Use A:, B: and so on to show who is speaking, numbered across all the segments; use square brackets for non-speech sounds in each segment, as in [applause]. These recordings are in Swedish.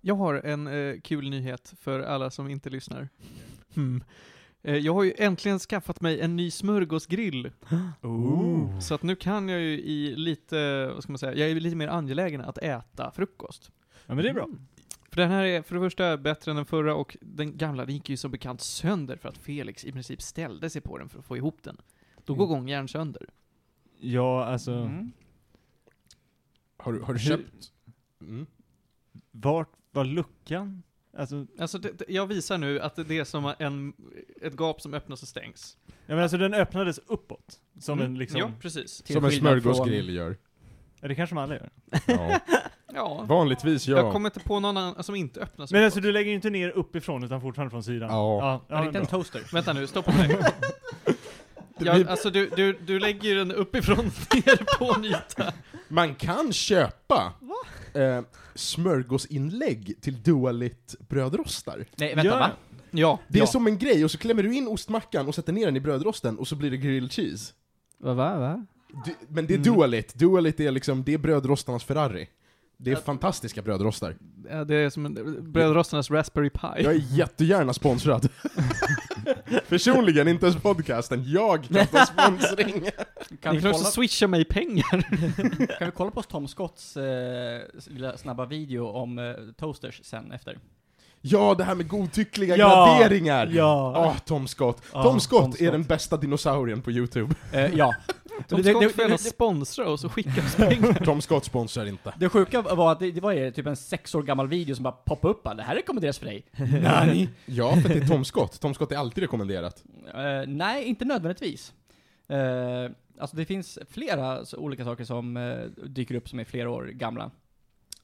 A: Jag har en eh, kul nyhet för alla som inte
B: [laughs]
A: lyssnar. Hmm. Eh, jag har ju äntligen skaffat mig en ny smörgåsgrill.
B: Ooh.
A: Så att nu kan jag ju i lite, vad ska man säga, jag är ju lite mer angelägen att äta frukost.
B: Ja men det är bra.
A: Mm. För den här är för det första bättre än den förra och den gamla den gick ju som bekant sönder för att Felix i princip ställde sig på den för att få ihop den. Då går
B: Mm.
A: gångjärn sönder.
B: Ja alltså,
C: Mm.
D: Har du, har du
B: Hur-
D: köpt? Mm.
B: vart var luckan? Alltså,
A: Alltså, det, det, jag visar nu att det är som en, ett gap som öppnas och stängs. Mm.
B: ja, men alltså den öppnades uppåt. Som en liksom,
A: Ja, precis.
C: Till
D: Som en
C: skillnad
D: smörgåsgrill
C: från-
D: gör.
B: ja, det kanske man alla gör.
D: Ja.
A: Ja.
D: Vanligtvis ja.
A: Jag kommer inte på någon annan som inte öppnas.
B: Men alltså du lägger ju inte ner uppifrån utan fortfarande från sidan.
D: Ja.
B: ja, ja,
C: Ja, inte
B: bra.
C: en toaster.
A: Vänta nu, stoppa mig.
C: [laughs]
A: Jag, alltså du, du, du lägger ju den uppifrån [laughs] ner på en yta.
D: Man kan köpa eh, smörgåsinlägg till Dualit brödrostar.
C: Nej, vänta
B: Ja.
C: va?
A: Ja.
D: Det är
C: Ja.
D: som en grej, och så klämmer du in ostmackan och sätter ner den i brödrosten, och så blir det grilled cheese.
C: Va, va, va?
D: Du, men det är
B: Mm.
D: Dualit, Dualit är liksom, det är brödrostarnas Ferrari. Det är
A: Att-
D: fantastiska brödrostar.
A: Ja, Det är som en- brödrostarnas Raspberry Pi.
D: Jag är jättegärna [laughs] sponsrad. Personligen, inte ens podcasten. Jag kan [laughs] få sponsring.
C: Kan
A: Ni
C: vi,
A: kan också
C: kolla,
A: swisha mig
C: [laughs]
A: pengar.
C: kan vi kolla på Tom Scotts eh, lilla snabba video om eh, toasters sen efter?
D: Ja, det här med godtyckliga
B: Ja.
D: graderingar!
B: Ja.
D: Ah, Tom Scott.
B: Ja,
D: Tom Scott
B: Tom
D: är
B: Scott.
D: den bästa dinosaurien på [laughs] YouTube.
C: Eh, [laughs] ja.
A: Tom
C: det,
A: Scott
C: det,
A: får gärna
C: det,
A: sponsra oss och skicka
C: [laughs]
A: oss pengar.
D: Tom Scott sponsrar inte.
C: det sjuka var att det, det var ju typ en sex år gammal video som bara poppade upp. bara, Det här rekommenderas för [laughs] dig.
D: Ja, för det är Tom Scott. Tom Scott är alltid rekommenderat.
C: Eh, nej, inte nödvändigtvis. Eh, alltså det finns flera så, olika saker som eh, dyker upp som är flera år gamla.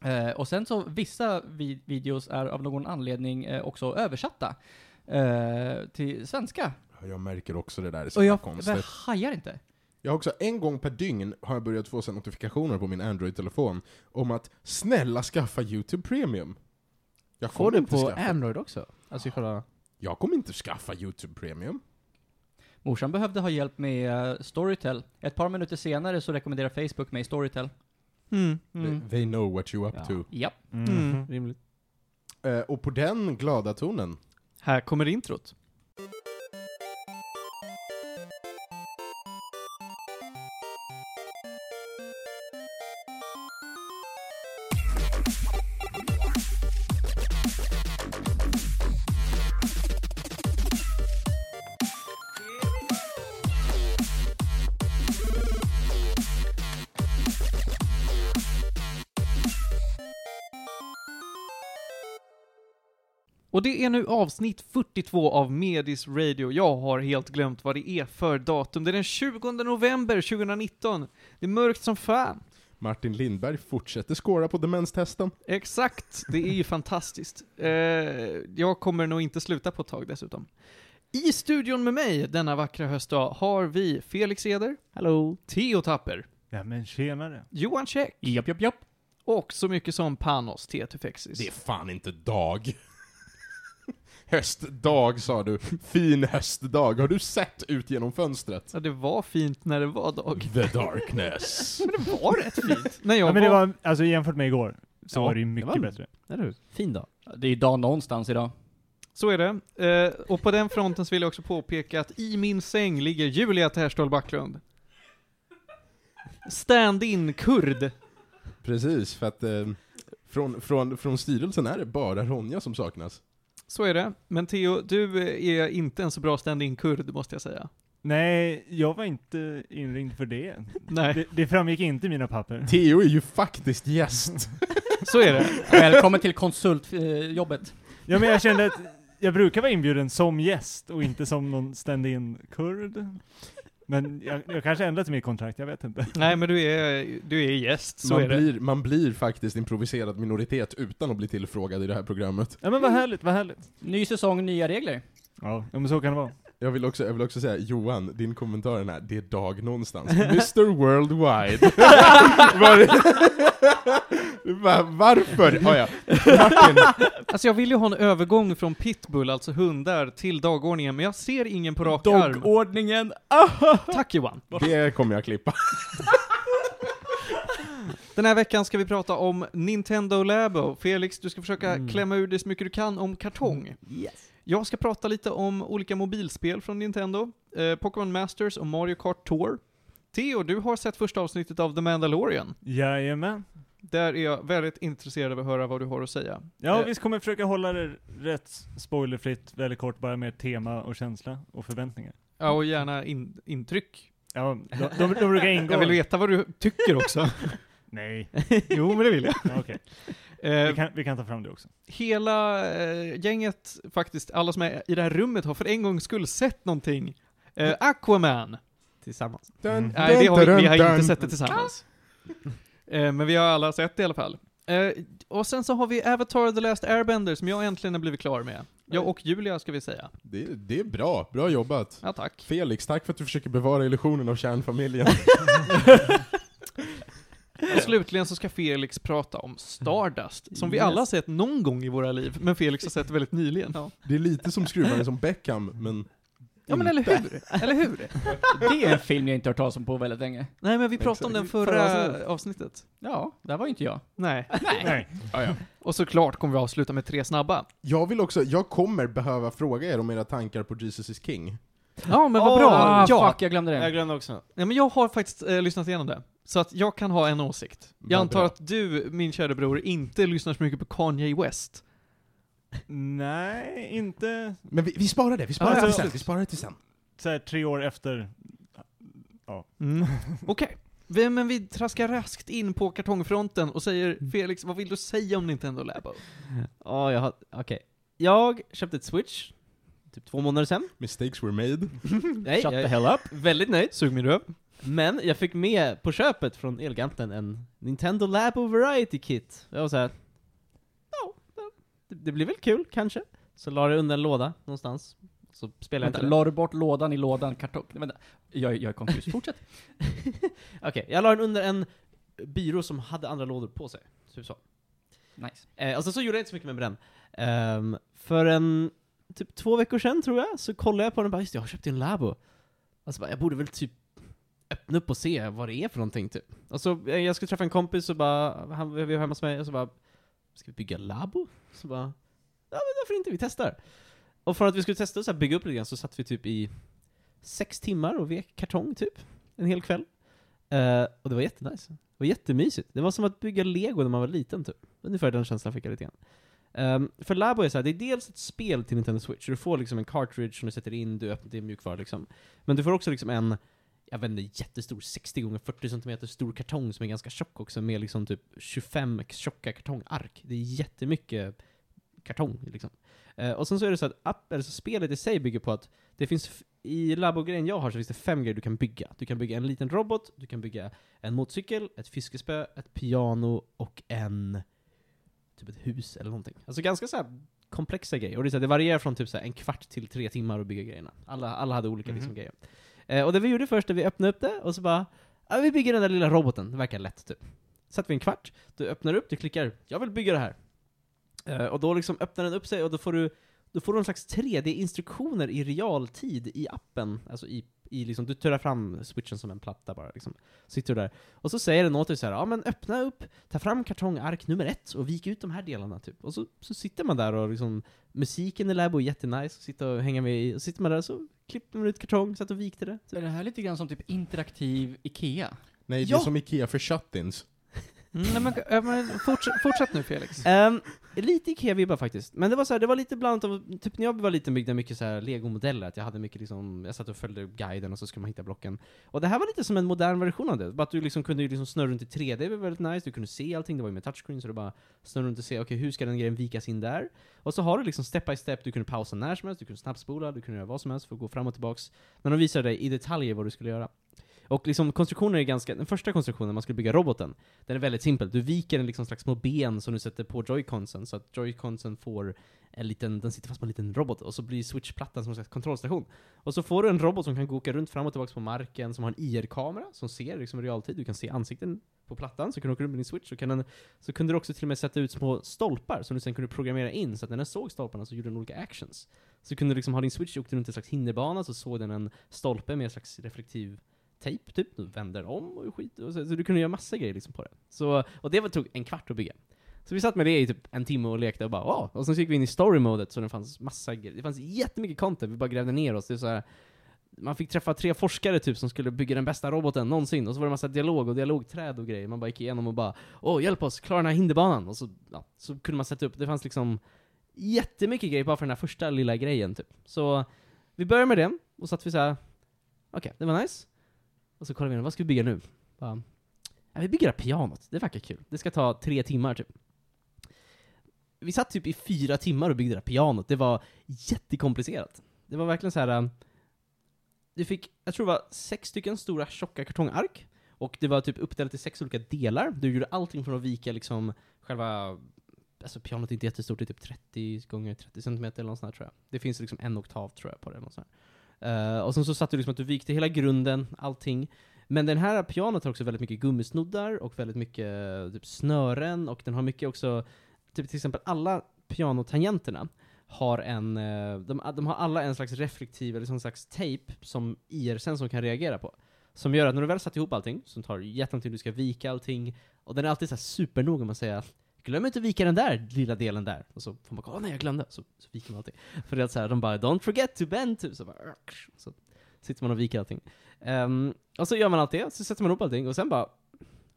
C: Eh, och sen så vissa vi- videos är av någon anledning eh, också översatta eh, till svenska.
D: Jag märker också det där, det är så
C: Och jag, jag
D: konstigt.
C: hajar inte.
D: Jag har också en gång per dygn har jag börjat få så här notifikationer på min Android-telefon om att snälla skaffa YouTube Premium. Jag
C: Får
D: kommer
C: du
D: inte
C: på
D: skaffa,
C: Android också? Alltså i själva...
D: Jag kommer inte skaffa YouTube Premium.
C: Morsan behövde ha hjälp med eh, Storytel. Ett par minuter senare så rekommenderar Facebook mig Storytel.
A: Mm.
D: They, they know what you up to.
C: Ja.
B: Mm.
A: Rimligt.
D: Eh, och på den glada tonen
A: Här kommer introt. Och det är nu avsnitt 42 av Medis Radio. Jag har helt glömt vad det är för datum. Det är den 20 november 2019. Det är mörkt som fan.
D: Martin Lindberg fortsätter skåra på demenstesten.
A: Exakt, det är ju fantastiskt. Eh, jag kommer nog inte sluta på ett tag dessutom. I studion med mig denna vackra höstdag har vi Felix Eder,
C: Hallå.
A: Theo Tapper,
B: Ja men tjenare.
A: Johan Käck
C: Japp, japp, japp.
A: och så mycket som Panos Tetufexis.
D: Det är fan inte dag. [laughs] höstdag sa du. Fin höstdag. Har du sett ut genom fönstret?
A: Ja, det var fint när det var
D: [laughs]
A: dag.
D: The
A: [laughs]
D: darkness.
A: Men det var rätt fint. När jag
B: Ja, men det
A: var...
B: var, alltså jämfört med igår, så
A: Ja,
B: var det ju mycket
A: det var-
B: bättre.
C: Fin dag. Det är ju dag någonstans idag.
A: Så är det. Eh, och på den fronten så vill jag också påpeka att i min säng ligger Julia Terstol Backlund. Stand-in kurd.
D: Precis, för att eh, från, från, från styrelsen är det bara Ronja som saknas.
A: Så är det. Men Theo, du är inte en så bra stand-in kurd måste jag säga.
B: Nej, jag var inte inringd för det.
A: Nej,
B: Det, det framgick inte i mina papper.
D: Theo är ju faktiskt gäst.
A: så är det.
C: Välkommen till eh, konsultjobbet.
B: Ja men jag kände att jag brukar vara inbjuden som gäst och inte som någon stand-in kurd. Men jag, jag kanske ändrat mitt kontrakt, jag vet inte.
A: Nej, men du är, du är gäst, så
D: man,
A: är det.
D: blir, man blir faktiskt improviserad minoritet utan att bli tillfrågad i det här programmet.
B: Ja men vad härligt, vad härligt.
C: Ny säsong, nya regler.
B: Ja, ja men så kan det vara.
D: Jag vill också, jag vill också säga, Johan, din kommentar är den här, det är dag någonstans. Mr Worldwide. [laughs] Var det- [laughs] Va- Varför? Ah, ja. Martin,
A: Alltså jag vill ju ha en övergång från pitbull, alltså hundar, till dagordningen, men jag ser ingen på rak arm.
C: Dogordningen.
A: Tack Johan.
D: det kommer jag klippa.
E: Den här veckan ska vi prata om Nintendo Labo. Felix, du ska försöka
B: Mm.
E: klämma ur dig så mycket du kan om kartong.
C: Yes.
E: Jag ska prata lite om olika mobilspel från Nintendo, eh, Pokémon Masters och Mario Kart Tour. Theo, du har sett första avsnittet av The Mandalorian.
B: Jajamän.
E: Där är jag väldigt intresserad av att höra vad du har att säga.
B: Ja,
E: Eh.
B: vi kommer försöka hålla det rätt spoilerfritt, väldigt kort, bara med tema och känsla och förväntningar.
E: Ja, och gärna in- intryck.
B: Ja, de, de, de brukar ingå.
E: Jag vill veta vad du tycker också.
B: Nej,
E: [laughs] jo, men det vill jag.
B: ja, okej. Vi,
E: Eh,
B: kan, vi kan ta fram det också.
E: hela eh, gänget, faktiskt, alla som är i det här rummet har för en gångs skull sett någonting. Eh, Aquaman. Tillsammans.
B: Mm.
E: Nej, det har vi, vi har
D: Dun, dun,
E: inte sett det tillsammans. [laughs] Eh, men vi har alla sett det i alla fall. Eh, och sen så har vi Avatar The Last Airbender som jag äntligen har blivit klar med. Jag och Julia ska vi säga.
D: Det, det är bra, bra jobbat.
E: Ja, tack.
D: Felix, tack för att du försöker bevara illusionen av kärnfamiljen.
E: [laughs] Och slutligen så ska Felix prata om Stardust, som vi alla har sett någon gång i våra liv, men Felix har sett det väldigt nyligen. Ja,
D: Det är lite som skruvaren som Beckham, men...
E: men eller hur? Eller hur?
C: Det är en film jag inte hört talas om på väldigt länge.
E: Nej, men vi pratade om den förra
D: avsnittet.
E: avsnittet.
C: Ja, där var ju inte jag.
E: Nej.
B: Nej.
D: Ah, ja.
E: Och såklart kommer vi avsluta med tre snabba.
D: Jag vill också, jag kommer behöva fråga er om era tankar på Jesus is King.
E: Ja, men vad
C: Åh,
E: bra.
C: Ah,
E: ja.
C: fuck, jag glömde det.
A: Jag glömde också.
E: Nej, men jag har faktiskt eh, lyssnat igenom det. Så att jag kan ha en åsikt.
D: Vad
E: Jag antar
D: bra.
E: att du, min kära bror, inte lyssnar så mycket på Kanye West.
B: Nej, inte
D: Men vi, vi sparar det, vi sparar
B: Ja,
D: det
B: ja,
D: till sen,
B: absolut.
D: vi sparar det till sen.
B: så här tre år efter.
E: Mm. [laughs] Okej. Vi- Men vi traskar raskt in på kartongfronten och säger Felix, vad vill du säga om Nintendo Labo?
A: Mm. [laughs] Ja, jag har... Okej. Jag köpte ett Switch, typ två månader sen.
D: Mistakes were made.
A: Nej,
C: Shut
A: jag
C: the
A: är
C: hell up.
A: väldigt nöjd.
E: Sug min röv.
A: Men jag fick med på köpet från Elganten en Nintendo Labo Variety Kit. Jag var såhär, ja, ja, det, det blir väl kul kanske. Så la det under en låda någonstans. Så spelade
C: Vänta,
A: jag inte det.
C: la du bort lådan i lådan kartong? Nej, Vänta, jag, jag är confused.
E: [laughs]
C: Fortsätt.
A: Okej, jag la den under en byrå som hade andra lådor på sig. Typ så.
C: Nice.
A: Eh, och sen så gjorde jag inte så mycket med den. Ehm, för en, typ två veckor sedan tror jag, så kollade jag på den och bara just det, jag har köpt en Labo. Alltså bara, jag borde väl typ öppna upp och se vad det är för någonting typ. Och så, eh, jag skulle träffa en kompis och bara, han, vi var hemma hos mig och så bara, ska vi bygga Labo? Så bara, ja men varför inte, vi testar. Och för att vi skulle testa och så här bygga upp lite grann så satt vi typ i sex timmar och vek kartong typ, en hel kväll. Eh, och det var jättenice. Det var jättemysigt. Det var som att bygga lego när man var liten typ. Ungefär den känslan fick jag lite grann. Ehm, för Labo är så här, det är dels ett spel till Nintendo Switch, så du får liksom en cartridge som du sätter in, du öppnar, det är mjukvara liksom. Men du får också liksom en, jag vet inte, jättestor 60x40 cm stor kartong som är ganska tjock också med liksom typ 25 tjocka kartongark. Det är jättemycket kartong liksom. Eh, och sen så är det så att app, eller så spelet i sig bygger på att det finns, f- i Labo-grejen jag har så finns det fem grejer du kan bygga. Du kan bygga en liten robot, du kan bygga en motorcykel, ett fiskespö, ett piano och en typ ett hus eller någonting. Alltså ganska så här komplexa grejer. Och det, är så här, det varierar från typ så här en kvart till tre timmar att bygga grejerna. Alla, alla hade olika liksom,
B: Mhm.
A: grejer. Eh, och det vi gjorde först, när vi öppnade upp det och så bara ja, vi bygger den där lilla roboten, det verkar lätt typ. Satt vi en kvart, du öppnar upp, du klickar 'Jag vill bygga det här' eh, Och då liksom öppnar den upp sig och då får du då får du en slags 3D-instruktioner i realtid i appen. Alltså i, i liksom, du törar fram switchen som en platta bara liksom. Sitter du där. Och så säger den åt dig så här, ja men öppna upp, ta fram kartongark nummer ett och vik ut de här delarna typ. Och så, så sitter man där och liksom, musiken i Labo är jättenice, sitta och hänga med i, och sitter man där så klippte man ut kartong, satt och vikte det.
C: Så är det här lite grann som typ interaktiv IKEA?
D: Nej, det
A: Ja.
D: är som Ikea för shut-ins.
E: Mm, nej, men, eh, men fortsätt, fortsätt nu Felix.
A: Ehm, lite Ikea-vibbar faktiskt. Men det var så här, det var lite bland annat, typ när jag var liten byggde jag mycket så här legomodeller, att jag hade mycket liksom, jag satt och följde guiden och så skulle man hitta blocken. Och det här var lite som en modern version av det, bara att du liksom kunde ju liksom snurra runt i 3D, det var väldigt nice, du kunde se allting, det var ju med touchscreen så du bara snurrade runt och se, okej hur ska den grejen vikas in där? Och så har du liksom step by step, du kunde pausa när som helst, du kunde snabbspola, du kunde göra vad som helst för att gå fram och tillbaks. Men de visade dig i detalj vad du skulle göra. Och liksom konstruktionen är ganska, den första konstruktionen, man skulle bygga roboten, den är väldigt simpel. Du viker den liksom strax små ben som du sätter på joyconsen, så att joyconsen får en liten, den sitter fast på en liten robot, och så blir switchplattan som en slags kontrollstation. Och så får du en robot som kan gå åka runt fram och tillbaka på marken, som har en IR-kamera, som ser liksom i realtid, du kan se ansikten på plattan, så kan du åka runt med din switch, så, kan den, så kunde du också till och med sätta ut små stolpar som du sen kunde programmera in, så att när den såg stolparna så gjorde den olika actions. Så kunde du liksom ha din switch åkte runt i en slags hinderbana, så såg den en stolpe med en slags reflektiv tejp typ, du vänder om och skit och så, så du kunde göra massa grejer liksom på det. Så, och det var, tog en kvart att bygga. Så vi satt med det i typ en timme och lekte och bara åh, och sen så gick vi in i story-modet så det fanns massa grejer. Det fanns jättemycket content, vi bara grävde ner oss. Det är så här, man fick träffa tre forskare typ som skulle bygga den bästa roboten någonsin, och så var det massa dialog och dialogträd och grejer. Man bara gick igenom och bara åh, hjälp oss, klara den här hinderbanan. Och så, ja, så kunde man sätta upp, det fanns liksom jättemycket grejer bara för den här första lilla grejen typ. Så vi började med den, och satt vi så här. okej, det var nice. Och så kollade vi, in, vad ska vi bygga nu? Bara, ja, vi bygger det här pianot, det verkar kul. Det ska ta tre timmar typ. Vi satt typ i fyra timmar och byggde det här pianot, det var jättekomplicerat. Det var verkligen så här. äh, Du fick, jag tror det var sex stycken stora tjocka kartongark, och det var typ uppdelat i sex olika delar. Du gjorde allting från att vika liksom själva Alltså pianot är inte jättestort, det är typ 30 gånger 30 cm eller något sånt här, tror jag. Det finns liksom en oktav tror jag på det. Eller något sånt här. Eh, och sen så satt du liksom att du vikte hela grunden, allting. Men den här pianot har också väldigt mycket gummisnoddar och väldigt mycket eh, typ, snören och den har mycket också, typ till exempel alla pianotangenterna har en, eh, de, de har alla en slags reflektiv eller sån slags tejp som IR-sensorn kan reagera på. Som gör att när du väl satt ihop allting, som tar jättelång tid, du ska vika allting, och den är alltid så här supernoga med att säga Glöm inte att vika den där lilla delen där. Och så får man kolla, åh nej jag glömde. Så, så viker man allting. För det är så här, de bara 'Don't forget to bend' typ. Så, bara, "Ark." så sitter man och viker allting. Ehm, och så gör man allt det, så sätter man ihop allting och sen bara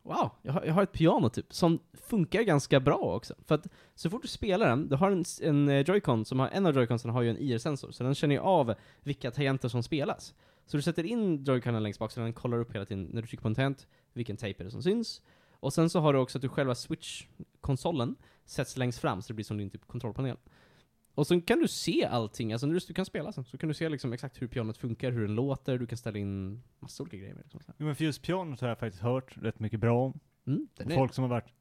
A: Wow, jag har, jag har ett piano typ, som funkar ganska bra också. För att så fort du spelar den, du har en, s- en eh, joycon som har, en av joyconsen har ju en IR-sensor, så den känner ju av vilka tangenter som spelas. Så du sätter in joyconen längst bak så den kollar upp hela tiden när du trycker på en tangent, vilken tejp är det som syns. Och sen så har du också att du själva switch konsolen sätts längst fram så det blir som din typ kontrollpanel. Och sen kan du se allting, alltså när du, du kan spela sen, så kan du se liksom exakt hur pianot funkar, hur den låter, du kan ställa in massa olika grejer. med det, Liksom. så här.
B: Jo, men för just pianot har jag faktiskt hört rätt mycket bra om.
A: Mm, den
B: Och
A: är-
B: folk som har varit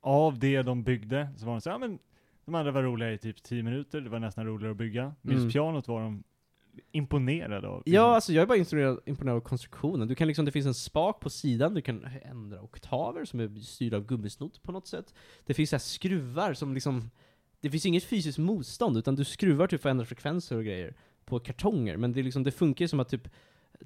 B: av det de byggde, så var de så här, ja men de andra var roliga i typ 10 minuter, det var nästan roligare att bygga. Men
A: Mm.
B: just pianot var de imponerade av.
A: Ja, alltså jag är bara inspirerad, imponerad av konstruktionen. Du kan liksom, det finns en spak på sidan, du kan ändra oktaver som är styrda av gummisnodd på något sätt. Det finns så här skruvar som liksom, det finns inget fysiskt motstånd, utan du skruvar typ för att ändra frekvenser och grejer på kartonger. Men det, är liksom, det funkar ju som att typ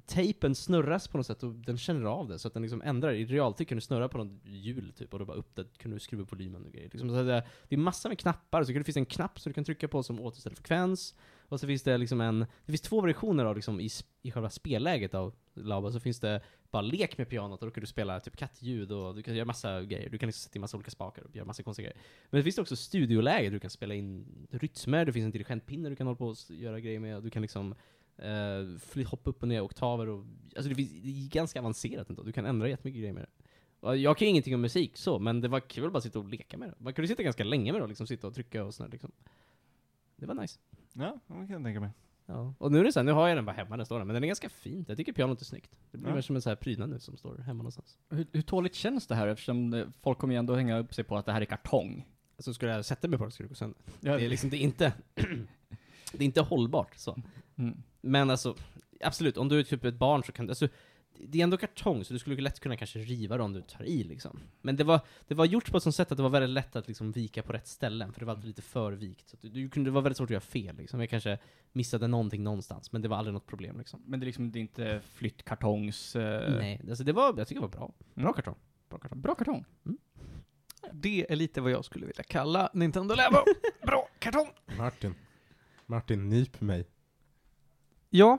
A: tejpen snurras på något sätt och den känner av det, så att den liksom ändrar. I realtid kan du snurra på något hjul typ, och då bara upp det, kan du skruva upp volymen och grejer. Liksom, så det, det är massor med knappar, så det finns en knapp som du kan trycka på som återställer frekvens. Och så finns det liksom en, det finns två versioner av liksom i, sp- i själva spelläget av Laba, så finns det bara lek med pianot och då kan du spela typ kattljud och du kan göra massa grejer, du kan liksom sätta in massa olika spakar och göra massa konstiga grejer. Men det finns också studioläge, du kan spela in rytmer, det finns en dirigentpinne du kan hålla på och s- göra grejer med, och du kan liksom eh, fly, hoppa upp och ner i oktaver och, alltså det, finns, det är ganska avancerat ändå, du kan ändra jättemycket grejer med det. Och Jag kan ju ingenting om musik så, men det var kul att bara sitta och leka med det. Man kunde sitta ganska länge med det och liksom sitta och trycka och sådär liksom. Det var nice.
B: Ja, det kan jag tänka mig.
A: Ja, och nu är det så här, nu har jag den bara hemma, den står där, men den är ganska fin. Jag tycker pianot är snyggt. Det blir
B: Ja.
A: mer som en så här prydnad nu som står hemma någonstans.
C: Hur, hur tåligt känns det här? Eftersom eh, folk kommer ju ändå hänga upp sig på att det här är kartong.
A: Alltså skulle jag sätta mig på den skulle det gå sönder.
C: Ja,
A: Det är liksom, det är inte, [clears throat] det är inte hållbart så.
C: mm.
A: Men alltså, absolut, om du är typ ett barn så kan du, alltså, det är ändå kartong så du skulle lätt kunna kanske riva det om du tar i liksom. Men det var, det var gjort på ett sånt sätt att det var väldigt lätt att liksom vika på rätt ställen, för det var alltid lite för vikt. Så att du, du kunde, det var väldigt svårt att göra fel liksom. Jag kanske missade någonting någonstans, men det var aldrig något problem liksom.
C: Men det är liksom det är inte flyttkartongs... eh,
A: Nej, alltså det var, jag tycker det var bra. Bra
C: Mm.
A: kartong.
C: Bra kartong. Bra kartong.
E: Mm.
C: Mm.
E: Det är lite vad jag skulle vilja kalla
C: [laughs]
E: Nintendo Labo. Bra kartong!
D: Martin. Martin, nyp mig.
E: Ja,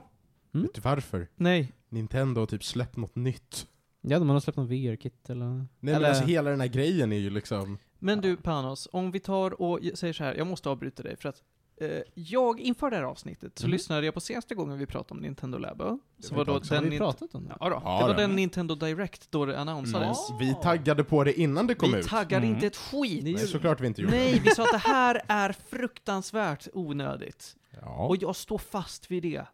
E: Mm.
D: Vet du varför?
E: nej.
D: Nintendo har typ släppt något nytt.
A: Ja, de har släppt någon VR-kit eller...
D: Nej
E: Eller-
D: men alltså hela den här grejen är ju liksom...
E: Men du Panos, om vi tar och j- säger så här, jag måste avbryta dig för att eh, jag inför det här avsnittet så
A: Mhm.
E: lyssnade jag på senaste gången vi pratade om Nintendo Labo. Så
D: var
E: var då
D: ett tag sedan.
E: den...
A: har vi
E: Nint-
A: pratat om det?
E: Ja, då.
D: Ja,
E: det var
D: då.
E: den Nintendo Direct då det
D: Mm.
E: annonsades.
D: Vi taggade på det innan det kom
E: vi
D: ut.
E: taggade
B: Mm.
E: inte ett skit!
D: Nej, såklart vi inte gjorde.
E: Nej, vi sa att det här är fruktansvärt onödigt.
D: Ja.
E: Och jag står fast vid det.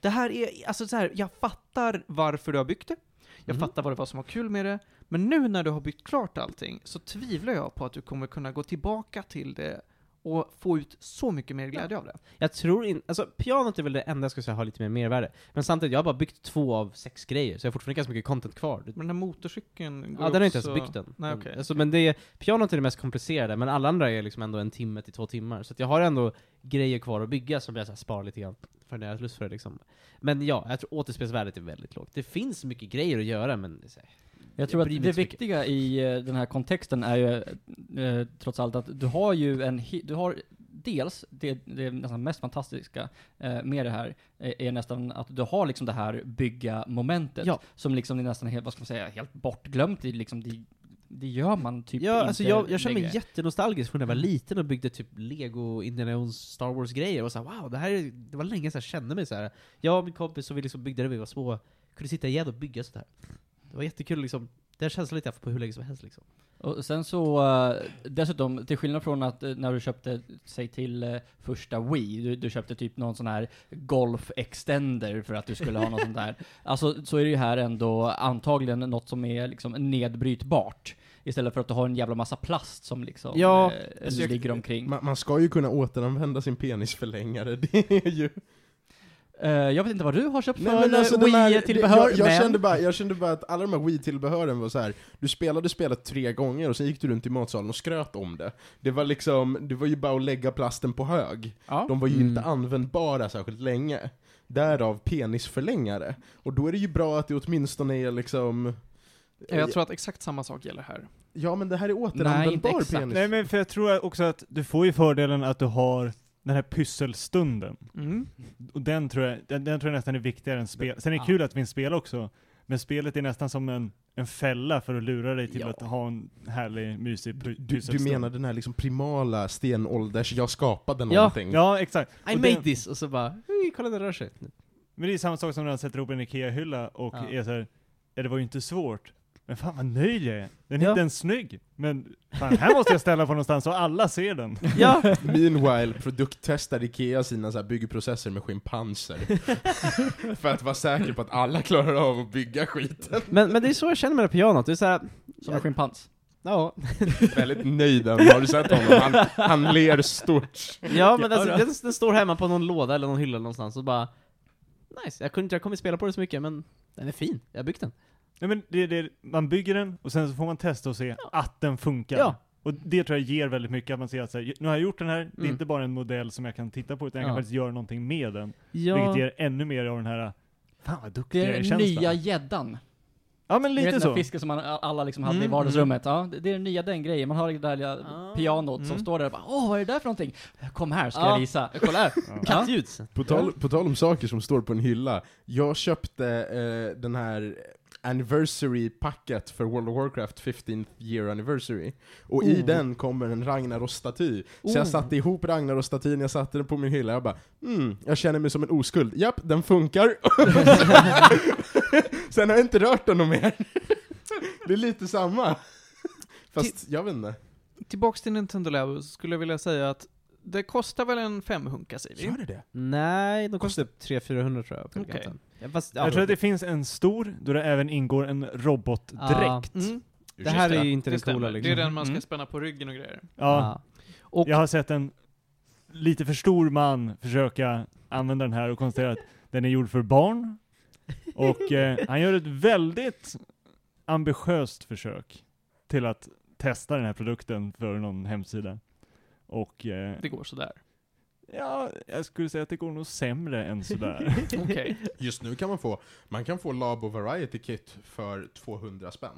E: Det här är, alltså så här, jag fattar varför du har byggt det. Jag
A: Mhm.
E: fattar vad det var som var kul med det. Men nu när du har byggt klart allting så tvivlar jag på att du kommer kunna gå tillbaka till det och få ut så mycket mer glädje av det.
A: Jag tror inte... Alltså, pianot är väl det enda jag skulle säga har lite mer mervärde. Men samtidigt, jag har bara byggt två av sex grejer, så jag har fortfarande ganska mycket content kvar. Det-
E: Men den här motorcykeln
A: Ja,
E: går
A: den har jag inte
E: också-
A: ens byggt än.
E: Nej,
A: Men-
E: okej,
A: alltså, men det är, pianot är det mest komplicerade, men alla andra är liksom ändå en timme till två timmar. Så att jag har ändå grejer kvar att bygga som jag så här sparar lite grann. för deras lust för det liksom. Men ja, jag tror återspelsvärdet är väldigt lågt. Det finns mycket grejer att göra, men det är så här-
C: Jag tror
A: Jag bryr
C: att
A: mig
C: det
A: inte så
C: viktiga i eh, den här kontexten är ju eh, trots allt att du har ju en, hi- du har dels, det, det är nästan mest fantastiska eh, med det här, eh, är nästan att du har liksom det här bygga-momentet.
A: Ja.
C: Som liksom är nästan helt, vad ska man säga, helt bortglömt i liksom, det, det gör man typ
A: ja,
C: inte
A: alltså jag, jag känner mig
C: längre.
A: jättenostalgisk från när jag var liten och byggde typ Lego, Indiana Jones, Star Wars-grejer och så här, wow, det här är, det var länge sedan jag kände mig så här. Jag och min kompis som vi liksom byggde när vi var små, kunde sitta igen och bygga sådär. Det var jättekul liksom. Den känslan lite jag haft på hur länge som helst liksom.
C: Och sen så, eh, dessutom, till skillnad från att eh, när du köpte, säg till eh, första Wii, du, du köpte typ någon sån här golf-extender för att du skulle ha något sånt
D: [laughs]
C: där. Alltså, så är det ju här ändå antagligen något som är liksom nedbrytbart. Istället för att du har en jävla massa plast som liksom
A: Ja,
C: eh,
D: alltså jag-
C: ligger omkring.
D: Man, man ska ju kunna återanvända sin penisförlängare, [laughs] det är ju...
C: Eh, jag vet inte vad du har köpt
D: Nej,
C: för eh,
D: men alltså, den här-
C: Wii-tillbehör,
D: jag, jag,
C: men...
D: kände bara, jag kände bara att alla de här Wii-tillbehören var så här. du spelade spelet tre gånger och sen gick du runt i matsalen och skröt om det. Det var liksom, det var ju bara att lägga plasten på hög.
C: ja.
D: De var ju
A: Mm.
D: inte användbara särskilt länge. Därav penisförlängare. Och då är det ju bra att det åtminstone är liksom...
E: Jag tror att exakt samma sak gäller här.
D: Ja men det här är
C: Nej, inte
D: återanvändbar
C: exakt.
D: penis.
B: Nej men för jag tror också att du får ju fördelen att du har den här pysselstunden.
E: Mm.
B: Och den tror jag, den, den tror jag nästan är viktigare än spel. Sen är det
A: Ja.
B: kul att det finns spel också. Men spelet är nästan som en, en fälla för att lura dig till
C: Ja.
B: att ha en härlig, mysig py-
D: Du, du
B: pysselstund.
D: menar den här liksom primala stenålders, jag skapade
A: Ja.
D: någonting.
B: Ja, exakt.
A: I
B: Och
A: made
B: den-
A: this! Och så bara, "Ui, kolla den rör sig.
B: Men det är samma sak som när han sätter ihop en IKEA-hylla och
A: Ja.
B: är såhär, ja det var ju inte svårt. Men fan vad nöjd jag är. Den är
A: Ja.
B: inte ens snygg. Men fan, här måste jag ställa på någonstans och alla
A: [laughs]
B: ser den.
A: ja!
D: Meanwhile produkttestar Ikea sina så här byggprocesser med schimpanser. För att vara säker på att alla klarar av att bygga skiten.
A: Men, men det är så jag känner med det här pianot, det är såhär,
C: Som en schimpans.
A: [laughs] ja.
D: Väldigt nöjd ändå. har du sett honom? Han, han ler stort.
A: Ja men alltså, den, den står hemma på någon låda eller någon hylla någonstans och bara, nice, jag kunde inte, jag kommer inte spela på den så mycket men den är fin, jag har byggt den.
B: Nej, men det, det, man bygger den och sen så får man testa och se att den funkar.
A: Ja.
B: Och det tror jag ger väldigt mycket, att man ser att så här, nu har jag gjort den här, det är
A: Mm.
B: inte bara en modell som jag kan titta på utan jag
A: Ja.
B: kan faktiskt göra någonting med den. Vilket
A: Ja.
B: ger ännu mer av den här, fan vad duktig
C: Det
B: jag
C: är
B: är
C: den
B: känslan.
C: nya gäddan.
B: Ja men
C: Ni
B: lite
C: vet den
B: så.
C: där fisken som man, alla liksom hade i
B: Mm,
C: vardagsrummet. Ja, det, det är den nya den grejen. Man har det där lilla
A: Ah.
C: pianot som
B: Mm.
C: står där och bara Åh, vad är det där för någonting? Kom här ska
A: Ja.
C: jag visa.
A: Kolla här!
B: Ja.
A: Kattljud!
D: På tal, på tal om saker som står på en hylla, jag köpte eh, den här anniversary-packet för World of Warcraft 15th year anniversary. Och i
A: Oh.
D: den kommer en Ragnaros-staty. Så jag
A: Oh.
D: satte ihop Ragnaros-statyn, jag satte den på min hylla, jag bara mm, jag känner mig som en oskuld. Japp, den funkar! [laughs] Sen har jag inte rört den någon mer. Det är lite samma. Fast, jag vet inte.
E: Tillbaks till Nintendo Labo så skulle jag vilja säga att det kostar väl en femhunka säger vi?
D: det det?
A: Nej, de kostar typ 300-400 tror jag. på
E: Okej.
A: Elgiganten. Ja, fast, ja,
B: Jag tror att det finns en stor, då det även ingår en robotdräkt. Ja,
E: Mm,
A: det här är ju inte
E: det
A: den coola
E: stämmer. Det
A: liksom.
E: är den man ska
B: Mm.
E: spänna på ryggen och grejer.
A: Ja.
E: Och
B: Jag har sett en lite för stor man försöka använda den här och konstatera att den är gjord för barn. Och eh, han gör ett väldigt ambitiöst försök till att testa den här produkten för någon hemsida. Och eh,
E: det går sådär.
B: ja, jag skulle säga att det går nog sämre
A: [laughs]
B: än sådär.
E: Okej.
D: Just nu kan man få, man kan få Labo Variety Kit för 200 spänn.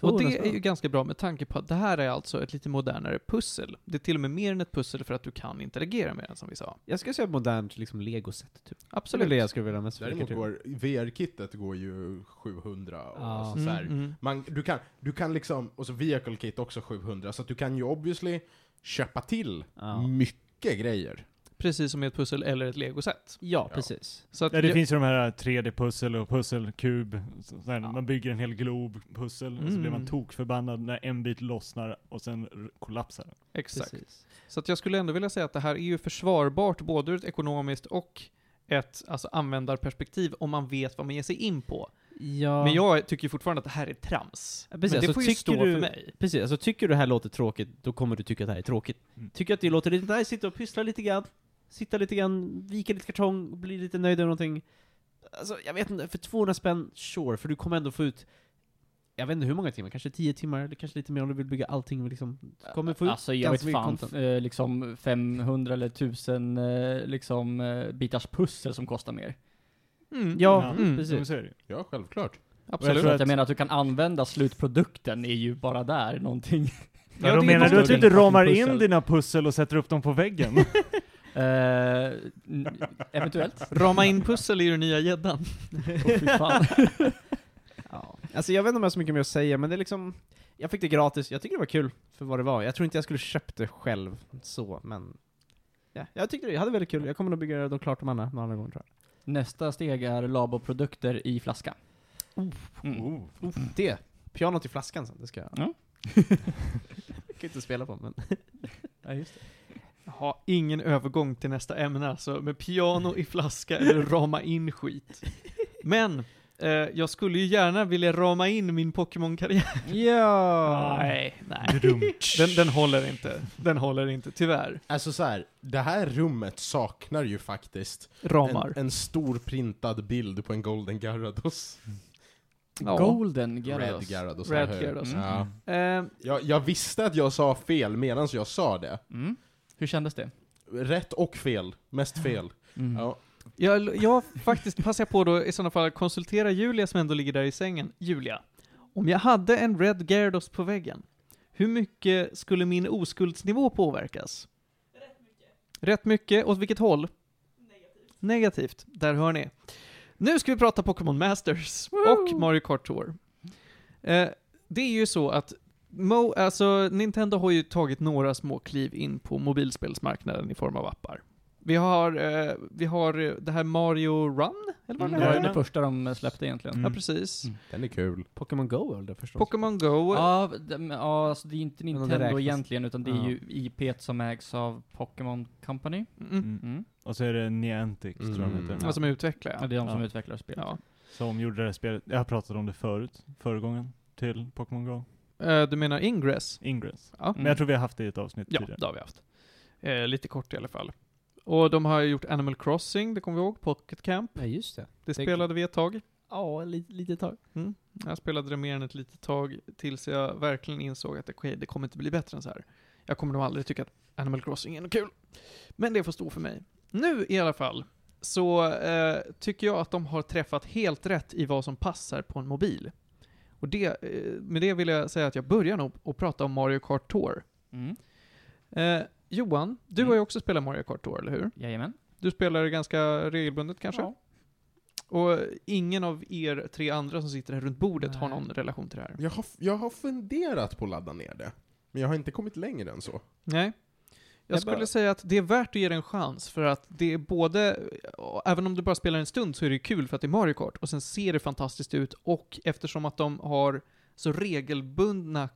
E: Och det
A: 200 spänn.
E: är ju ganska bra med tanke på att det här är alltså ett lite modernare pussel. Det är till och med mer än ett pussel för att du kan interagera med den som vi sa.
A: Jag skulle säga ett modernt liksom, legosätt typ. Det är väl
E: Absolut.
A: det jag skulle vilja ha mest för
D: Däremot
A: Pikachu.
D: går VR-kittet går ju 700 och
A: Ja.
D: så,
E: Mm,
D: här.
E: mm.
D: Man, du, kan, du kan liksom, och så Vehicle Kit också 700, så att du kan ju obviously köpa till
A: Ja.
D: mycket grejer.
E: Precis som i ett pussel eller ett legosätt.
A: ja, precis.
E: Så att
B: Ja, det
E: jag-
B: finns ju de här 3D-pussel och pusselkub. Så- så här,
A: Ja.
B: Man bygger en hel glob pussel och så blir man
E: Mm.
B: tokförbannad när en bit lossnar och sen r- kollapsar den.
E: Exakt.
A: precis.
E: Så att jag skulle ändå vilja säga att det här är ju försvarbart både ur ett ekonomiskt och ett alltså, användarperspektiv om man vet vad man ger sig in på.
A: Ja.
E: Men jag tycker ju fortfarande att det här är trams.
A: Ja, precis.
E: Men det
A: Alltså,
E: får ju
A: tycker
E: stå
A: du-
E: för mig.
A: Precis, alltså tycker du det här låter tråkigt, då kommer du tycka att det här är tråkigt.
B: Mm.
A: Tycker att det låter lite nice, sitta och pyssla lite grann, sitta lite grann, vika lite kartong, bli lite nöjd över någonting. Alltså, jag vet inte, för 200 spänn, sure, för du kommer ändå få ut jag vet inte hur många timmar, kanske 10 timmar, eller kanske lite mer om du vill bygga allting och liksom, du kommer få ut
C: Alltså jag
A: ganska
C: vet
A: mycket
C: fan,
A: content.
C: eh, liksom 500 eller 1000 eh, liksom eh, bitars pussel som kostar mer.
E: Mm.
A: Ja,
B: Ja.
E: Mm.
A: precis.
B: Så är det ju.
D: Ja, självklart.
C: Absolut.
B: tror
C: Jag, att jag
B: att-
C: menar att du kan använda slutprodukten är ju bara där någonting.
E: Ja,
B: Ja, då
E: det är
B: menar du
E: konstigt.
B: att du inte ramar
C: fucking
B: in
C: pussel.
B: dina pussel Oh. och sätter upp dem på [laughs] väggen?
C: Eh, n-
E: [laughs]
C: eventuellt.
E: Rama in pussel är ju den nya gäddan.
C: Åh, fy fan.
A: Ja. Alltså jag vet inte om jag har så mycket mer att säga, men det är liksom, jag fick det gratis, jag tycker det var kul för vad det var. Jag tror inte jag skulle köpt det själv så, men ja, jag tyckte det, jag hade väldigt kul. Jag kommer nog bygga dem klart de andra någon annan gång tror jag.
C: Nästa steg är laboprodukter i flaska. Mm.
B: Oh.
A: Det, pianot i flaskan sen, det ska jag.
C: Ja.
A: jag [laughs] kan inte spela på men.
C: Ja, just det.
E: Ha ingen övergång till nästa ämne alltså, med piano i flaska eller rama in skit. Men, eh, jag skulle ju gärna vilja rama in min Pokémon-karriär.
A: Ja.
E: Nej, nej.
B: Dudum.
E: Den, den håller inte. Den håller inte, tyvärr.
D: Alltså så här, det här rummet saknar ju faktiskt
E: Ramar.
D: en, en stor printad bild på en Golden Gyarados.
E: Ja.
C: Golden
D: Red
C: Gyarados.
D: Gyarados.
E: Red
D: här.
E: Gyarados.
B: Mm.
D: Ja.
E: Eh,
D: Jag, jag visste att jag sa fel medan jag sa det.
C: Mm. Hur kändes det?
D: Rätt och fel. Mest fel. [laughs]
C: Mm.
D: Ja.
E: jag, jag faktiskt passar på då i sådana fall att konsultera Julia som ändå ligger där i sängen. Julia, om jag hade en Red Gyarados på väggen, hur mycket skulle min oskuldsnivå påverkas? Rätt mycket. Åt vilket håll? Negativt. Där hör ni. Nu ska vi prata Pokémon Masters och Mario Kart Tour. Eh, det är ju så att Mo, alltså Nintendo har ju tagit några små kliv in på mobilspelsmarknaden i form av appar. Vi har, eh, vi har eh, det här Mario Run, eller vad
C: Mm,
E: det
C: det
E: heter?
C: var ju
B: Ja.
C: det första de släppte egentligen.
E: Ja,
B: Mm.
E: precis.
C: Mm.
D: Den är kul.
A: Pokémon Go eller förstås.
E: Pokémon Go.
C: Ja, det- men, ja, alltså det är inte
A: om det
C: Nintendo
A: räknas.
C: egentligen, utan det är
A: Ja.
C: ju IP som ägs av Pokémon Company.
E: Mm.
B: Mm.
C: Mm.
B: Och så är det Niantic, tror jag de
D: Mm.
B: heter.
E: Ja. Som utvecklar,
C: Ja,
E: ja.
C: det är de som
B: Ja.
C: utvecklar spelet.
E: ja.
B: Som gjorde det här spelet. Jag har pratat om det förut, förra gången, till Pokémon Go.
E: Eh, Du menar Ingress?
B: Ingress.
E: Ja.
C: Mm.
B: Men jag tror vi har haft det i ett avsnitt
E: Mm. Ja,
B: tidigare.
E: det har vi haft. Eh, lite kort i alla fall. Och de har ju gjort Animal Crossing, det kommer vi ihåg, Pocket Camp.
A: Ja just det.
E: Det
A: Det-
E: spelade vi ett tag.
A: Ja, lite, lite tag.
E: Jag spelade det mer än ett litet tag tills jag verkligen insåg att okej, det kommer inte bli bättre än så här. Jag kommer nog aldrig tycka att Animal Crossing är något kul. Men det får stå för mig. Nu i alla fall så eh, tycker jag att de har träffat helt rätt i vad som passar på en mobil. Och det, eh, med det vill jag säga att jag börjar nog att prata om Mario Kart Tour.
C: Mm.
E: Eh, Johan, du
C: Mm.
E: har ju också spelat Mario Kart Tour, eller hur?
C: Jajamän.
E: Du spelar det ganska regelbundet kanske?
C: Ja.
E: Och ingen av er tre andra som sitter här runt bordet har
C: Nej.
E: någon relation till det här?
D: Jag har, jag har funderat på att ladda ner det. Men jag har inte kommit längre än så.
E: Nej. Jag
A: Jag
E: skulle
A: bara-
E: säga att det är värt att ge det en chans för att det är både, även om du bara spelar en stund så är det ju kul för att det är Mario Kart och sen ser det fantastiskt ut och eftersom att de har så regelbundna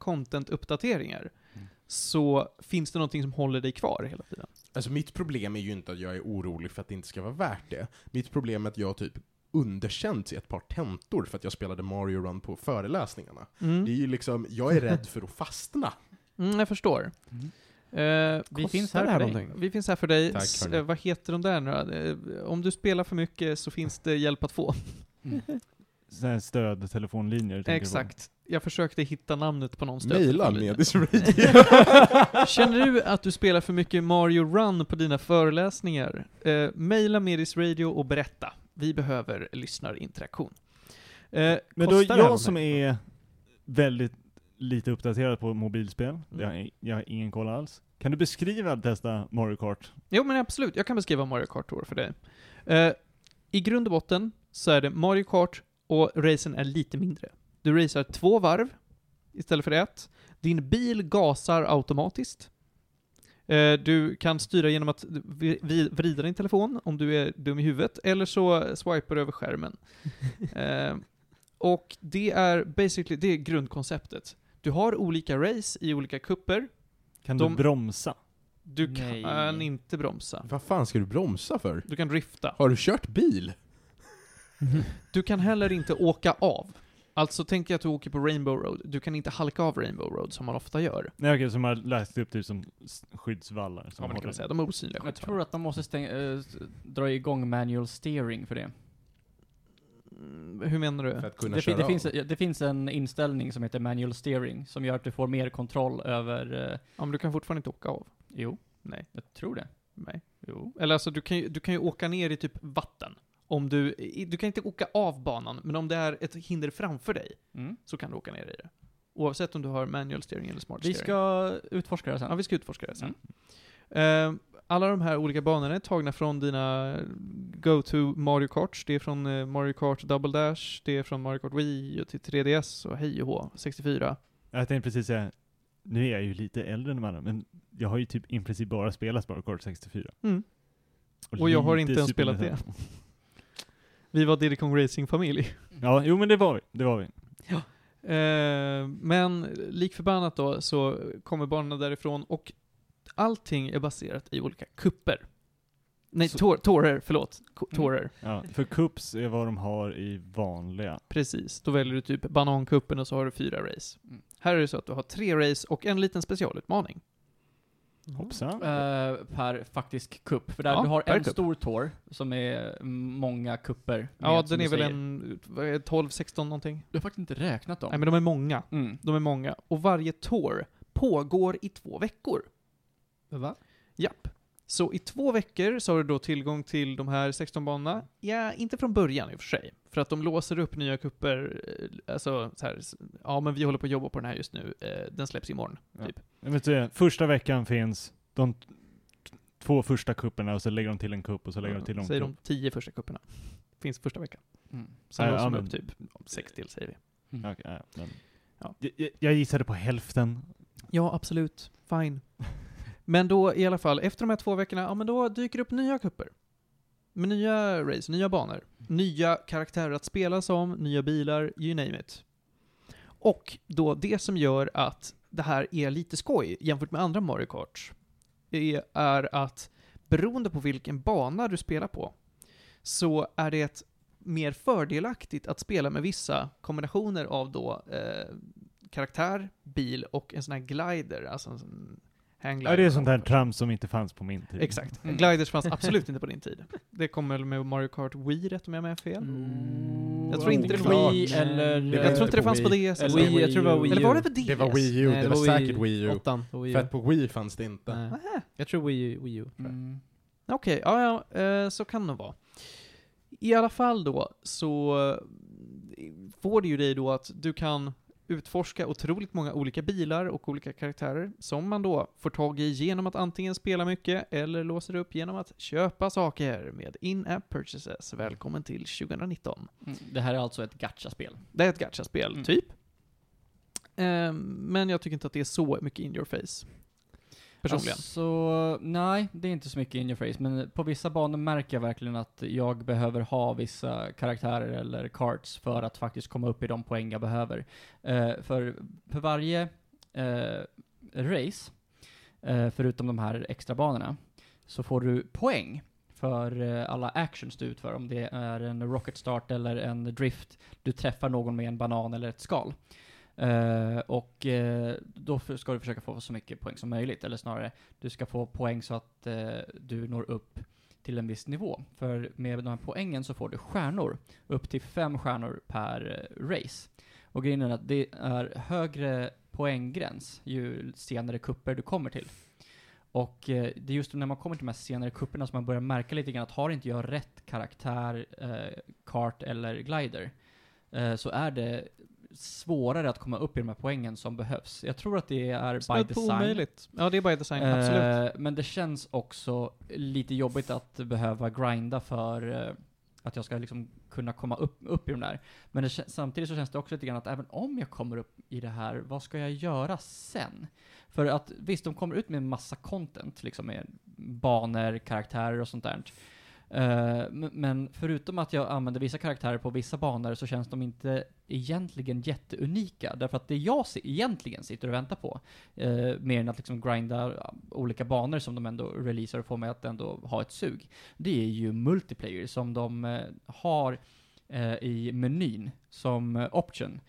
E: content-uppdateringar
B: Mm.
E: så finns det någonting som håller dig kvar hela tiden.
D: Alltså mitt problem är ju inte att jag är orolig för att det inte ska vara värt det. Mitt problem är att jag typ underkänts i ett par tentor för att jag spelade Mario Run på föreläsningarna.
A: Mm.
D: Det är ju liksom, jag är rädd för att [laughs] fastna.
E: Mm, jag förstår.
B: Mm.
E: Eh,
C: Vi
A: Kostar
C: finns här
A: det
C: för
A: här
C: dig.
A: någonting?
E: vi finns här för dig.
D: Tack,
E: S-
D: hörni.
E: eh, vad heter de där nu då? eh, Om du spelar för mycket så finns det hjälp att få.
B: Sådana här stödtelefonlinjer. tänker jag på.
E: Exakt. Jag försökte hitta namnet på någon stöt.
D: Mejla Medis Radio. [laughs]
E: Känner du att du spelar för mycket Mario Run på dina föreläsningar? Eh, maila Medis Radio och berätta. Vi behöver lyssnarinteraktion. Eh,
B: Men då,
E: kostar det här
B: jag som
E: någonting?
B: är väldigt lite uppdaterad på
E: Mm.
B: mobilspel, jag, jag har ingen koll alls. Kan du beskriva att testa Mario Kart?
E: Jo men absolut, jag kan beskriva Mario Kart Tour för dig. Eh, I grund och botten så är det Mario Kart och racen är lite mindre. Du racear två varv istället för ett. Din bil gasar automatiskt. Eh, du kan styra genom att vi- vi- vrida din telefon om du är dum i huvudet, eller så swipar du över skärmen. Eh, och det är basically, det är grundkonceptet. Du har olika race i olika kupper.
B: Kan
E: De-
B: du bromsa?
E: Du
C: Nej.
E: kan inte bromsa.
D: Vad fan ska du bromsa för?
E: Du kan drifta.
D: Har du kört bil?
E: Du kan heller inte åka av. Alltså tänk dig att du åker på Rainbow Road. Du kan inte halka av Rainbow Road som man ofta gör.
B: Nej okej, som har läst upp typ som s- skyddsvallar. Som
E: Ja, men det kan
B: håller-
E: man säga. De är osynliga
C: Jag
E: skyltar.
C: tror att de måste stäng- eh, s- dra igång manual steering för det.
E: Mm, Hur menar du?
D: För att kunna
C: Det, fi-
D: köra
C: det, finns,
D: av.
C: ja, det finns en inställning som heter manual steering, som gör att du får mer kontroll över... eh,
E: Ja, men du kan fortfarande inte åka av.
C: Jo,
E: Nej.
C: jag tror det.
E: Nej. Jo. Eller alltså, du kan, ju, du kan ju åka ner i typ vatten. Om du, i- du kan inte åka av banan, men om det är ett hinder framför dig
C: Mm.
E: så kan du åka ner i det. Oavsett om du har manual steering eller smart
C: Vi
E: steering.
C: ska utforska det
E: Ja,
C: sen.
E: vi ska utforska det sen. Eh, alla de här olika banorna är tagna från dina go-to Mario Karts. Det är från eh, Mario Kart Double Dash, det är från Mario Kart Wii och till 3DS och hej och hå, 64.
B: Jag tänkte precis säga, nu är jag ju lite äldre än de andra, men jag har ju typ i princip bara spelat Mario Kart 64.
E: Mm. Och jag har
B: lite
E: inte ens
B: Super
E: spelat det.
B: Nintendo.
E: Vi var Diddy Kong Racing-familj.
B: Ja, jo men det var vi. Det var vi.
E: [laughs] Eh, men lik förbannat då så kommer banorna därifrån och allting är baserat i olika kupper. Nej,
B: Så-
E: tår, tårer, förlåt. Ko-
C: Mm.
E: Tårer.
B: Ja, för cups är vad de har i vanliga.
E: Precis, då väljer du typ banankuppen och så har du fyra race.
C: Mm.
E: Här är det så att du har tre race och en liten specialutmaning.
B: Hoppsan.
C: Eh, per faktisk kupp. För där
E: Ja,
C: du har
E: per
C: en
E: kupp.
C: stor tår som är många kupper. med,
E: Ja,
C: som
E: den
C: du
E: är väl
C: säger.
E: en vad är det, 12, 16 någonting.
C: Jag har faktiskt inte räknat dem.
E: Nej men de är många.
C: Mm.
E: De är många. Och varje tour pågår i två veckor.
A: Va?
E: Japp. Så i två veckor så har du då tillgång till de här 16 banorna. Ja, inte från början i och för sig. För att de låser upp nya kupper. eh, Alltså så här, s- ja men vi håller på att jobba på den här just nu. Eh, Den släpps imorgon.
B: Ja.
E: Typ.
B: Jag vet inte, första veckan finns de t- två första kupperna och så lägger de till en kupp och så lägger de till en
E: Säger
B: kupp.
E: de 10 första kupperna. Finns första veckan.
C: Mm.
E: Sen
B: Ja,
E: låser
B: ja,
E: de
B: men-
E: upp typ 6 till säger vi.
B: Ja, okej, ja, men.
E: Ja.
B: Jag- Jag, jag gissade på hälften.
E: Ja, absolut. Fine. [laughs] Men då i alla fall, efter de här två veckorna, ja men då dyker det upp nya kupper. Med nya race, nya banor, nya karaktärer att spela som, nya bilar, you name it. Och då det som gör att det här är lite skoj jämfört med andra Mario Kart är, är att beroende på vilken bana du spelar på så är det mer fördelaktigt att spela med vissa kombinationer av då eh, karaktär, bil och en sån här glider, alltså en sån hangglider.
B: Ja, det är sånt här trams som inte fanns på min tid.
E: Exakt.
C: Mm.
E: Gliders fanns absolut inte på din tid. Det kom väl med Mario Kart Wii rätt om jag är med fel? Mm.
A: Mm.
E: Jag tror inte det
B: var-
C: Wii eller...
D: Det var
E: Jag
D: inte
E: tror inte
D: på
E: det fanns på
D: Wii.
E: DS.
C: Eller
E: Eller,
C: Wii,
A: jag tror det var Wii
E: eller var det på DS?
D: Det var Wii U,
A: Nej,
D: det,
A: det
D: var,
A: var
D: säkert Wii U.
A: Åttan på Wii U.
D: För att på Wii fanns det inte.
A: Nej.
E: Nähä.
A: Jag tror Wii U. Wii U.
C: Mm.
E: Okej, ja, ja, eh, så kan det vara. I alla fall då, så eh, får det ju dig då att du kan utforska otroligt många olika bilar och olika karaktärer som man då får tag i genom att antingen spela mycket eller låser upp genom att köpa saker med in-app purchases. Välkommen till 2019.
C: Mm. Det här är alltså ett gacha-spel.
E: Det är ett gacha-spel,
C: Mm.
E: typ. Ehm, men jag tycker inte att det är så mycket in your face. Personligen.
C: Alltså, nej, det är inte så mycket in your face, men på vissa banor märker jag verkligen att jag behöver ha vissa karaktärer eller cards för att faktiskt komma upp i de poäng jag behöver. Eh, för, för varje eh, race, eh, förutom de här extra banorna, så får du poäng för eh, alla actions du utför, om det är en rocket start eller en drift, du träffar någon med en banan eller ett skal. Eh, och eh, då för- ska du försöka få så mycket poäng som möjligt, eller snarare, du ska få poäng så att eh, du når upp till en viss nivå. För med de här poängen så får du stjärnor, upp till fem stjärnor per eh, race. Och grejen är att det är högre poänggräns ju senare kupper du kommer till. Och eh, det är just när man kommer till de här senare kupperna som man börjar märka lite grann att har inte jag rätt karaktär, eh, kart eller glider, eh, så är det svårare att komma upp i de här poängen som behövs. Jag tror att det är
E: Snudd
C: Alltså, by
E: på
C: design.
E: omöjligt. Ja, det är by design,
C: Eh,
E: absolut.
C: Men det känns också lite jobbigt att behöva grinda för eh, att jag ska liksom kunna komma upp, upp i de där. Men det, kän- samtidigt så känns det också lite grann att även om jag kommer upp i det här, vad ska jag göra sen? För att visst, de kommer ut med en massa content, liksom med banor, karaktärer och sånt där. Eh, m- Men förutom att jag använder vissa karaktärer på vissa banor så känns de inte egentligen jätteunika. Därför att det jag se- egentligen sitter och väntar på, eh, mer än att liksom grinda ja, olika banor som de ändå releasar och får mig att ändå ha ett sug, det är ju multiplayer som de eh, har eh, i menyn som eh, option.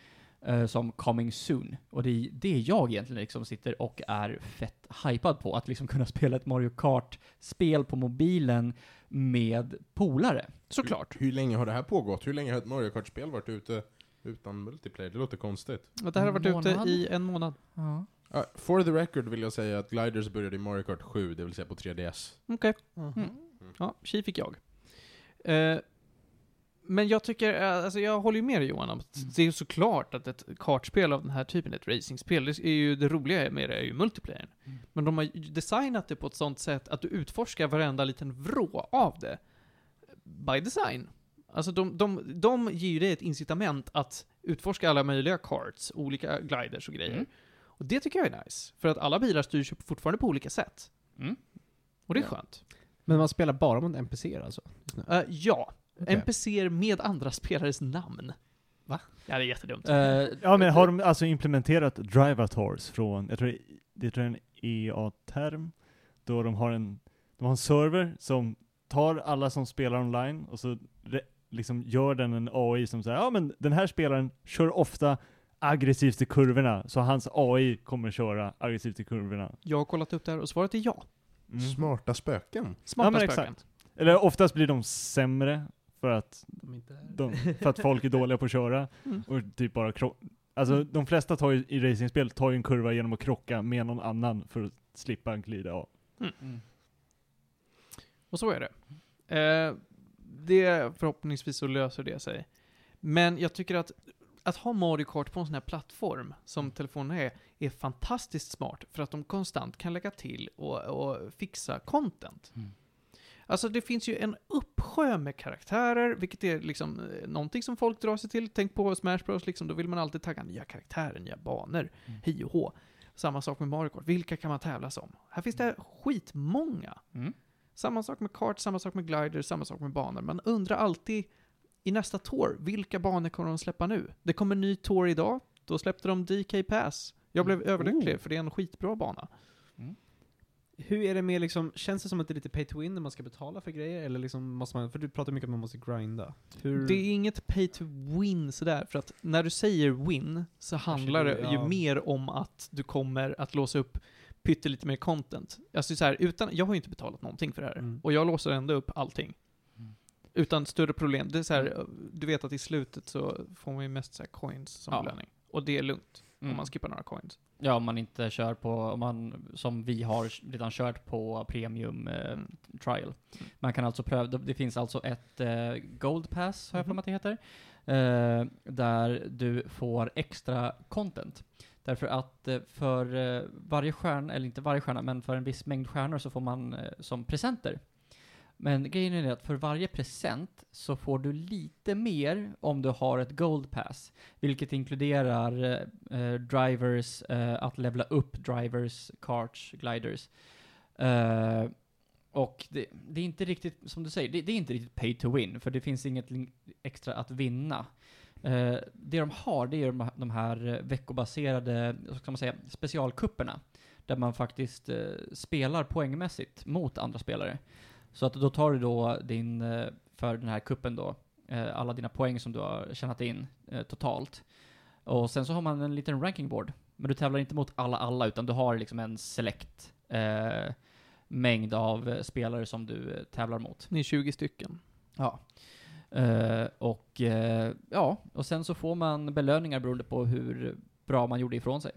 C: eh, som coming soon. Och det är det är jag egentligen liksom sitter och är fett hypad på, att liksom kunna [laughs] spela ett Mario Kart-spel på mobilen med polare.
E: Såklart.
D: Hur länge har det här pågått? Hur länge har ett Mario Kart-spel varit ute utan multiplayer? Det låter konstigt.
E: Och det här har varit
C: Månad.
E: ute i en månad.
D: Ja, for the record vill jag säga att Gliders började i Mario Kart 7, det vill säga på 3DS.
E: Okej. Mm. Ja, tji fick jag. Eh, men jag tycker, eh, alltså jag håller ju med dig Johan om att
C: Mm.
E: det är ju såklart att ett kartspel av den här typen, ett racingspel, det är ju det roliga med det är ju multiplayern.
C: Mm.
E: Men de har ju designat det på ett sånt sätt att du utforskar varenda liten vrå av det. By design. Alltså de, de, de ger ju dig ett incitament att utforska alla möjliga karts, olika gliders och grejer.
C: Mm.
E: Och det tycker jag är nice, för att alla bilar styrs ju fortfarande på olika sätt.
C: Mm.
E: Och det är
D: Ja.
E: skönt.
A: Men man spelar bara mot NPCer alltså?
E: Eh, ja.
A: Okej.
E: NPCer med andra spelares namn. Va? Ja, det är jättedumt.
C: Eh,
B: Ja men har de alltså implementerat Drivators från, jag tror det, det tror jag är en EA-term, då de har en, de har en server som tar alla som spelar online och så re, liksom gör den en AI som säger ja men den här spelaren kör ofta aggressivt i kurvorna, så hans AI kommer köra aggressivt i kurvorna.
E: Jag har kollat upp det här och svaret är ja.
B: Mm.
D: Smarta spöken.
B: Ja,
E: Smarta
B: men
E: spöken.
B: exakt. Eller oftast blir de sämre för att, de, för att folk är dåliga på att köra
E: Mm.
B: och typ bara kro- Alltså de flesta tar ju, i racingspel tar ju en kurva genom att krocka med någon annan för att slippa en glida av.
C: mm.
E: Och så är det. Eh, det förhoppningsvis så löser det sig. Men jag tycker att att ha Mario Kart på en sån här plattform
B: Mm.
E: som telefonen är, är fantastiskt smart för att de konstant kan lägga till och, och fixa content.
C: Mm.
E: Alltså det finns ju en uppsjö med karaktärer, vilket är liksom eh, någonting som folk drar sig till. Tänk på Smash Bros, liksom, då vill man alltid tagga nya karaktärer, nya banor,
C: Mm.
E: hej och hå. Samma sak med Mario Kart, vilka kan man tävla som? Här finns det skitmånga.
C: Mm.
E: Samma sak med kart, samma sak med glider, samma sak med banor. Man undrar alltid i nästa tour, vilka banor kommer de släppa nu? Det kommer en ny tour idag, då släppte de DK Pass. Jag blev överlycklig, för det är en skitbra bana.
A: Hur är det med liksom, känns det som att det är lite pay to win när man ska betala för grejer? Eller liksom måste man, för du pratar mycket om att man måste grinda. Hur,
E: Det
C: Mm.
E: är inget pay to win sådär, för att när du säger win så handlar det ju
A: ja.
E: mer om att du kommer att låsa upp pyttelite mer content. Alltså så här, utan, jag har ju inte betalat någonting för det här,
A: Mm.
E: och jag låser ändå upp allting.
C: Mm.
E: Utan större problem. Det är så här, du vet att i slutet så får man ju mest så här coins som
C: Ja.
E: belöning. Och det är lugnt, om
C: Mm.
E: man skippar några coins.
C: Ja, om man inte kör på, om man, som vi har redan kört på premium eh,
E: Mm.
C: trial. Man kan alltså pröva, det finns alltså ett eh, gold pass, har jag för mig att det heter, eh, där du får extra content. Därför att eh, för eh, varje stjärna, eller inte varje stjärna, men för en viss mängd stjärnor så får man eh, som presenter. Men grejen är det att för varje present så får du lite mer om du har ett gold pass. Vilket inkluderar eh, eh, drivers, eh, att levla upp drivers, karts, gliders. Eh, och det, det är inte riktigt, som du säger, det, det är inte riktigt pay to win, för det finns inget lin- extra att vinna. Eh, det de har, det är de, här- de här eh, veckobaserade, vad ska man säga, specialkupperna. Där man faktiskt eh, spelar poängmässigt mot andra spelare. Så att då tar du då din, eh, för den här kuppen då, eh, alla dina poäng som du har tjänat in eh, totalt. Och sen så har man en liten rankingboard. Men du tävlar inte mot alla alla, utan du har liksom en select eh, mängd av eh, spelare som du eh, tävlar mot.
E: Ni är 20 stycken.
C: Ja. Eh, och eh, ja, och sen så får man belöningar beroende på hur bra man gjorde ifrån sig.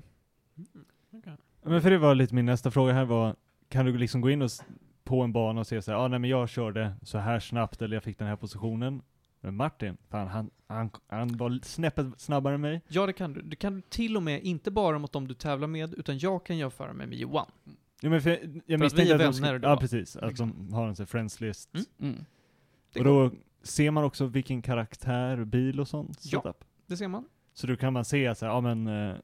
B: Ja, Men för det var lite min nästa fråga här var, kan du liksom gå in och s- på en bana och se så här, ah, nej men jag körde så här snabbt eller jag fick den här positionen. Men Martin, fan han, han, han var snäppet snabbare än mig.
E: Ja, det kan du. Det kan du till och med, inte bara mot dem du tävlar med, utan jag kan jämföra mig med Johan.
B: Ja, men för jag, jag
E: vi
B: misstänkte
E: är
B: att de skulle,
E: vänner då. Liksom.
B: Ja precis, att de har en sån här friends list.
E: Mm.
C: Mm.
E: Det
B: Och
E: går.
B: då ser man också vilken karaktär, bil och sånt
E: Ja.
B: setup.
E: Det ser man.
B: Så då kan man se att så här, ja men eh,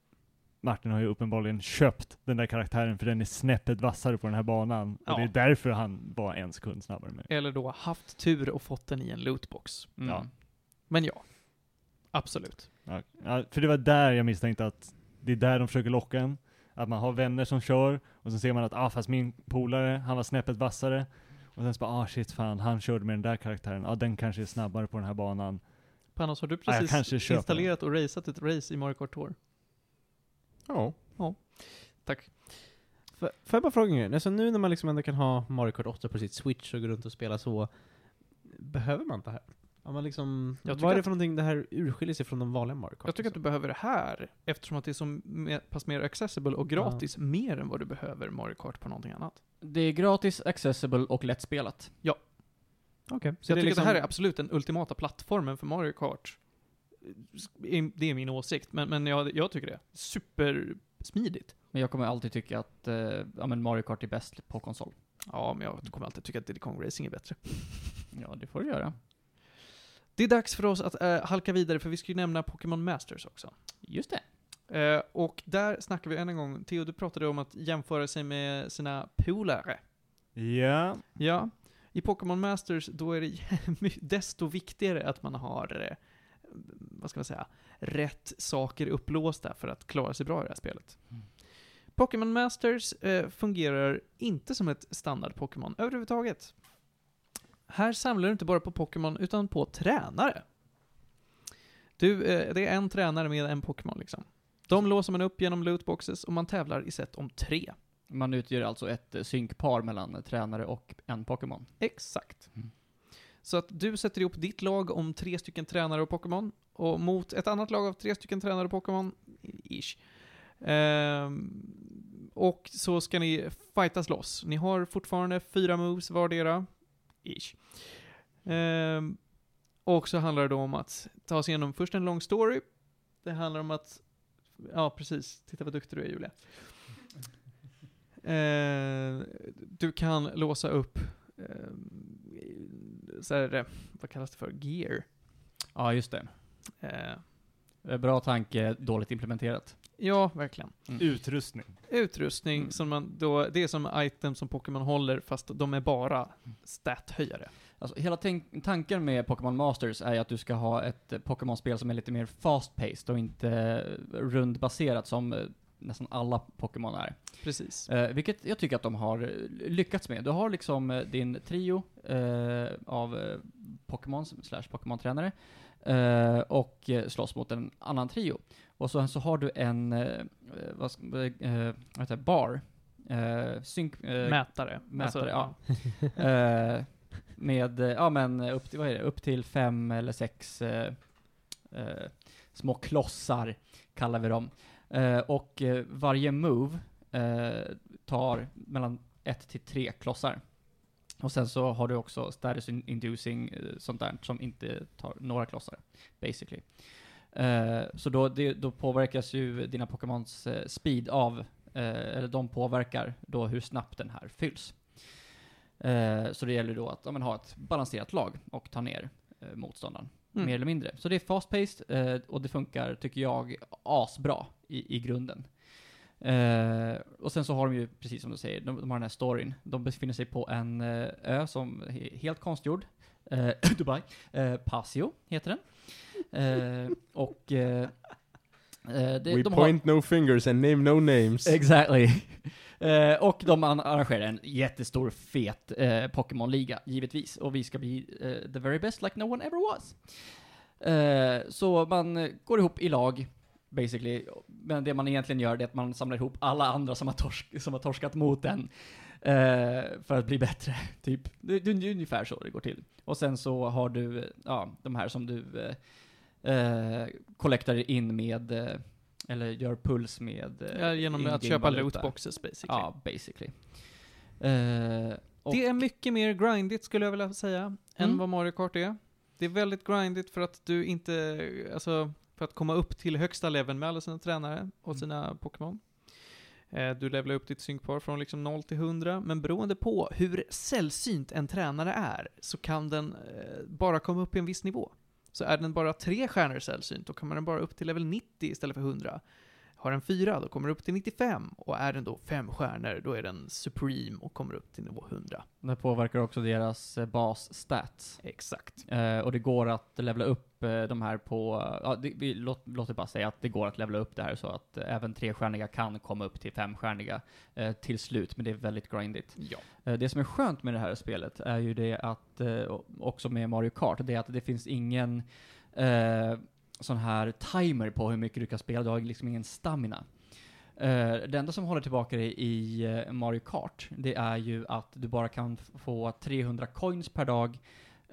B: Martin har ju uppenbarligen köpt den där karaktären för den är snäppet vassare på den här banan.
E: Ja.
B: Och det är därför han var en sekund snabbare än mig.
E: Eller då haft tur och fått den i en lootbox.
C: Mm.
B: Ja.
E: Men ja, absolut.
B: Ja, Ja, för det var där jag misstänkte att det är där de försöker locka en. Att man har vänner som kör och sen ser man att ah fast min polare, han var snäppet vassare. Och sen så bara ah shit fan, han körde med den där karaktären. Ja ah, den kanske är snabbare på den här banan.
E: Panos, har du
B: jag
E: precis
B: kanske köper
E: installerat och raceat ett race i Mario Kart Tour?
D: Ja.
E: Tack.
A: Får får jag bara fråga en grej? Alltså nu när man liksom ändå kan ha Mario Kart 8 på sitt Switch och gå runt och spela så, behöver man det här? Om man liksom,
E: Jag
A: vad
E: tycker
A: är det
E: att-
A: för någonting det här urskiljer sig från de vanliga Mario Kart?
E: Jag tycker att du behöver det här, eftersom att det är så me- pass mer accessible och gratis, mer än vad du behöver Mario Kart på någonting annat.
C: Det är gratis, accessible och lättspelat.
A: Okej.
E: Så jag tycker
A: liksom,
E: att det här är absolut den ultimata plattformen för Mario Kart. Det är min åsikt, men, men jag, jag tycker det. Supersmidigt.
C: Men jag kommer alltid tycka att eh, ja, men Mario Kart är bäst på konsol.
E: Ja, men jag kommer alltid tycka att Diddy Kong Racing är bättre.
C: Ja, det får du göra.
E: Det är dags för oss att eh, halka vidare, för vi ska ju nämna Pokémon Masters också.
C: Just det.
E: Eh, och där snackar vi än en gång, Theo du pratade om att jämföra sig med sina polare.
B: Ja,
E: Ja, i Pokémon Masters då är det [laughs] my- desto viktigare att man har, eh, vad ska man säga, rätt saker upplåsta för att klara sig bra i det här spelet.
C: Mm.
E: Pokémon Masters eh, fungerar inte som ett standard Pokémon överhuvudtaget. Här samlar du inte bara på Pokémon utan på tränare. Du, eh, det är en tränare med en Pokémon liksom. De låser man upp genom lootboxes och man tävlar i set om tre.
C: Man utgör alltså ett eh, synkpar mellan eh, tränare och en Pokémon.
E: Exakt.
C: Mm.
E: Så att du sätter ihop ditt lag om tre stycken tränare och Pokémon och mot ett annat lag av tre stycken tränare och Pokémon, ish. Ehm, och så ska ni fightas loss. Ni har fortfarande fyra moves vardera, ish. Ehm, och så handlar det då om att ta sig igenom först en lång story. Det handlar om att, ja precis, titta vad duktig du är Julia. Ehm, du kan låsa upp eh, så här, eh, vad kallas det för, gear.
C: Ja, just det.
E: Eh,
C: Eh, Bra tanke, dåligt implementerat.
E: ja, verkligen.
B: Mm. utrustning.
E: Utrustning
C: Mm.
E: som man då, det är som items som Pokémon håller fast de är bara stathöjare.
C: Alltså, hela tänk- tanken med Pokémon Masters är ju att du ska ha ett eh, Pokémon-spel som är lite mer fast-paced och inte eh, rundbaserat som eh, nästan alla Pokémon är.
E: Precis.
C: Eh, vilket jag tycker att de har eh, lyckats med. Du har liksom eh, din trio eh, av eh, Pokémon slash Pokémon-tränare eh, och eh, slåss mot en annan trio. Och så, så har du en eh, vad ska, eh, vad heter det, bar, eh, synk, eh,
E: mätare. Alltså,
C: mätare, ja. eh, med, eh, ja men eh, upp till, vad är det, upp till fem eller sex eh, eh, små klossar, kallar vi dem. Eh, och eh, varje move eh, tar mellan ett till tre klossar. Och sen så har du också status in- inducing, eh, sånt där, som inte tar några klossar, basically. Eh, så då, det, då påverkas ju dina Pokémons eh, speed av, eh, eller de påverkar då hur snabbt den här fylls. Eh, så det gäller då att ja, men, ha ett balanserat lag och ta ner eh, motståndaren,
E: Mm.
C: mer eller mindre. Så det är fast-paced eh, och det funkar, tycker jag, asbra i, i grunden. Eh, och sen så har de ju, precis som du säger, de, de har den här storyn. De befinner sig på en eh, ö som är helt konstgjord. Eh, [clears throat] Dubai. Eh, Pasio heter den. Eh, och... Eh, eh, det,
D: We
C: de har,
D: point no fingers and name no names.
C: Exactly. [laughs] Eh, och de an- arrangerar en jättestor fet eh, Pokémon-liga, givetvis. Och vi ska bli eh, the very best like no one ever was. Eh, så man eh, går ihop i lag, basically. Men det man egentligen gör det är att man samlar ihop alla andra som har, torsk- som har torskat mot en. Eh, för att bli bättre, typ. Det, det är ungefär så det går till. Och sen så har du, eh, ja, de här som du eh, eh, collectar in med, eh, eller gör puls med. eh,
E: Ja, genom att
C: in-game
E: köpa
C: valuta.
E: lootboxes basically.
C: Ja, basically. Eh, och-
E: Det är mycket mer grindigt skulle jag vilja säga, än
C: Mm.
E: vad Mario Kart är. Det är väldigt grindigt för att du inte, alltså, för att komma upp till högsta leveln med alla sina tränare och
C: Mm.
E: sina Pokémon. Eh, Du levlar upp ditt synkpar från liksom 0 till 100, men beroende på hur sällsynt en tränare är så kan den eh, bara komma upp i en viss nivå. Så är den bara tre stjärnor sällsynt, då kommer den bara upp till level 90 istället för 100. Har den fyra, då kommer den upp till 95. Och är den då fem stjärnor, då är den supreme och kommer upp till nivå 100.
C: det påverkar också deras eh, basstats.
E: Exakt.
C: Eh, och det går att levla upp eh, de här på, ja, det, vi, låt, låt det bara säga att det går att levla upp det här så att eh, även trestjärniga kan komma upp till femstjärniga eh, till slut, men det är väldigt grindigt.
E: Ja.
C: Eh, Det som är skönt med det här spelet är ju det att, eh, också med Mario Kart, det är att det finns ingen eh, eh, sån här timer på hur mycket du kan spela, du har liksom ingen stamina. Eh, det enda som håller tillbaka dig i eh, Mario Kart, det är ju att du bara kan f- få 300 coins per dag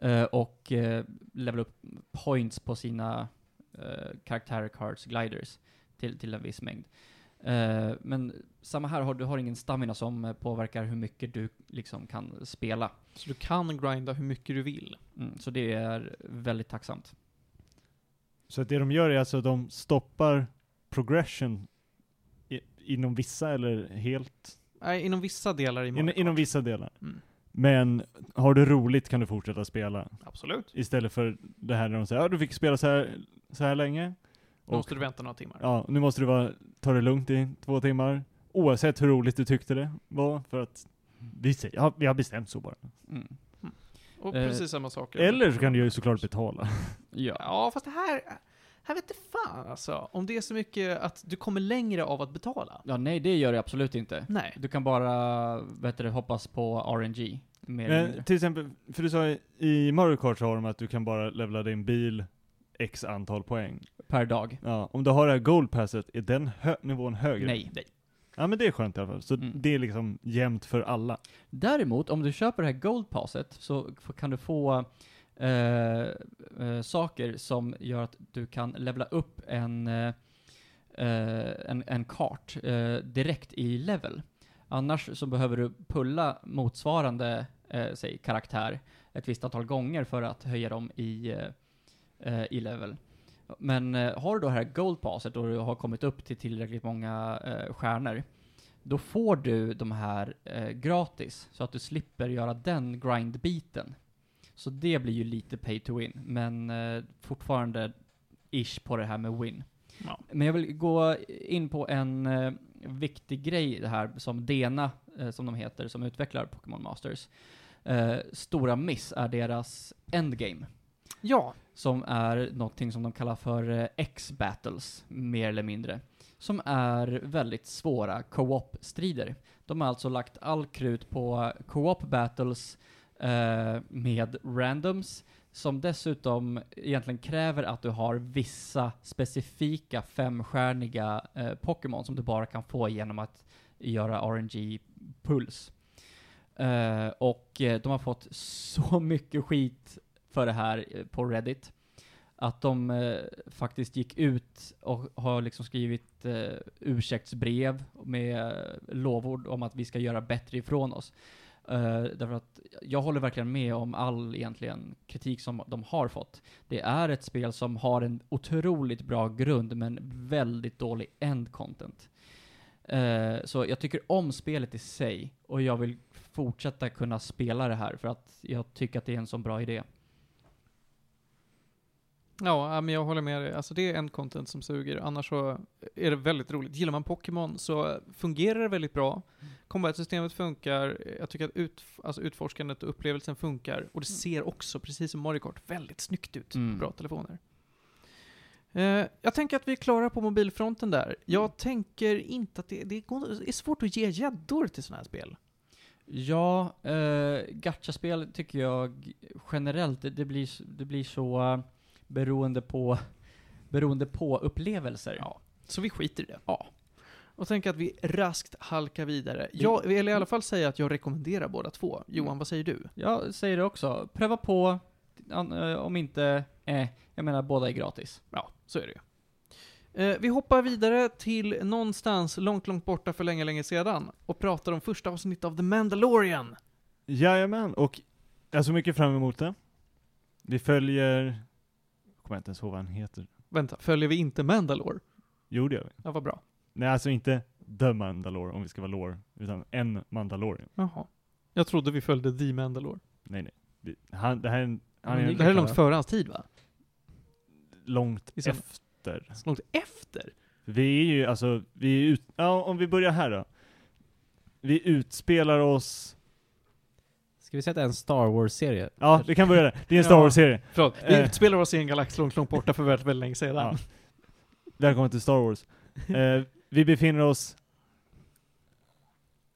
C: eh, och eh, level upp points på sina eh, karaktärer, cards, gliders till, till en viss mängd. Eh, men samma här, har, du har ingen stamina som eh, påverkar hur mycket du liksom kan spela.
E: Så du kan grinda hur mycket du vill.
C: Mm, så det är väldigt tacksamt.
B: Så att det de gör är alltså att de stoppar progression i, inom vissa eller helt,
E: Nej, inom vissa delar i
B: in,
E: Mario
B: inom
E: Kart.
B: vissa delar.
E: Mm.
B: Men har du roligt kan du fortsätta spela.
E: Absolut.
B: Istället för det här när de säger ja du fick spela så här, så här länge.
E: Då måste du vänta några timmar.
B: Ja, nu måste du bara ta det lugnt i två timmar. Oavsett hur roligt du tyckte det var, för att vi, säger, ja, vi har bestämt så bara.
C: Mm.
E: Och
C: Eh,
E: precis samma saker.
B: Eller så kan du ju såklart betala.
C: Ja.
E: Ja, fast det här... Här vet du fan alltså. Om det är så mycket att du kommer längre av att betala.
C: ja, nej det gör det absolut inte.
E: Nej.
C: Du kan bara, vad heter det, hoppas på RNG. Mer eller
B: Men
C: mindre.
B: till exempel, för du sa i- i Mario Kart så har de att du kan bara levla din bil x antal poäng.
C: Per dag.
B: Ja, om du har det här gold passet, är den hö nivån högre?
C: Nej.
B: Ja men det är skönt i alla fall. Så
C: Mm.
B: det är liksom jämnt för alla.
C: Däremot, om du köper det här goldpasset så f- kan du få eh, eh, saker som gör att du kan levla upp en, eh, eh, en, en kart eh, direkt i level. Annars så behöver du pulla motsvarande eh, säg, karaktär ett visst antal gånger för att höja dem i, eh, eh, i level. Men eh, har du då det här goldpasset och du har kommit upp till tillräckligt många eh, stjärnor då får du de här eh, gratis, så att du slipper göra den grindbiten. Så det blir ju lite pay to win, men eh, fortfarande ish på det här med win.
E: Ja.
C: Men jag vill gå in på en eh, viktig grej i det här som Dena, eh, som de heter, som utvecklar Pokémon Masters. Eh, stora miss är deras endgame,
E: Ja.
C: som är någonting som de kallar för eh, X-battles, mer eller mindre som är väldigt svåra co-op-strider. De har alltså lagt all krut på co-op battles eh, med randoms, som dessutom egentligen kräver att du har vissa specifika femstjärniga eh, Pokémon som du bara kan få genom att göra RNG-puls. Eh, och eh, de har fått så mycket skit för det här eh, på Reddit att de eh, faktiskt gick ut och har liksom skrivit eh, ursäktsbrev med eh, lovord om att vi ska göra bättre ifrån oss. Eh, därför att jag håller verkligen med om all egentligen kritik som de har fått. Det är ett spel som har en otroligt bra grund men väldigt dålig end content. Eh, så jag tycker om spelet i sig och jag vill fortsätta kunna spela det här för att jag tycker att det är en så bra idé.
E: Ja, äh, men jag håller med dig. Alltså det är en content som suger, annars så är det väldigt roligt. Gillar man Pokémon så fungerar det väldigt bra. Combat-systemet funkar, jag tycker att utf- alltså utforskandet och upplevelsen funkar. Och det ser också, precis som Mario Kart, väldigt snyggt ut
C: Mm.
E: på bra telefoner. Eh, jag tänker att vi är klara på mobilfronten där. Jag tänker inte att det, det, går, det är svårt att ge gäddor till sådana här spel.
C: Ja, eh, gachaspel tycker jag generellt, det, det, blir, s- det blir så eh, beroende på, [laughs] beroende på upplevelser.
E: Ja. Så vi skiter i det. Ja. Och tänker att vi raskt halkar vidare. Jag vill i alla fall säga att jag rekommenderar båda två. Johan, vad säger du?
C: Jag säger det också, pröva på, an, eh, om inte, eh, jag menar båda är gratis.
E: Ja, så är det ju. Eh, vi hoppar vidare till någonstans långt, långt borta för länge, länge sedan och pratar om första avsnittet av The Mandalorian.
B: Jajamän, och jag så mycket fram emot det. Vi följer... Jag kommer inte ens ihåg vad han heter.
E: Vänta, följer vi inte Mandalore?
B: Jo det gör vi.
E: Ja, vad bra.
B: Nej alltså inte The Mandalore om vi ska vara lore, utan en Mandalorian.
E: Jaha. Jag trodde vi följde The Mandalore.
B: Nej nej. Vi- Han, det här är en... Han är
E: Men
B: en
E: det här är långt före hans tid, va?
B: långt
E: I sam-
B: efter.
E: Långt efter?
B: Vi är ju alltså, vi är ut... Ja om vi börjar här då. Vi utspelar oss...
A: Ska vi säga att det är en Star Wars-serie?
B: Ja, vi kan börja där. Det är en Star
E: Ja.
B: Wars-serie.
E: Förlåt, vi
B: Eh.
E: utspelar oss i en galax långt, långt borta för väldigt, väldigt länge sedan.
B: Ja. Välkommen till Star Wars. Eh, vi befinner oss...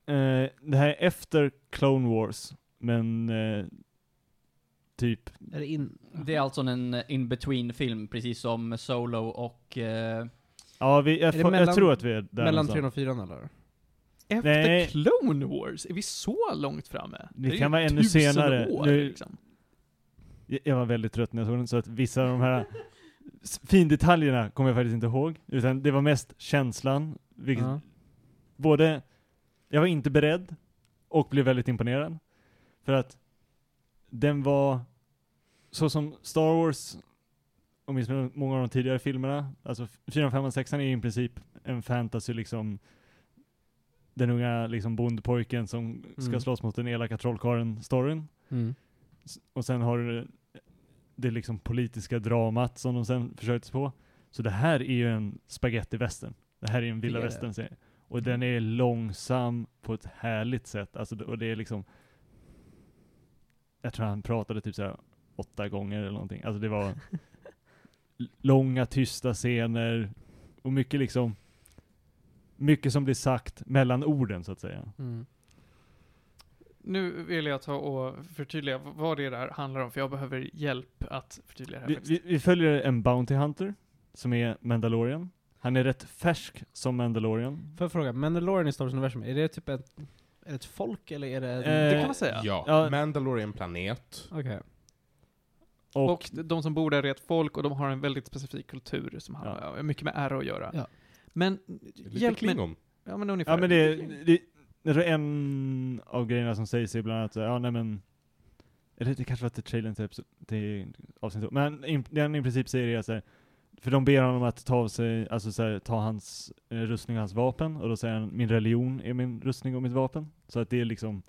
B: Eh, det här är efter Clone Wars, men eh, typ.
A: Är det in...
C: Det är alltså en in-between-film, precis som Solo och... Eh,
B: Ja, vi, jag,
A: Är det
B: fa- jag
A: mellan-
B: tror att vi är där
D: alltså.
A: mellan
B: någonstans.
A: 3 och 4 eller?
E: Efter
B: Nej.
E: Clone Wars? Är vi så långt framme?
B: Det
E: är
B: kan
E: ju
B: vara ännu
E: tusen
B: senare.
E: År,
B: Nu-
E: liksom.
B: Jag- Jag var väldigt trött när jag såg den, så att vissa av de här s- findetaljerna kommer jag faktiskt inte ihåg. Utan det var mest känslan, vilket
A: Ja.
B: både, jag var inte beredd och blev väldigt imponerad. För att den var, så som Star Wars, och åtminstone många av de tidigare filmerna, alltså 4, 5 och 6 är ju i princip en fantasy liksom, den unga liksom bondpojken som ska
A: Mm.
B: slåss mot den elaka trollkarlen storyn.
A: Mm.
B: S- Och sen har du det liksom politiska dramat som de sen försökte sig på. Så det här är ju en spagettivästern. Det här är en vilda
A: Det är det.
B: västern serie. Och den är långsam på ett härligt sätt. Alltså, det- och det är liksom... Jag tror han pratade typ såhär åtta gånger eller någonting. Alltså
A: [laughs]
B: det var l- långa tysta scener och mycket liksom... Mycket som blir sagt mellan orden så att säga.
A: Mm.
E: Nu vill jag ta och förtydliga v- vad det där handlar om, för jag behöver hjälp att förtydliga det här
B: Vi,
E: faktiskt.
B: vi, vi följer en Bounty Hunter, som är Mandalorian. Han är rätt färsk som Mandalorian.
A: Får jag fråga, Mandalorian i Star Wars universum, är det typ ett, är det ett folk eller är det...
B: Eh,
E: Det kan man säga.
D: Ja.
B: Ja.
D: Mandalorian planet.
A: Okej.
B: Och,
E: Och, de som bor där är ett folk och de har en väldigt specifik kultur som har ja. mycket med ära att göra.
A: Ja.
E: Men
D: Lite
E: hjälp mig.
D: klingon.
E: Ja men ungefär.
B: ja men det, det, jag tror en av grejerna som sägs är bland annat, så här, ja nej men, eller det kanske var till trailern till, episod- till avsnitt två. men i- det han i princip säger är så här, för de ber honom att ta av sig, alltså så här, ta hans eh, rustning och hans vapen, och då säger han min religion är min rustning och mitt vapen. Så att det är liksom,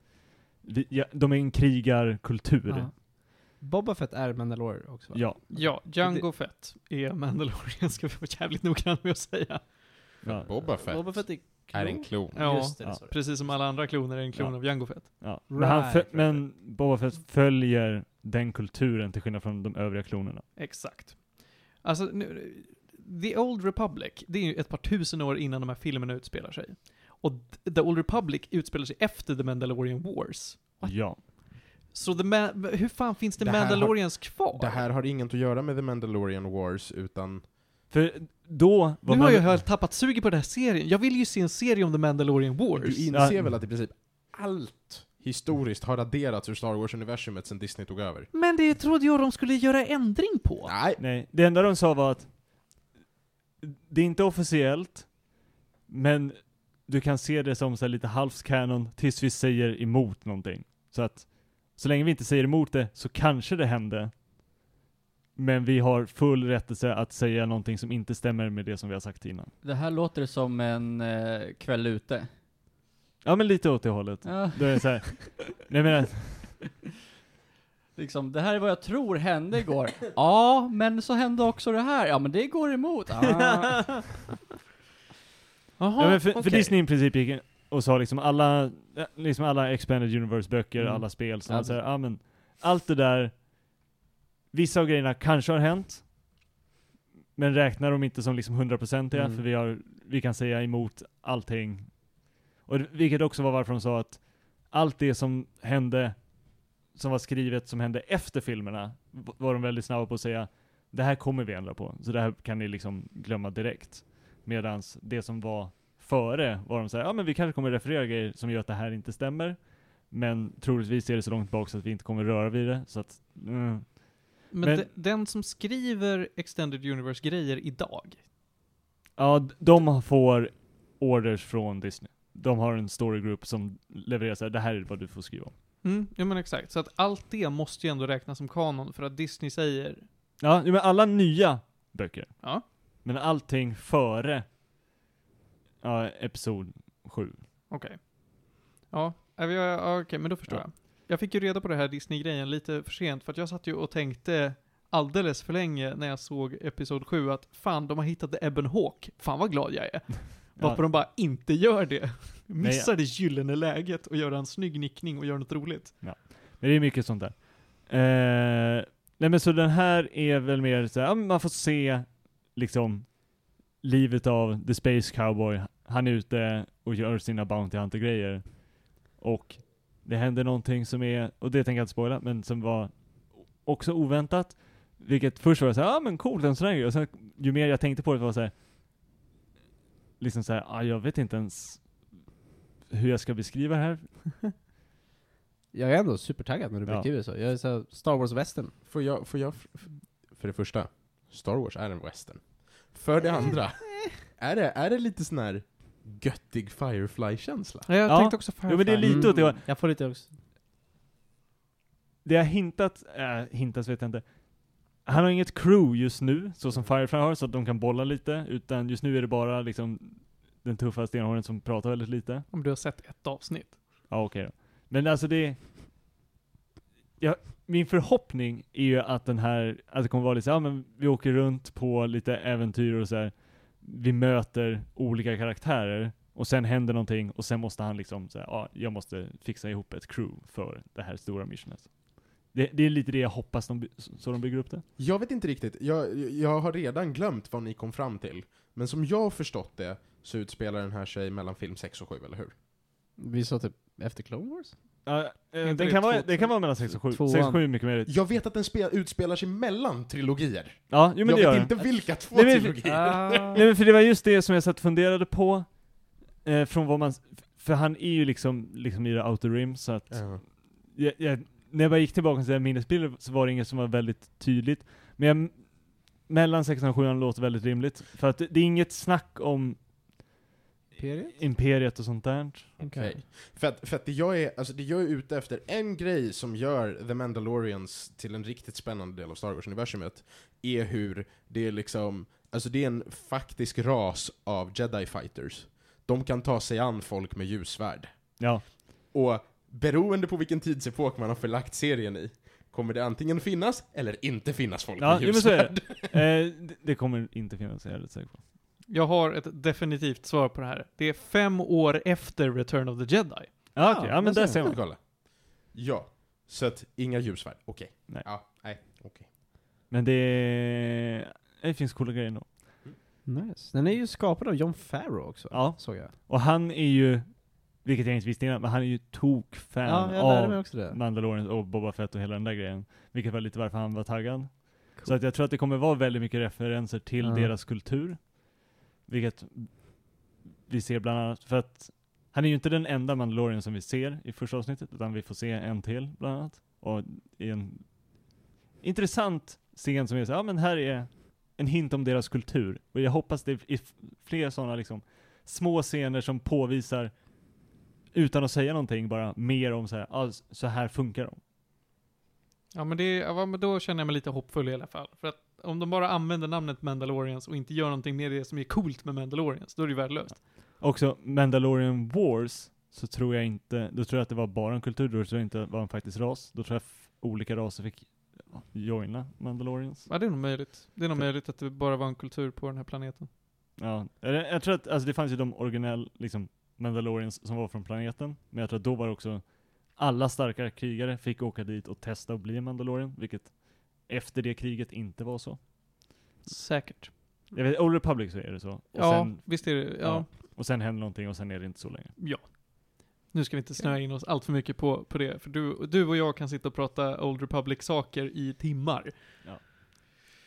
B: vi, ja, de är en krigarkultur.
A: Ja. Boba Fett är Mandalorian också va?
B: Ja.
E: Ja, Django Fett är Mandalorian, ska vi vara jävligt noggranna med att säga.
B: ja.
D: Boba Fett
A: Boba Fett är,
D: är en klon.
E: Ja.
A: Just det, det
B: Ja.
A: sa du.
E: Precis som alla andra kloner är en klon
B: Ja.
E: av Django Fett.
B: Ja. Men, han
A: Right,
B: fö-
A: right,
B: men Boba Fett följer den kulturen till skillnad från de övriga klonerna.
E: Exakt. Alltså, nu, The Old Republic, det är ju ett par tusen år innan de här filmerna utspelar sig. Och The Old Republic utspelar sig efter The Mandalorian Wars. What?
B: Ja.
E: Så the Ma- hur fan finns det,
D: Det här har-
E: Mandalorians kvar?
D: Det här har inget att göra med The Mandalorian Wars, utan
B: För då var
E: nu
B: man...
E: har jag helt tappat suget på den här serien. Jag vill ju se en serie om The Mandalorian Wars.
D: du inser
B: Ja.
D: väl att i princip allt historiskt har raderats ur Star Wars-universumet sedan Disney tog över?
E: Men det trodde jag de skulle göra ändring på.
D: Nej,
B: Nej, det enda de sa var att det är inte officiellt, men du kan se det som så här lite halvskanon tills vi säger emot någonting. Så att så länge vi inte säger emot det så kanske det hände. Men vi har full rättelse att säga någonting som inte stämmer med det som vi har sagt innan.
C: det här låter som en eh, kväll ute.
B: Ja men lite åt det hållet.
C: Ja,
B: Då är det så här, nej men
C: liksom, det här är vad jag tror hände igår. [laughs] ja, men så hände också det här. Ja, men det går emot. Ah.
E: Jaha,
B: ja, men för,
E: okej.
B: för Disney i princip gick och sa liksom alla, eh, liksom alla Expanded Universe-böcker,
C: Mm.
B: alla spel, så
C: Ja,
B: ja. så här, ja, men, allt det där, vissa av grejerna kanske har hänt, men räknar de inte som liksom 100%
A: Mm.
B: för vi, har, vi kan säga emot allting. Och det, vilket också var varför de sa att allt det som hände, som var skrivet, som hände efter filmerna, v- var de väldigt snabba på att säga det här kommer vi ändra på, så det här kan ni liksom glömma direkt. Medan det som var före var de såhär, ja men vi kanske kommer referera grejer som gör att det här inte stämmer, men troligtvis är det så långt bak så att vi inte kommer röra vid det, så att, mm.
E: Men,
B: Men-
E: de, den som skriver Extended Universe-grejer idag,
B: Ja, d- de får orders från Disney. De har en storygroup som levererar såhär, det här är vad du får skriva om.
E: mm, ja men exakt. Så att allt det måste ju ändå räknas som kanon för att Disney säger
B: Ja, jo, men alla nya böcker.
E: Ja.
B: Men allting före, ja, episod 7.
E: Okej. Ja, är vi- ja, okej, men då förstår
B: Ja.
E: jag. Jag fick ju reda på det här Disney-grejen lite för sent, för att jag satt ju och tänkte alldeles för länge när jag såg Episod 7 att fan, de har hittat Ebon Hawk. Fan vad glad jag är. Varför de bara inte gör det. Missar det gyllene läget och gör en snygg nickning och gör något roligt.
B: Men det är mycket sånt där. Eh, nej men så den här är väl mer så här, ja, men man får se liksom livet av the space cowboy. Han är ute och gör sina Bounty Hunter-grejer. Och det händer någonting som är, och det tänker jag inte spoila, men som var också oväntat. Vilket först var jag såhär, ja ah, men coolt, en sån här grej. Och sen ju mer jag tänkte på det var såhär, liksom såhär, ah, jag vet inte ens hur jag ska beskriva det här.
A: [laughs] Jag är ändå supertaggad när du
B: Ja.
A: beskriver det så. Jag är såhär Star Wars-västern.
D: Får jag, får jag, för det första, Star Wars är en western. För det andra, är det, är det lite sån här göttig Firefly-känsla?
E: Ja, jag
B: Ja.
E: tänkte också Firefly.
B: Jo men det är lite
E: Mm.
B: åt det hållet.
A: Jag får lite också.
B: Det jag hintat, äh, hintas vet jag inte. Han har inget crew just nu, så som Firefly har, så att de kan bolla lite. Utan just nu är det bara liksom den tuffa stenhåren som pratar väldigt lite.
E: Om du har sett ett avsnitt.
B: Ja, okej då. Men alltså det... Ja, min förhoppning är ju att den här, att det kommer vara lite så här, ja, men vi åker runt på lite äventyr och så här. Vi möter olika karaktärer och sen händer någonting och sen måste han liksom säga, ja, jag måste fixa ihop ett crew för det här stora missionet. Det, det är lite det jag hoppas de, by- så de bygger upp det.
D: Jag vet inte riktigt, jag, jag har redan glömt vad ni kom fram till. Men som jag har förstått det så utspelar den här sig mellan film 6 och 7, eller hur?
A: Vi sa typ efter Clone Wars?
B: Ja, eh,
E: Inte
B: det,
E: det
B: kan vara,
E: två-
B: det kan vara mellan 6 och 7.
A: Tvåan.
B: 6 och 7 är mycket möjligt.
D: Jag vet att den spe, utspelar sig mellan trilogier.
B: Ja, jo, men
D: jag
B: det gör
D: vet
B: det.
D: inte vilka två
B: Nej, men- Ah. [laughs]
D: trilogier.
B: Nej men för det var just det som jag satt och funderade på, eh, från vad man, för han är ju liksom, liksom i det outer rim, så att,
D: Ja.
B: jag, jag, när jag bara gick tillbaka till minnesbilder så var det inget som var väldigt tydligt, men jag, mellan 6 och 7 låter väldigt rimligt, för att det, det är inget snack om
A: Imperiet?
B: imperiet och sånt där.
D: Okej. För att, för att det, jag är, alltså det jag är ute efter, en grej som gör The Mandalorians till en riktigt spännande del av Star Wars-universumet, är hur det är liksom, alltså det är en faktisk ras av jedi fighters. De kan ta sig an folk med ljussvärd.
B: Ja.
D: Och beroende på vilken tidsepok man har förlagt serien i, kommer det antingen finnas eller inte finnas folk
B: Ja,
D: med
B: jo, men så är
D: ljusvärd.
B: [laughs] Eh, det, det kommer inte finnas, jag är rätt säker på.
E: Jag har ett definitivt svar på det här. Det är fem år efter Return of the Jedi.
B: Ja, okej, ja Ah, men där ser
D: Ska vi
B: man.
D: kolla? Ja. Så att, inga ljusvärd. Okej.
B: Nej.
D: Ja, nej. Okej.
B: Men det, är- det finns coola grejer nog.
A: Nice. Den är ju skapad av John Farrow också.
B: Ja.
A: Såg jag.
B: Och han är ju, vilket jag inte visste innan, men han är ju tokfan
A: Ja, jag
B: av
A: lärde mig också det.
B: Mandalorian och Boba Fett och hela den där grejen. Vilket var lite varför han var taggad. Så att jag tror att det kommer vara väldigt mycket referenser till
A: Ja.
B: deras kultur. Vilket vi ser bland annat, för att han är ju inte den enda Mandalorian som vi ser i första avsnittet, utan vi får se en till bland annat. Och i en intressant scen som är så ja men här är en hint om deras kultur. Och jag hoppas det är f- fler sådana liksom små scener som påvisar, utan att säga någonting, bara mer om så här, ah, s- så här funkar de.
E: Ja men, det, ja, men då känner jag mig lite hoppfull i alla fall. För att om de bara använder namnet Mandalorians och inte gör någonting med det som är coolt med Mandalorians, då är det ju värdelöst.
B: Också Mandalorian Wars, så tror jag inte, då tror jag att det var bara en kultur, då tror jag inte det var en faktisk ras. Då tror jag f- olika raser fick joina Mandalorians.
E: Ja det är nog möjligt. Det är nog
B: För-
E: möjligt att det bara var en kultur på den här planeten.
B: Ja, eller jag tror att, alltså det fanns ju de originell, liksom, Mandalorians som var från planeten, men jag tror att då var det också alla starka krigare fick åka dit och testa att bli en Mandalorian, vilket efter det kriget inte var så.
E: Säkert.
B: Jag vet, Old Republic så är det så. Och,
E: Ja,
B: sen,
E: visst är det. Ja.
B: ja, och sen händer någonting och sen är det inte så länge.
E: ja. Nu ska vi inte snöa in oss allt för mycket på, på det, för du, du och jag kan sitta och prata Old Republic-saker i timmar.
A: Ja,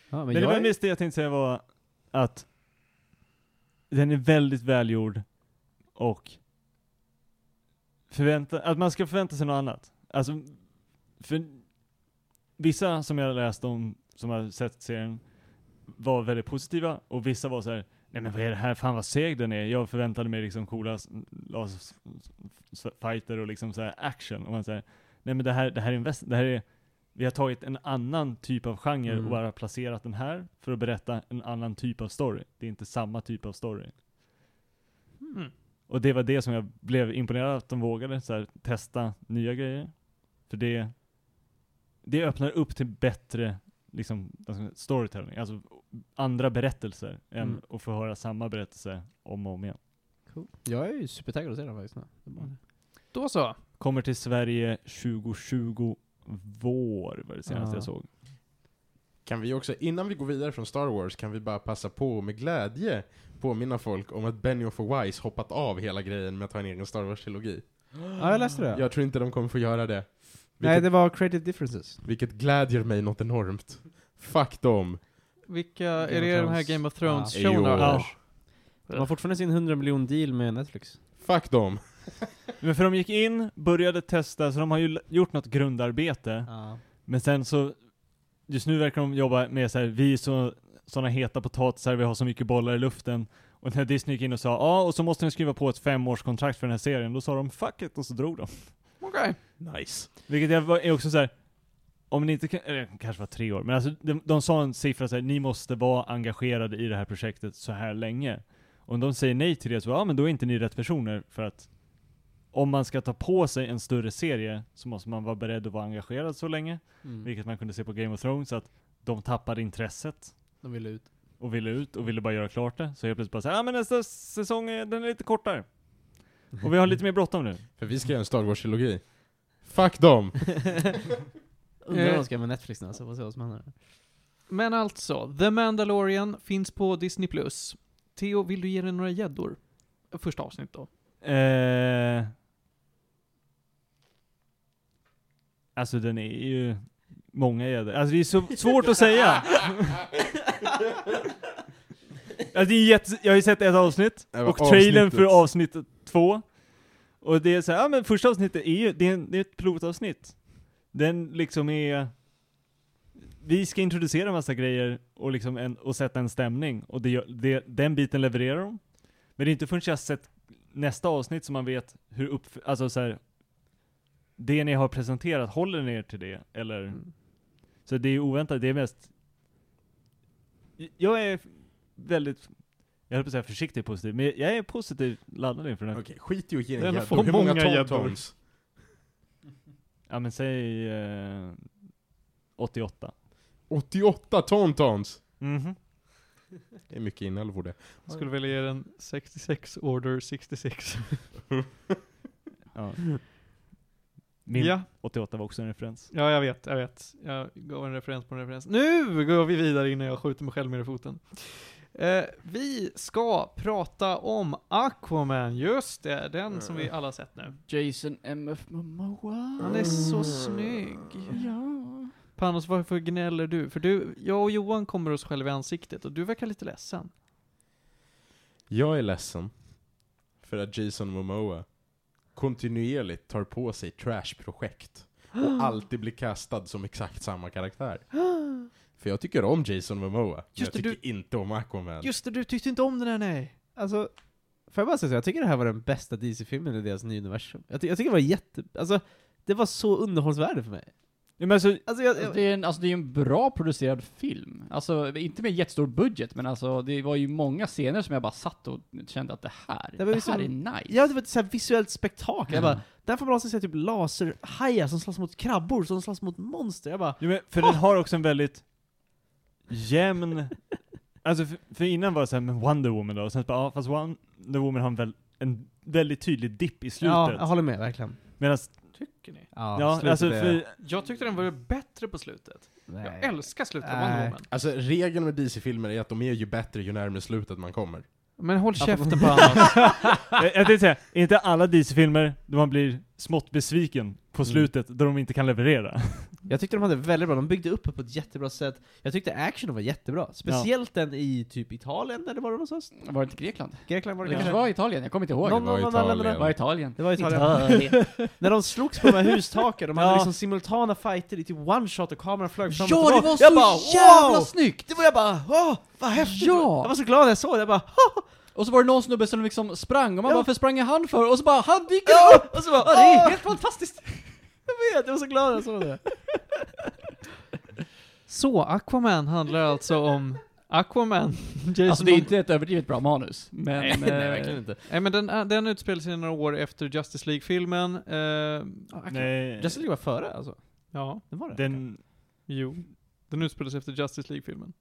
B: Men,
A: men
B: det var
A: jag är...
B: mest det jag tänkte säga var att den är väldigt välgjord och förvänta, att man ska förvänta sig något annat. Alltså, för vissa som jag har läst om, som har sett serien, var väldigt positiva och vissa var så här. Nej men vad är det här? Fan vad seg den är. Jag förväntade mig liksom coola s- las- s- fighter och liksom så här action. Och man säger nej men det här, det här är en väst, det här är, vi har tagit en annan typ av genre
A: Mm.
B: och bara placerat den här för att berätta en annan typ av story. Det är inte samma typ av story.
E: Mm.
B: Och det var det som jag blev imponerad av, att de vågade så här, testa nya grejer. För det, det öppnar upp till bättre liksom, vad ska man säga, storytelling, alltså andra berättelser
A: Mm.
B: än att få höra samma berättelse om och om igen.
A: Cool. Jag är ju supertaggad att se den faktiskt nu. Det är bara-
E: Då så.
B: Kommer till Sverige 2020 vår, var det senaste
A: Ja.
B: jag såg.
D: Kan vi också, innan vi går vidare från Star Wars, kan vi bara passa på och med glädje påminna folk om att Benioff och Weiss hoppat av hela grejen med att ha en egen Star Wars-trilogi.
A: Ja, jag läste det.
D: Jag tror inte de kommer få göra det.
A: Nej, det var creative differences.
D: Vilket glädjer mig något enormt. Fuck dem.
E: Vilka,
A: Game
E: är
A: of
E: det den här
A: Thrones.
E: Game of
D: Ja. Jo.
E: Thrones-showen? Ja.
A: De har fortfarande sin 100 miljon deal med Netflix.
D: Fuck dem.
B: Men för de gick in, började testa, så de har ju l- gjort något grundarbete. Men sen så, just nu verkar de jobba med så här, vi är så, såna heta potatisar, vi har så mycket bollar i luften. Och när Disney gick in och sa ja, och så måste ni skriva på ett femårskontrakt för den här serien, då sa de 'fuck it' och så drog de.
E: Okej.
B: Nice. Vilket jag var- är också så här. om ni inte kan, eller det kanske var tre år, men alltså de, de sa en siffra så här, ni måste vara engagerade i det här projektet så här länge. Om de säger nej till det så, ja men då är inte ni rätt personer för att om man ska ta på sig en större serie så måste man vara beredd att vara engagerad så länge.
A: Mm.
B: Vilket man kunde se på Game of Thrones, att de tappade intresset
A: De ville ut.
B: och ville ut och ville bara göra klart det. Så helt plötsligt bara såhär, ah, men nästa säsong är, den är lite kortare. Och vi har lite mer bråttom nu.
D: För vi ska göra en Star Wars-trilogi. Fuck dem.
A: [laughs] Undrar vad
E: Eh.
A: de ska göra med Netflix nu, alltså. Vad ser vad som händer.
E: Men alltså, The Mandalorian finns på Disney+. Theo, vill du ge den några gäddor? Första avsnitt då.
B: Eh, alltså den är ju många gäddor. Alltså det är så svårt att säga. alltså, det är jätte, jag har ju sett ett avsnitt
D: Ja,
B: och trailern
D: avsnittet.
B: för avsnitt två. Och det är så här, ja men första avsnittet är ju, det är, en, det är ett pilotavsnitt. Den liksom är, vi ska introducera en massa grejer och liksom en, och sätta en stämning. Och det, gör- det, den biten levererar de. Men det är inte förrän jag har sett nästa avsnitt som man vet hur upp, alltså så här, det ni har presenterat, håller ni er till det? Eller?
E: Mm.
B: Så det är oväntat, det är mest, jag är väldigt, jag höll på att säga försiktigt positiv, men jag är positivt laddad inför den
D: Okej,
B: här.
D: skit i att ge
B: Den
D: en
B: får
D: gädda. Hur
B: många
D: många
B: gäddor.
D: tom-toms?
B: Ja men säg eh, 88.
D: 88 tom-toms.
B: Mhm.
D: Det är mycket inälvor det.
E: Jag skulle vilja ge den 66 order 66.
B: Ja. Min
E: Ja.
B: 88 var också en referens.
E: Ja, jag vet, jag vet. Jag gav en referens på en referens. Nu går vi vidare innan jag skjuter mig själv med foten. Eh, vi ska prata om Aquaman, just det, den som vi alla sett nu.
C: Jason MF Momoa.
E: Han är så snygg.
C: Ja.
E: Panos, varför gnäller du? För du, jag och Johan kommer oss själva i ansiktet och du verkar lite ledsen.
D: Jag är ledsen. För att Jason Momoa kontinuerligt tar på sig trashprojekt.
A: [gasps]
D: Och alltid blir kastad som exakt samma karaktär. För jag tycker om Jason Momoa, men
E: Just
D: jag
E: det,
D: tycker inte om Aquaman.
E: Just det, du tyckte inte om den här, nej.
A: Alltså, får jag bara säga så, jag tycker det här var den bästa DC-filmen i deras nya universum. Jag, ty- jag tycker det var jätte... Alltså, det var så underhållsvärde för mig.
B: Ja, men alltså,
A: Alltså, jag,
C: Det
A: jag,
C: är, en, alltså det är en bra producerad film. Alltså, inte med jättestor budget, men alltså det var ju många scener som jag bara satt och kände att det här,
A: Det
C: det,
A: var ju
C: här
A: som-
C: är nice.
A: ja, det var ett så här visuellt spektakel. Jag
C: Ja.
A: bara, där får man alltså se typ laserhajar som slåss mot krabbor, som slåss mot monster. Jag bara,
B: Ja, men för den har också en väldigt jämn... Alltså för, för innan var det såhär, men Wonder Woman då? Och sen bara, ja fast Wonder Woman har en, väl, en väldigt tydlig dipp i slutet.
A: ja, jag
B: Ja,
A: håller med, verkligen.
B: Medan,
E: Tycker ni?
A: Ja,
B: ja,
A: slutet
B: alltså
A: är-
B: för,
E: Jag tyckte den var bättre på slutet.
A: Nej.
E: Jag älskar slutet av
A: Nej.
E: Wonder Woman.
D: Alltså regeln med DC-filmer är att de är ju bättre ju närmare slutet man kommer.
E: Men håll
A: Alltså, [laughs]
E: käften Panos.
B: jag, jag tänkte säga, är inte alla DC-filmer där man blir smått besviken
A: Mm.
B: på slutet, då de inte kan leverera?
A: Jag tyckte de hade väldigt bra, de byggde upp det på ett jättebra sätt. Jag tyckte actionen var jättebra. Speciellt den i typ Italien, eller var det någonstans?
C: Var det inte Grekland?
A: Grekland var det
C: Det kanske
A: kanske?
C: var Italien, jag kommer inte ihåg.
A: Någon-
D: Det var
A: någon- någon-
D: Italien.
C: Det var Italien.
A: Det var Italien.
C: Italien.
A: [laughs] När de slogs på de här hustaken, de hade
B: Ja.
A: liksom simultana fighter i typ one shot och kameran flög fram och
C: Ja, det
A: tillbaka.
C: var
A: jag
C: så
A: bara,
C: jävla
A: wow!
C: snyggt!
A: Det var jag bara, åh, vad häftigt!
C: Ja!
A: Jag var så glad när jag såg det, jag bara, "Haha!"
C: Och så var det någon snubbe som liksom sprang, och man
A: Ja.
C: bara, varför sprang han för? Och så bara, han dyker upp!
A: ja! Och så bara,
C: Ja, det är
A: "Åh!"
C: helt fantastiskt!
A: [laughs] Jag vet, jag var så glad när jag såg det.
E: Mm. Så, Aquaman handlar alltså om Aquaman. [laughs] Jason
C: Alltså det är inte ett överdrivet bra manus, men... eh, Nej,
A: inte.
E: Nej men den, är- den utspelar sig några år efter Justice League-filmen. Eh,
B: Nej,
A: Justice League var före alltså?
E: ja,
A: Det var det?
B: den
E: jo. Den utspelar sig efter Justice League-filmen.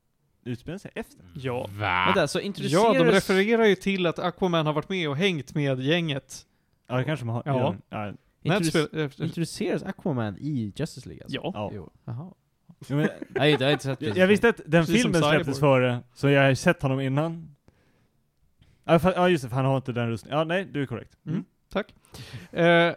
B: utspelar sig efter.
E: Ja.
D: Va?
A: Vänta, så
E: Ja,
A: introducerades...
E: de refererar ju till att Aquaman har varit med och hängt med gänget. eh,
B: Ja, det kanske man har.
E: Ja.
B: ja.
E: När
A: introduce-
E: utspel- efter-
A: Introduceras Aquaman i Justice League alltså?
E: Ja.
B: ja.
A: Jo. Jaha.
B: ja men,
A: Nej, jag har inte sett
B: Jag, jag visste att den
E: Precis som
B: filmen släpptes
E: Cyborg.
B: före, så jag har ju sett honom innan. Mm. Ja, fa- ja just det, för han har inte den rustningen. Ja, nej, du är korrekt. Mm.
E: Mm. Tack. Eh,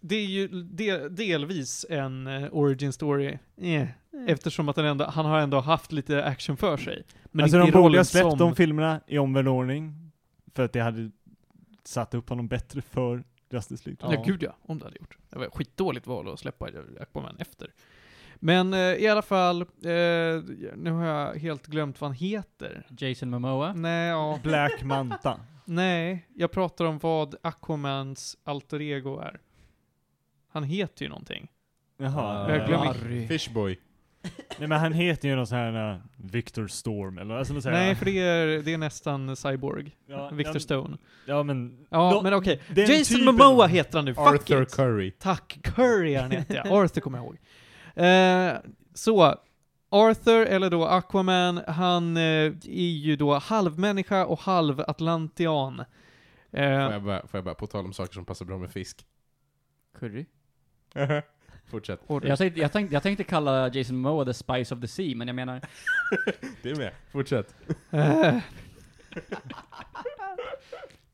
E: det är ju de, delvis en eh, origin story, eh,
B: Mm.
E: eftersom att han, ändå, han har ändå haft lite action för sig. Men
B: alltså
E: inte
B: de
E: i
B: borde ha
E: rollen
B: släppt
E: som...
B: de filmerna i omvänd ordning. För att det hade satt upp honom bättre för Justice League.
E: Ja, gud ja. Om det hade gjort. Det var ett skitdåligt val att släppa Aquaman efter. Men eh, i alla fall, eh, nu har jag helt glömt vad han heter.
C: Jason Momoa.
E: Nej, ja.
B: Black Manta.
E: Nej, jag pratar om vad Aquamans alter ego är. Han heter ju någonting.
B: Jaha.
E: Jag glömmer-
D: Fishboy.
B: Nej men han heter ju någon sån här eh, Victor Storm eller alltså något sånt här-
E: Nej, för det är, det är nästan Cyborg.
B: ja,
E: Victor
B: ja,
E: Stone.
B: Ja men...
E: Ja,
B: Nå-
E: men okej.
B: den
E: Jason
B: typen
E: Momoa
B: av-
E: heter han nu, fuck
D: Arthur
E: it.
D: Curry.
E: Tack, Curry han heter jag. Arthur kommer jag ihåg. Eh, så, Arthur, eller då Aquaman, han eh, är ju då halvmänniska och halvatlantian.
D: Får
E: Eh,
D: jag, bara, får jag bara, på tal om saker som passar bra med fisk. [laughs]
C: Curry.
D: Fortsätt.
E: och-
C: Jag tänkte, jag, tänkte, jag tänkte kalla Jason Momoa the spice of the sea, men jag menar...
D: Det är med. Fortsätt.
E: Eh.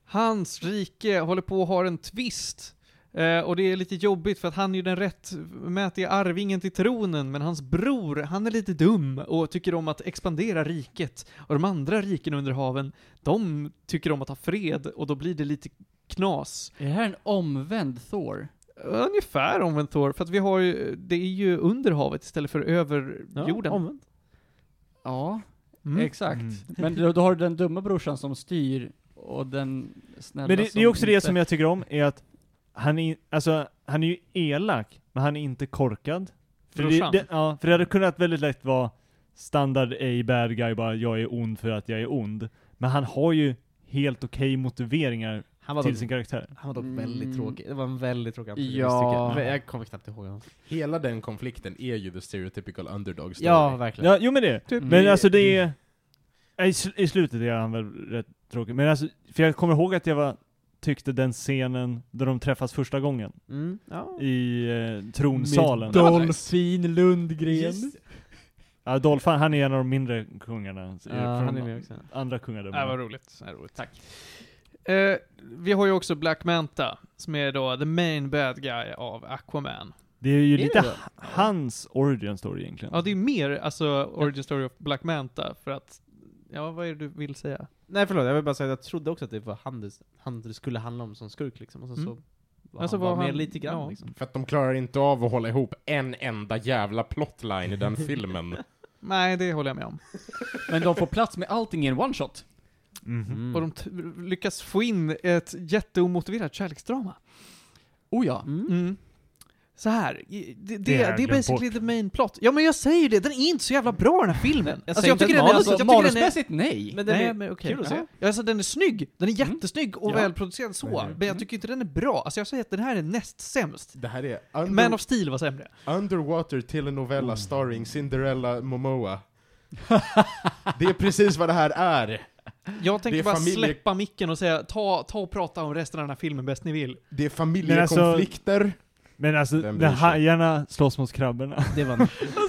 E: Hans rike håller på att ha en twist. Eh, och det är lite jobbigt för att han är ju den rättmätiga arvingen till tronen, men hans bror, han är lite dum och tycker om att expandera riket. Och de andra riken under haven, de tycker om att ha fred och då blir det lite knas.
C: Är det här en omvänd Thor?
E: Ungefär omvänt Thor, för att vi har ju, det är ju under havet istället för över jorden.
A: Omvänt.
C: Ja,
E: Mm.
C: exakt.
B: Mm.
C: Men då, då har du den dumma brorsan som styr och den snälla
B: Men det,
C: som
B: det är också det
C: inte-
B: som jag tycker om, är att han är, alltså, han är ju elak, men han är inte korkad. För det,
E: Brorsan.
B: det, ja, för det hade kunnat väldigt lätt vara standard A bad guy, bara jag är ond för att jag är ond. Men han har ju helt okej motiveringar
A: Han var
B: till sin
A: dock,
B: karaktär.
A: han var dock väldigt
C: Mm.
A: tråkig. Det var en väldigt tråkig antagonist
C: Ja.
A: tycker jag. Jag kommer knappt ihåg honom.
D: Hela den konflikten är ju the stereotypical underdog story.
A: Ja, verkligen.
B: Ja, jo men det.
C: Mm.
E: Typ.
B: Men alltså det är... I, sl- I slutet är han väl rätt tråkig. Men alltså, för jag kommer ihåg att jag var, tyckte den scenen där de träffas första gången
A: Mm. Ja.
B: i eh, tronsalen.
A: Dolphin Lundgren.
B: Ja, Dolphin, han är en av de mindre kungarna. eh,
A: Ja, han är med också.
B: Andra
E: Ja, vad
B: kungadömen.
E: roligt. Ja, roligt. Tack. Eh, vi har ju också Black Manta, som är då the main bad guy av Aquaman.
B: Det är ju
C: Är det
B: lite
C: det?
B: h- hans origin story egentligen.
E: Ja, det är mer alltså origin story of Black Manta, för att, ja vad är det du vill säga?
A: Nej förlåt, jag vill bara säga att jag trodde också att det var han det, han det skulle handla om som skurk liksom. Och så,
E: Mm.
A: så var
E: Alltså,
A: han
E: var
A: bara med
E: han-
A: lite grann
E: ja.
A: liksom.
D: För att de klarar inte av att hålla ihop en enda jävla plotline i den filmen.
E: Nej, det håller jag med om.
C: Men de får plats med allting i en one shot.
B: Mhm.
A: Mm.
E: Och de t- lyckas få in ett jätteomotiverat kärleksdrama.
C: Oh ja.
A: Mm.
E: Mm. Så här, i- det, det,
B: Det
E: det,
B: har jag
E: är
B: glömt
E: basically the main plot. Ja men jag säger ju det, den är inte så jävla bra den här filmen.
A: Jag säger inte att
E: den är-
A: manus-
E: jag
C: Alltså,
E: tycker den är-
C: manusmässigt nej.
A: Men den
E: Nej,
A: är,
E: men okej.
A: kul att se.
E: Ja. Ja, alltså den är snygg. Den är
C: Mm.
E: jättesnygg och
B: Ja.
E: välproducerad så.
B: Nej, nej.
E: Men jag tycker inte den är bra. Alltså jag säger att den här är näst sämst.
D: Det här är under,
E: Man of Steel var sämre.
D: Underwater telenovella starring Cinderella Momoa. det är precis vad det här är.
E: Jag
D: Det
E: tänker
D: är
E: bara
D: familje-
E: släppa micken och säga ta, ta och prata om resten av den här filmen bäst ni vill.
D: Det är
B: Men alltså-
D: familjekonflikter.
B: Men alltså,
D: Vem
B: när
D: bryr sig?
B: hajarna slåss
A: [laughs]
B: mot krabborna. alltså,
A: Det var,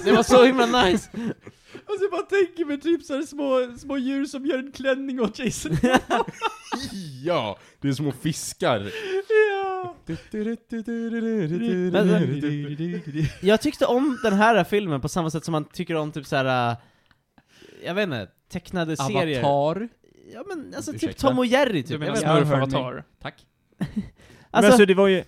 A: det var så himla nice!
C: Alltså jag bara tänker mig typ såhär små, små djur som gör en klänning åt Jason.
D: Ja, det är små fiskar.
A: Jag tyckte om den här filmen på samma sätt som man tycker om typ såhär, äh, jag vet inte, tecknade serier.
C: [laughs] Avatar.
A: Ja men alltså typ
D: Ursäkta?
A: Tom och Jerry typ.
E: Du
A: Jag
E: menar
A: vet inte.
C: jag hör
E: Smurf-avatar?
C: Tack.
B: Men
A: Alltså,
B: alltså det var ju...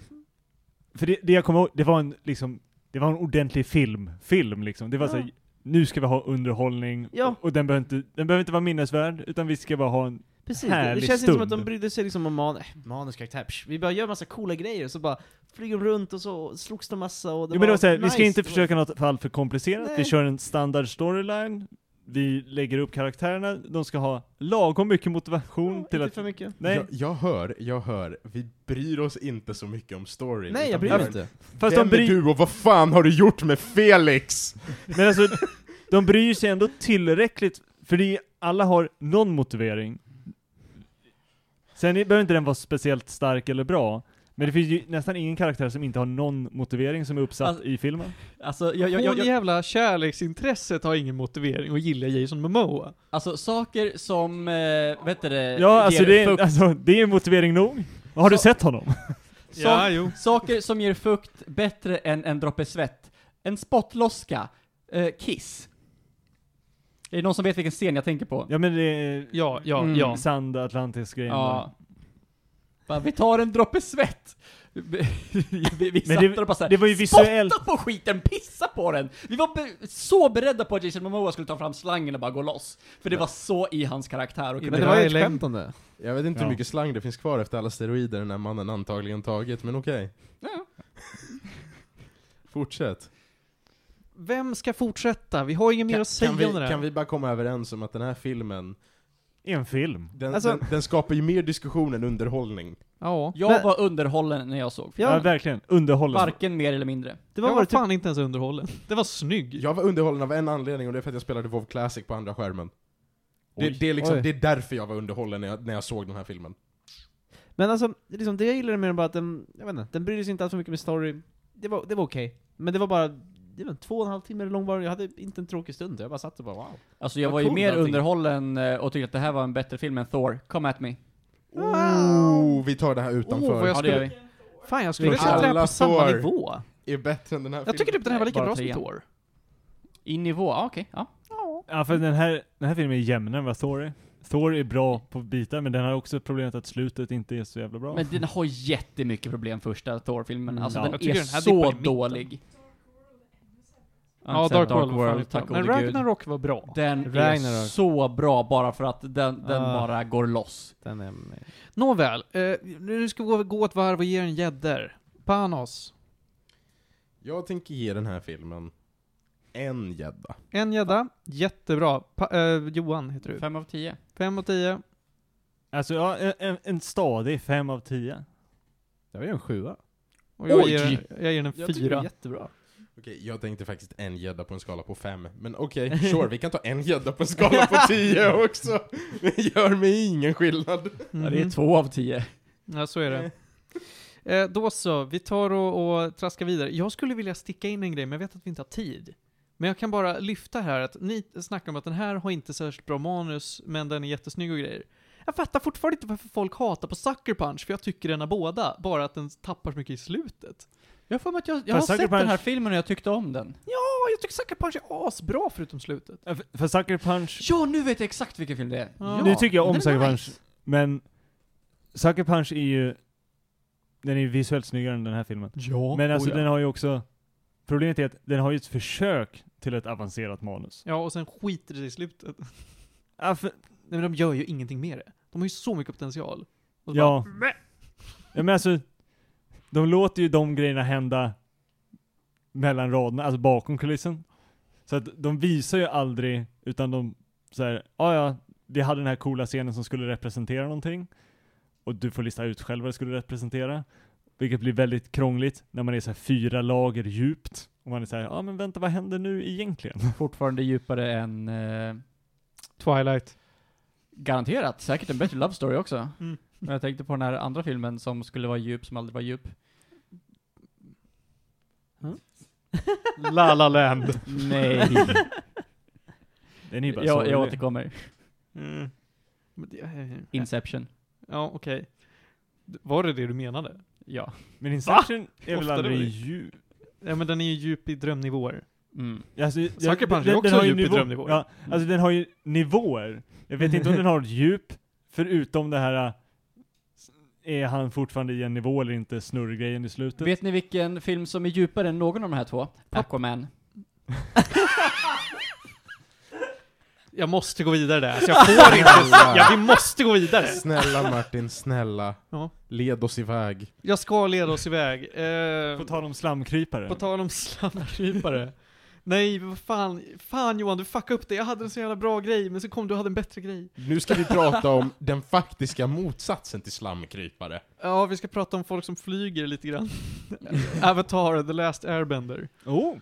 B: För det, det jag kommer ihåg, det var en liksom... Det var en ordentlig film. Film liksom. Det var
A: Ja.
B: såhär, nu ska vi ha underhållning.
A: Ja.
B: Och den behöver, inte, den behöver inte vara minnesvärd, utan vi ska bara ha en...
A: precis. Det, det
B: härlig
A: känns inte som att
B: stund.
A: de brydde sig liksom om man, äh, manus, karaktär, psch. Vi bara gör massa coola grejer, så bara flyger de runt och så slogs de massa och det
B: jo, men det var såhär, vi
A: nice.
B: ska inte
A: Det var-
B: försöka något fall för komplicerat. Vi
A: Nej.
B: kör en standard storyline. Vi lägger upp karaktärerna, de ska ha lagom mycket motivation till
A: inte
B: att...
A: för mycket.
B: Nej,
D: Jag, jag hör, jag hör. Vi bryr oss inte så mycket om storyn.
A: Nej,
D: utan
A: jag bryr
D: bara,
A: mig inte.
B: fast
D: Vem
B: de bryr,
D: är du och vad fan har du gjort med Felix?
B: Men alltså, de bryr sig ändå tillräckligt, för det är, alla har någon motivering. Sen är- behöver inte den vara speciellt stark eller bra, men det finns ju nästan ingen karaktär som inte har någon motivering som är uppsatt
C: Alltså-
B: i filmen.
C: Alltså, jag, jag,
E: Hon
C: jag, jag,
E: jävla kärleksintresset har ingen motivering och gillar Jason Momoa.
C: alltså saker som, eh, vet du det,
B: Ja, alltså
C: ger
B: det, är,
C: fukt.
B: alltså det är motivering nog. Har du
C: Så-
B: sett honom?
C: Så-
E: Ja, jo.
C: Saker som ger fukt bättre än en droppe svett. En spottloska. Eh, kiss. Är det någon som vet vilken scen jag tänker på?
B: Ja men det är
E: Ja, ja,
C: Mm.
E: ja.
B: sand Atlantis-grejen där.
C: Ja. Bara, vi tar en droppe svett. Vi, vi, vi
B: Men
C: satt där och bara såhär,
B: Det var ju visuellt.
C: spotta på skiten, pissa på den! Vi var be- så beredda på att Jason Momoa skulle ta fram slangen och bara gå loss. För det var så i hans karaktär och
E: Men
A: Men
C: kunna
A: det
E: Det
A: var ju
E: där
A: ett
E: är
A: skämt om det.
D: Jag vet inte
B: Ja.
D: hur mycket slang det finns kvar efter alla steroider den här mannen antagligen tagit, men okej.
C: Ja.
D: [laughs] Fortsätt.
E: Vem ska fortsätta? Vi har inget mer
D: Kan,
E: att säga
D: kan, vi,
E: om det där.
D: kan vi bara komma överens om att den här filmen,
B: En film.
D: den,
E: Alltså-
D: den, den skapar ju mer diskussion än underhållning.
E: Ja.
C: Jag
E: Men-
C: var underhållen när jag såg
B: Ja,
E: ja,
B: verkligen. Underhållande.
C: Varken mer eller mindre.
E: det var,
A: jag
E: var
A: var typ-
E: fan inte ens underhållen. Det var snygg.
D: Jag var underhållen av en anledning och det är för att jag spelade WoW Classic på andra skärmen. Det,
B: Oj.
D: det, är liksom,
A: Oj.
D: det är därför jag var underhållen när jag, när jag såg den här filmen.
A: Men alltså, liksom, det jag gillade med den var att den, jag vet inte, den brydde sig inte alls för mycket med story. Det var, det var okej. Men det var bara, det var två och en halv timme långvarig, jag hade inte en tråkig stund. Jag bara satt och bara wow.
C: Alltså jag
A: Vad
C: var ju
A: cool
C: mer
A: allting.
C: underhållen eh, och tyckte att det här var en bättre film än Thor. Come at me.
D: Oh, vi tar det här
E: Åh,
D: utanför.
E: vad Jag
C: Ja, det gör vi.
E: Fan, jag skulle
D: Vi
E: sätta det här
D: alla
E: på samma
D: står.
E: nivå.
D: är bättre än den här
E: Jag tycker
D: filmen.
E: typ den här var lika
C: Bara
E: bra som
C: trean.
E: Thor.
C: I nivå, ja okej. Ja.
B: Ja för den här, den här filmen är jämnare än vad Thor är. Thor är bra på bitar men den har också problemet att slutet inte är så jävla bra.
C: Men den har jättemycket problem första
A: Mm.
C: Thor-filmen. Alltså
B: Ja.
C: den
E: Jag
C: är
E: tycker den här
C: så
E: dippar i mitten.
C: dålig. Jag har
E: Ja,
C: inte sett
E: Dark, World, var fan
C: tack
E: utan- Men
C: gode gud.
E: Ragnarok var bra.
C: Den är
A: Ragnarok.
C: så bra bara för att den, den
A: Ah.
C: bara går loss.
A: Den är med.
E: Nåväl, eh, nu ska vi gå ett varv och ge en gäddor. Panos.
D: Jag tänker ge den här filmen en gädda.
E: En gädda, jättebra. Pa- eh, Johan heter du.
C: Fem av tio.
E: Fem av tio.
B: Alltså ja, en, en, en stadig fem av tio.
A: Det var ju en sjua.
E: Och jag,
C: Oj!
E: ger, jag ger den
A: Jag tycker det är
E: fyra.
A: jättebra.
D: Okej, jag tänkte faktiskt en gädda på en skala på fem. Men okej, sure, vi kan ta en gädda på en skala [laughs] på tio också. Det gör mig ingen skillnad.
E: Alltså,
C: Ja,
A: Mm.
C: det är två av tio.
E: Mhm. Ja, så är det. Eh, då så, vi tar och, och traskar vidare. Jag skulle vilja sticka in en grej, men jag vet att vi inte har tid. Men jag kan bara lyfta här att ni snackar om att den här har inte särskilt bra manus, men den är jättesnygg och grejer. Jag fattar fortfarande inte varför folk hatar på Sucker Punch, för jag tycker den har båda, bara att den tappar så mycket i slutet.
C: Jag har för mig att jag, jag har
B: Fast Sucker
C: sett den här
B: Punch-
C: filmen och jag tyckte om den.
E: Ja, jag tycker Sucker Punch är asbra förutom slutet.
B: Ja, för- För Sucker Punch,
C: Ja, nu vet jag exakt vilken film det är.
E: Ja.
C: Ja.
B: nu tycker jag om
C: den är
B: Sucker Punch,
C: nice.
B: men Sucker Punch är ju, den är ju visuellt snyggare än den här filmen.
E: Ja,
B: Men alltså
E: oh ja.
B: den har ju också, problemet är att den har ju ett försök till ett avancerat manus.
E: Ja, och sen skiter det sig i slutet. [laughs]
B: Ja, för,
E: Nej men de gör ju ingenting med det. De har ju så mycket potential. Och så
B: ja.
E: bara, "Mäh."
B: ja men alltså, de låter ju de grejerna hända mellan raderna, alltså bakom kulissen. Så att de visar ju aldrig, utan de såhär, ja ja, vi hade den här coola scenen som skulle representera någonting. Och du får lista ut själv vad det skulle representera. Vilket blir väldigt krångligt när man är såhär fyra lager djupt. Och man är såhär, ja men vänta vad händer nu egentligen?
C: Fortfarande djupare än... eh,
E: Twilight.
C: Garanterat, säkert en bättre love story också.
E: Mm.
C: Men jag tänkte på den här andra filmen som skulle vara djup, som aldrig var djup.
E: La La Land.
C: [laughs] [laughs] Nej.
B: Den är ju bara
C: jag,
B: sorglig.
C: jag återkommer.
E: Mm. Men det- eh,
C: Inception.
E: Ja, okej. D- Var det det du menade?
C: Ja.
B: Men Inception är väl
E: Ofta
B: aldrig
E: det.
B: djup?
E: Ja, men den är ju djup i drömnivåer.
C: Mm.
B: Alltså, jag-
E: Sucker Punch är
B: den-
E: också
B: den har ju
E: djup i
B: nivå-
E: drömnivåer.
B: Ja, alltså den har ju nivåer. Jag vet inte om den har ett djup, förutom det här, äh, s- är han fortfarande i en nivå eller inte, snurrgrejen i slutet.
C: Vet ni vilken film som är djupare än någon av de här två? Aquaman.
E: Jag måste gå vidare där, så jag får inte... Ja, vi måste gå vidare!
D: Snälla Martin, snälla.
E: Ja.
D: Led oss iväg.
E: Jag ska leda oss iväg. Eh,
B: På tal om slamkrypare.
E: på tal om [laughs] slamkrypare. Nej, vad fan. Fan Johan, du fuckade upp det. Jag hade en så jävla bra grej, men så kom du och hade en bättre grej.
D: Nu ska vi prata om den faktiska motsatsen till slamkrypare.
E: Ja, vi ska prata om folk som flyger lite grann. [laughs] Avatar, The Last Airbender.
B: oh,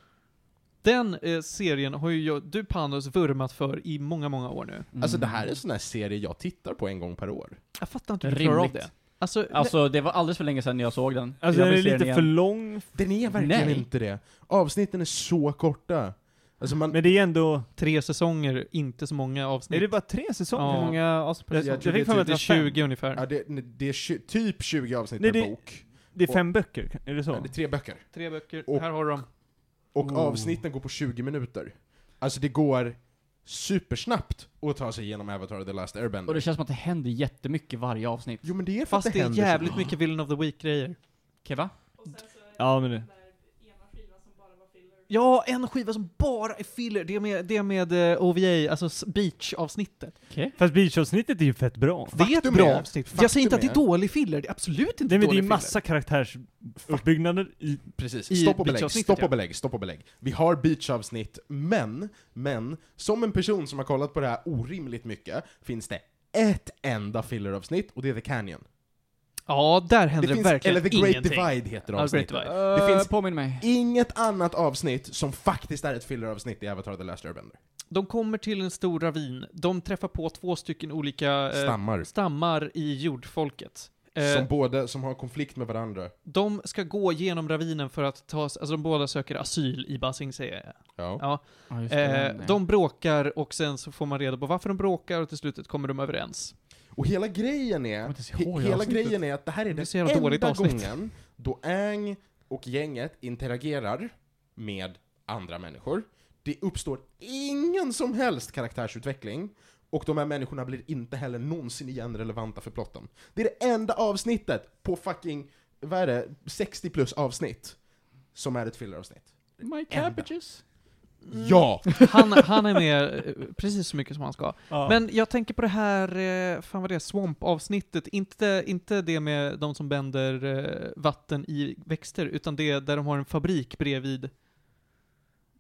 E: Den eh, serien har ju jag, du Panos vurmat för i många, många år nu.
C: Mm.
D: Alltså det här är en sån här serie jag tittar på en gång per år.
E: Jag fattar inte
C: Rimligt.
E: klarar av det. Alltså,
C: Alltså, det var alldeles för länge sedan jag såg den.
B: alltså
C: jag
B: den
C: vill
B: är
C: se
B: lite
C: igen.
B: för lång,
D: Den är verkligen
C: Nej.
D: inte det. Avsnitten är så korta. Alltså man,
B: men det är ändå,
E: tre säsonger, inte så många avsnitt.
B: är det bara tre säsonger?
E: Ja.
A: Hur många avsnitt per
B: Jag,
A: säsong?
B: jag fick för mig att
E: det
B: det
E: är
B: var fem.
E: 20 ungefär.
D: Ja, det, det är tju- typ 20 avsnitt
B: Nej,
D: per
B: det-
D: bok.
B: Det är fem böcker, är det så?
D: Ja, Det är tre böcker.
E: Tre böcker,
D: Och-
E: här har du dem.
D: Och
B: Oh.
D: avsnitten går på 20 minuter. Alltså det går supersnabbt att ta sig igenom Avatar The Last
C: Och det
D: Airbender.
C: känns som att det händer jättemycket i varje avsnitt.
D: Jo men det är för
E: Fast
D: att
E: det är
D: händer så-
E: jävligt mycket Villain of the Week-grejer.
C: Okej, va?
B: Ja, men det...
E: Ja, en skiva som bara är filler. Det är med, det är med eh, OVA, alltså s- Beach-avsnittet.
C: Okej.
B: Fast beachavsnittet är ju fett bra.
E: Det är
D: Faktum
E: ett bra
D: är-
E: avsnitt.
D: faktum
E: Jag säger inte att det är dålig filler, det är absolut inte
B: Nej men det är
E: dålig
B: ju massa karaktärsuppbyggnader i...
D: Precis.
E: i
D: Stopp och belägg,
E: beachavsnittet,
D: stopp
E: ja.
D: och belägg, stopp och belägg. Vi har beachavsnitt, men, men, som en person som har kollat på det här orimligt mycket, finns det ett enda filleravsnitt, och det är The Canyon.
E: filler. Ja, där händer Alltså, det,
D: finns,
E: verkligen
D: eller The Great
E: ingenting.
D: Divide heter
E: Ja, Great
D: avsnittet.
E: Divide.
D: Det
C: Eh,
D: finns-
C: Påminn mig.
D: Inget annat avsnitt som faktiskt är ett filleravsnitt i Avatar The Last Airbender.
E: De kommer till en stor ravin. De träffar på två stycken olika eh,
D: Stammar.
E: stammar i jordfolket. Eh,
D: Som båda, som har konflikt med varandra.
E: de ska gå genom ravinen för att ta sig, alltså de båda söker asyl i Ba Sing Se.
D: Ja.
C: Ja, just det,
E: Eh,
C: den, ja.
E: de bråkar och sen så får man reda på varför de bråkar och till slutet kommer de överens.
D: Och hela grejen är,
C: kommer inte ens ihåg
D: he, hela
C: avsnittet.
D: grejen är att det här är
E: Det är
D: den
E: så jävla dåligt
D: enda
E: avsnitt.
D: gången då Aang och gänget interagerar med andra människor. Det uppstår ingen som helst karaktärsutveckling, och de här människorna blir inte heller någonsin igen relevanta för plotten. Det är det enda avsnittet på fucking, vad är det, 60 plus avsnitt, som är ett filleravsnitt.
C: My
D: enda.
C: cabbages.
D: Ja!
E: Han, han är med eh, precis så mycket som han ska.
B: Ja.
E: Men jag tänker på det här, eh, fan vad det är, Swamp-avsnittet. Inte, inte det med de som bänder eh, vatten i växter, utan det där de har en fabrik bredvid.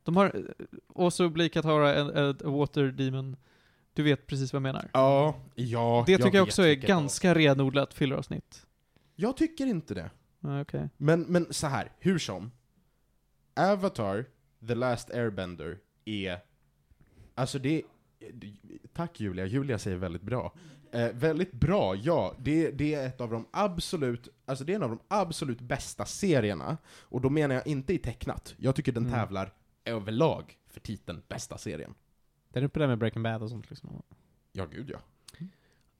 E: De har, eh, och så blir Katara en, en water demon. Du vet precis vad jag menar.
D: Ja, ja.
E: Det tycker jag,
D: vet
E: också är
D: vilket
E: ganska renodlat filleravsnitt.
D: avsnitt. Jag tycker inte det.
E: Ja, Okej.
D: Men, men så här, hur som. Avatar, The Last Airbender, är... Alltså det... Tack Julia, Julia säger väldigt bra. Eh, väldigt bra, ja. Det, det är ett av de absolut, alltså det är en av de absolut bästa serierna. Och då menar jag inte i tecknat. Jag tycker den
A: Mm.
D: tävlar överlag för titeln bästa serien.
A: Den är uppe där med Breaking Bad och sånt liksom.
D: Ja, gud ja.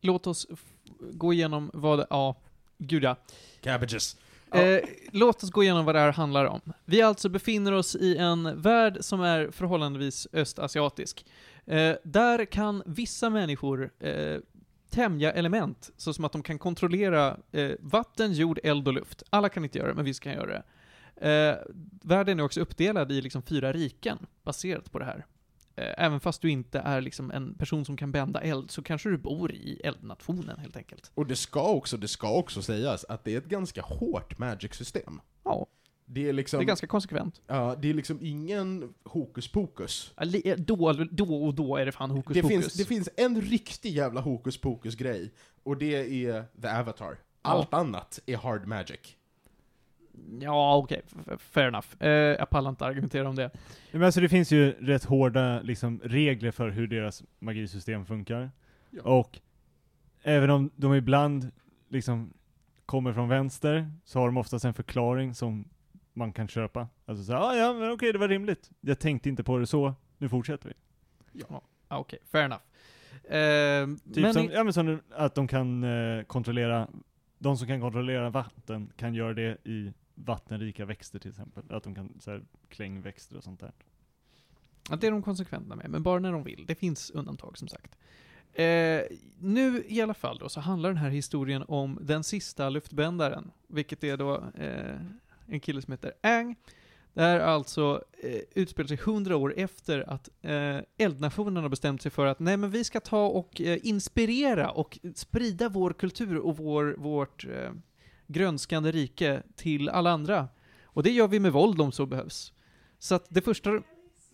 E: Låt oss f- gå igenom vad, det- ja, gud ja.
D: Cabbages.
E: Eh, låt oss gå igenom vad det här handlar om. Vi alltså befinner oss i en värld som är förhållandevis östasiatisk. Eh, där kan vissa människor eh, tämja element, så som att de kan kontrollera eh, vatten, jord, eld och luft. Alla kan inte göra det, men vissa kan göra det. Eh, världen är också uppdelad i liksom fyra riken, baserat på det här. Eh, Även fast du inte är liksom en person som kan bända eld, så kanske du bor i eldnationen helt enkelt.
D: Och det ska också, det ska också sägas att det är ett ganska hårt Magic-system.
E: Ja,
D: Det är
E: det
D: liksom...
E: är ganska konsekvent.
D: Ja, det är liksom ingen hokus pokus.
E: Ja, li- eh, Då, då och då är det fan hokus
D: Det
E: pokus.
D: finns, det finns en riktig jävla hokus pokus-grej, och det är The Avatar. Allt annat är hard magic.
E: Ja, okej. f- Fair enough. Eh, jag pallar inte argumentera om det.
B: Men alltså det finns ju rätt hårda liksom, regler för hur deras magisystem funkar.
D: Ja.
B: Och även om de ibland liksom kommer från vänster, så har de oftast en förklaring som man kan köpa. Alltså såhär, ah, ja men okej det var rimligt. Jag tänkte inte på det så, nu fortsätter vi.
E: Ah, okej, fair enough. Eh,
B: Typ
E: men
B: som,
E: i-
B: ja, men som att de kan eh, kontrollera, de som kan kontrollera vatten kan göra det i vattenrika växter till exempel. Att de kan så här, klängväxter och sånt där.
E: ja, det är de konsekventa med, men bara när de vill. Det finns undantag som sagt. Eh, nu i alla fall då, så handlar den här historien om den sista luftbändaren, vilket är då eh, en kille som heter Ang. Det här är alltså eh, utspelar sig hundra år efter att eh, eldnationen har bestämt sig för att nej men vi ska ta och eh, inspirera och sprida vår kultur och vår, vårt eh, grönskande rike till alla andra. Och det gör vi med våld om så behövs. Så att det första...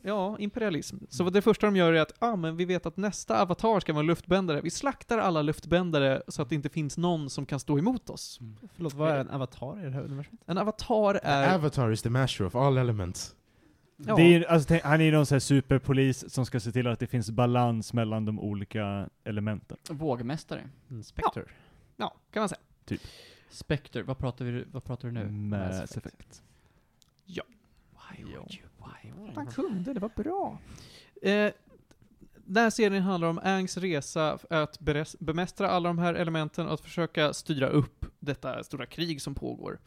E: Ja, imperialism. Så det första de gör är att, ah men vi vet att nästa avatar ska vara en luftbändare. Vi slaktar alla luftbändare så att det inte finns någon som kan stå emot oss.
A: Förlåt, vad är en avatar i det här universumet?
E: En avatar är...
D: Avatar is the master of all elements.
E: Ja.
B: Det är, ju- alltså, tänk, han är ju någon sån här superpolis som ska se till att det finns balans mellan de olika elementen.
C: Vågmästare.
A: Inspector.
E: Ja, kan man säga.
C: Spectre. Vad pratar, vi, vad pratar du nu?
B: Mass
C: Mass Effect.
E: Why would you? Why would Man kunde, det var bra. Mm-hmm. Eh, den här serien handlar om Angs resa för att beres- bemästra alla de här elementen och att försöka styra upp detta stora krig som pågår.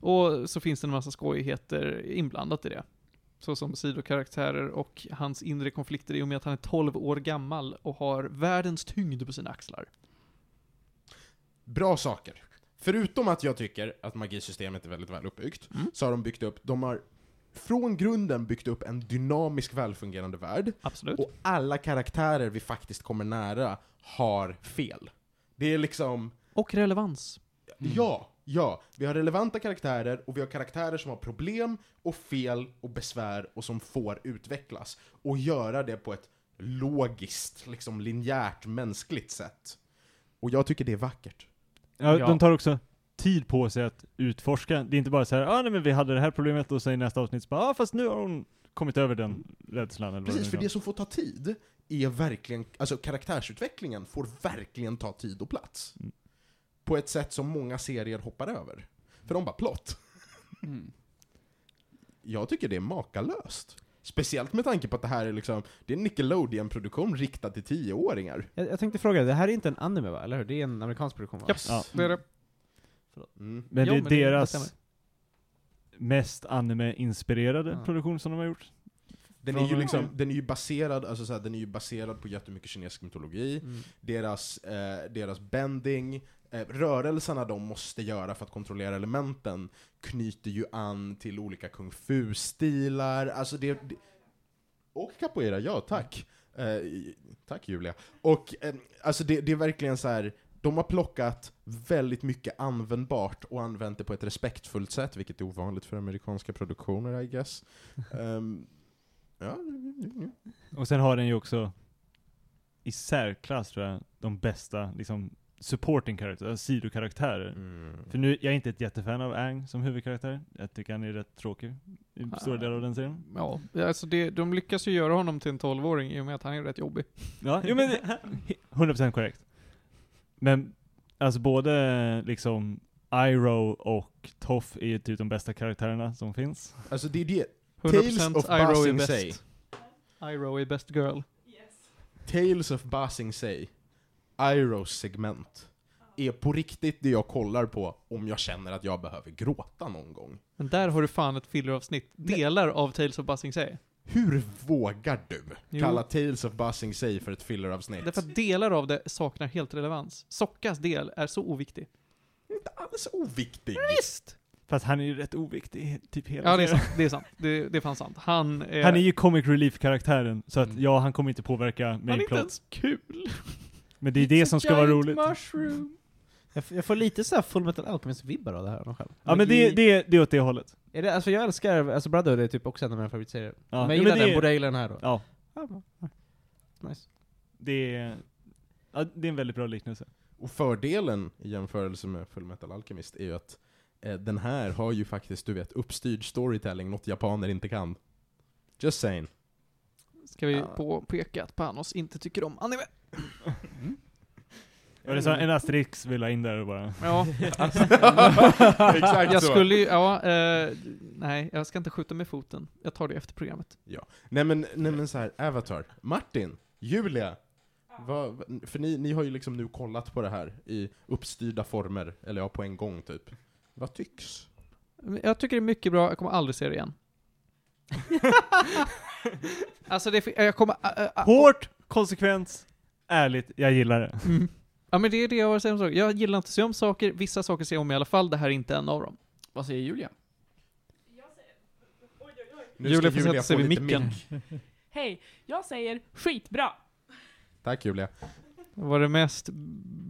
E: Och så finns det en massa skojigheter inblandat i det. Såsom sidokaraktärer och hans inre konflikter i och med att han är 12 år gammal och har världens tyngd på sina axlar.
D: Bra saker. Förutom att jag tycker att magisystemet är väldigt väl uppbyggt,
E: Mm.
D: så har de byggt upp, de har från grunden byggt upp en dynamisk välfungerande värld,
E: Absolut.
D: och alla karaktärer vi faktiskt kommer nära har fel. Det är liksom,
E: Och relevans.
D: ja, ja. Vi har relevanta karaktärer, och vi har karaktärer som har problem, och fel, och besvär, och som får utvecklas. Och göra det på ett logiskt, liksom linjärt, mänskligt sätt. Och jag tycker det är vackert.
B: Ja,
E: Ja.
B: De tar också tid på sig att utforska. Det är inte bara så här, ah, nej men vi hade det här problemet och sen i nästa avsnitt så bara, ah, fast nu har hon kommit över den rädslan eller
D: Precis, för
B: vad
D: det
B: nu
D: som får ta tid är verkligen, alltså karaktärsutvecklingen får verkligen ta tid och plats.
B: Mm.
D: På ett sätt som många serier hoppar över. För de bara plott.
C: Mm.
D: Jag tycker det är makalöst. Speciellt med tanke på att det här är liksom, det är en Nickelodeon-produktion riktad till tioåringar.
A: Jag, jag tänkte fråga, det här är inte en anime va? Eller hur? Det är en amerikansk produktion va?
B: Ja.
E: Det är det.
D: Mm.
B: Men
E: Jo,
B: det är
E: men det- det stämmer.
B: deras mest anime-inspirerade
E: Ja.
B: produktion som de har gjort.
D: Den är ju liksom, den är ju baserad, alltså så här, den är ju baserad på jättemycket kinesisk mytologi.
A: Mm.
D: deras, eh, deras bending, eh, rörelserna de måste göra för att kontrollera elementen knyter ju an till olika kung fu-stilar, alltså det, det... Och capoeira, ja tack. Eh, i- tack Julia. Och eh, alltså det, det är verkligen så här. De har plockat väldigt mycket användbart och använt det på ett respektfullt sätt, vilket är ovanligt för amerikanska produktioner I guess. Ehm, ja,
B: Och sen har den ju också i särklass tror jag, de bästa liksom supporting karaktärer, sidokaraktärer. För nu, jag är inte ett jättefan av Ang som huvudkaraktär. Jag tycker han är rätt tråkig i
E: Ah.
B: stora delar av den serien.
E: Ja, alltså det, de lyckas ju göra honom till en 12-åring i och med att han är rätt jobbig.
B: Ja, jo men
E: [laughs]
B: det- 100% korrekt. Men alltså både liksom Iroh och Toff är ju typ de bästa karaktärerna som finns.
D: Alltså det är det,
E: 100%
D: Tales of
E: Iroh är
D: Basing Say.
E: bäst. Iroh är best girl.
D: Tales of Basing Say, Iros segment, är på riktigt det jag kollar på om jag känner att jag behöver gråta någon gång.
E: Men där har du fan ett filleravsnitt. Delar av Tales of Buzzing Say.
D: Hur vågar du
E: Jo.
D: kalla Tales of Basing Say för ett filleravsnitt?
E: Därför att delar av det saknar helt relevans. Sockas del är så oviktig.
D: inte alls oviktig.
E: Visst!
B: Fast han är ju rätt oviktig typ hela
E: Ja, det är
B: serien.
E: sant. Alltså, Det är sant. Det, det är fan sant. Han är...
B: Han är ju comic relief-karaktären, så att
E: Mm.
B: ja, han kommer inte påverka
E: han är
B: main
E: inte
B: plot.
E: ens kul.
B: Men det är det som ska vara roligt.
E: Mushroom.
A: [laughs] Jag, f- jag får lite såhär Full Metal Alchemist-vibbar av det här. av mig Själv.
B: Ja men det, det, är- det är åt det hållet.
A: Är det, alltså jag älskar, alltså Brotherhood är typ också en av mina favoritserier.
B: Ja.
A: Men
B: Jo,
A: jag gillar
B: det,
A: den,
B: är-
A: borde jag gilla den här då?
B: Ja,
A: Ja, bra. Nice.
B: det är, ja, det är en väldigt bra liknelse.
D: Och fördelen i jämförelse med Fullmetal Alchemist är ju att eh, den här har ju faktiskt, du vet, uppstyrd storytelling, något japaner inte kan. Just
E: [laughs]
D: saying. [laughs]
E: Ska vi
A: Ja.
E: påpeka att Panos inte tycker om anime?
B: Och det är så en asterix vill ha in där och bara.
E: Ja.
D: Exakt
E: jag
D: så.
E: skulle ju, ja, eh, nej, jag ska inte skjuta med foten. Jag tar det efter programmet.
D: Nej men, nej men så här, Avatar. Martin, Julia. Vad, för ni, ni har ju liksom nu kollat på det här i uppstyrda former, eller ja, på en gång typ. Vad tycks?
E: Men Jag tycker det är mycket bra, jag kommer aldrig se det igen. alltså det, är- jag kommer... eh, ä- ä- ä-
B: Hårt, konsekvent, ärligt, jag gillar det.
E: Mm. Ja men det är det jag har att säga om saker. Jag gillar inte att se om saker, vissa saker ser jag om i alla fall, det här är inte en av dem.
C: Vad säger Julia?
D: Nu
E: Julia
D: ska
E: får sätta sig vid
D: lite
E: micken.
D: mick.
F: Hej, jag säger skitbra.
D: Tack Julia.
E: Det var det mest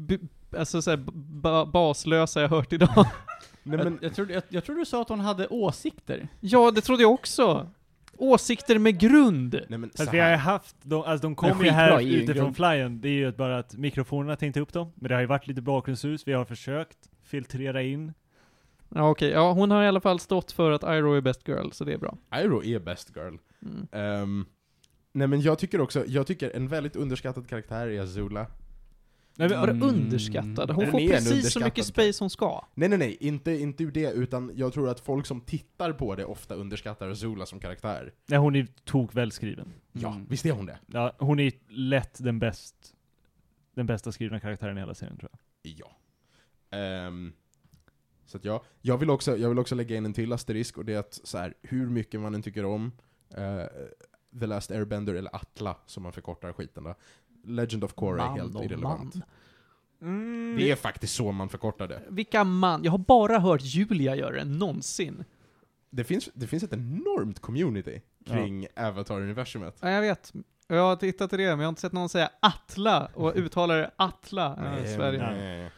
E: bu- alltså så här, ba- baslösa jag hört idag.
D: Nej
C: jag,
D: men,
C: jag, trodde, jag, jag trodde du sa att hon hade åsikter.
E: [laughs] ja, det trodde jag också. Åsikter med grund.
D: nej men så
B: Alltså, vi har ju
D: här.
B: haft, de, alltså de
C: Men
B: kom ju
C: skitbra
B: här
C: är ju en
B: utifrån
C: grund.
B: flyen. Det är ju bara att mikrofonerna tänkte upp dem. Men det har ju varit lite bakgrundsljus, vi har försökt filtrera in.
E: Ja okej, ja hon har i alla fall stått för att Iroh är best girl, så det är bra.
D: Iroh är best girl.
E: Mm.
D: Ehm, nej men jag tycker också, jag tycker en väldigt underskattad karaktär är Azula.
B: Nej, men,
E: Var det
C: Mm.
E: underskattad? Hon
D: Den
E: får
D: är en
E: precis så
D: underskattad
E: mycket space hon ska.
D: Nej nej nej, inte, inte ur det, utan jag tror att folk som tittar på det ofta underskattar Azula som karaktär.
B: nej, hon är tok välskriven.
D: Ja,
C: Mm.
D: visst är hon det?
B: Ja, hon är lätt den bäst, den bästa skrivna karaktären i hela serien tror jag.
D: Ja. Ehm, Så att jag, jag, vill också, jag vill också lägga in en till asterisk och det är att så här, hur mycket man än tycker om eh, The Last Airbender, eller Atla som man förkortar skiten då. Legend of Korra är helt
E: och
D: irrelevant.
E: man.
D: Det är faktiskt så man förkortar det.
E: Vilka man? Jag har bara hört Julia göra det, någonsin.
D: Det finns, det finns ett enormt community kring Avatar-universumet.
E: Ja, jag vet. Jag har tittat i det, men jag har inte sett någon säga Atla och uttala det Atla i
D: Nej,
E: Sverige.
D: nej, nej, nej.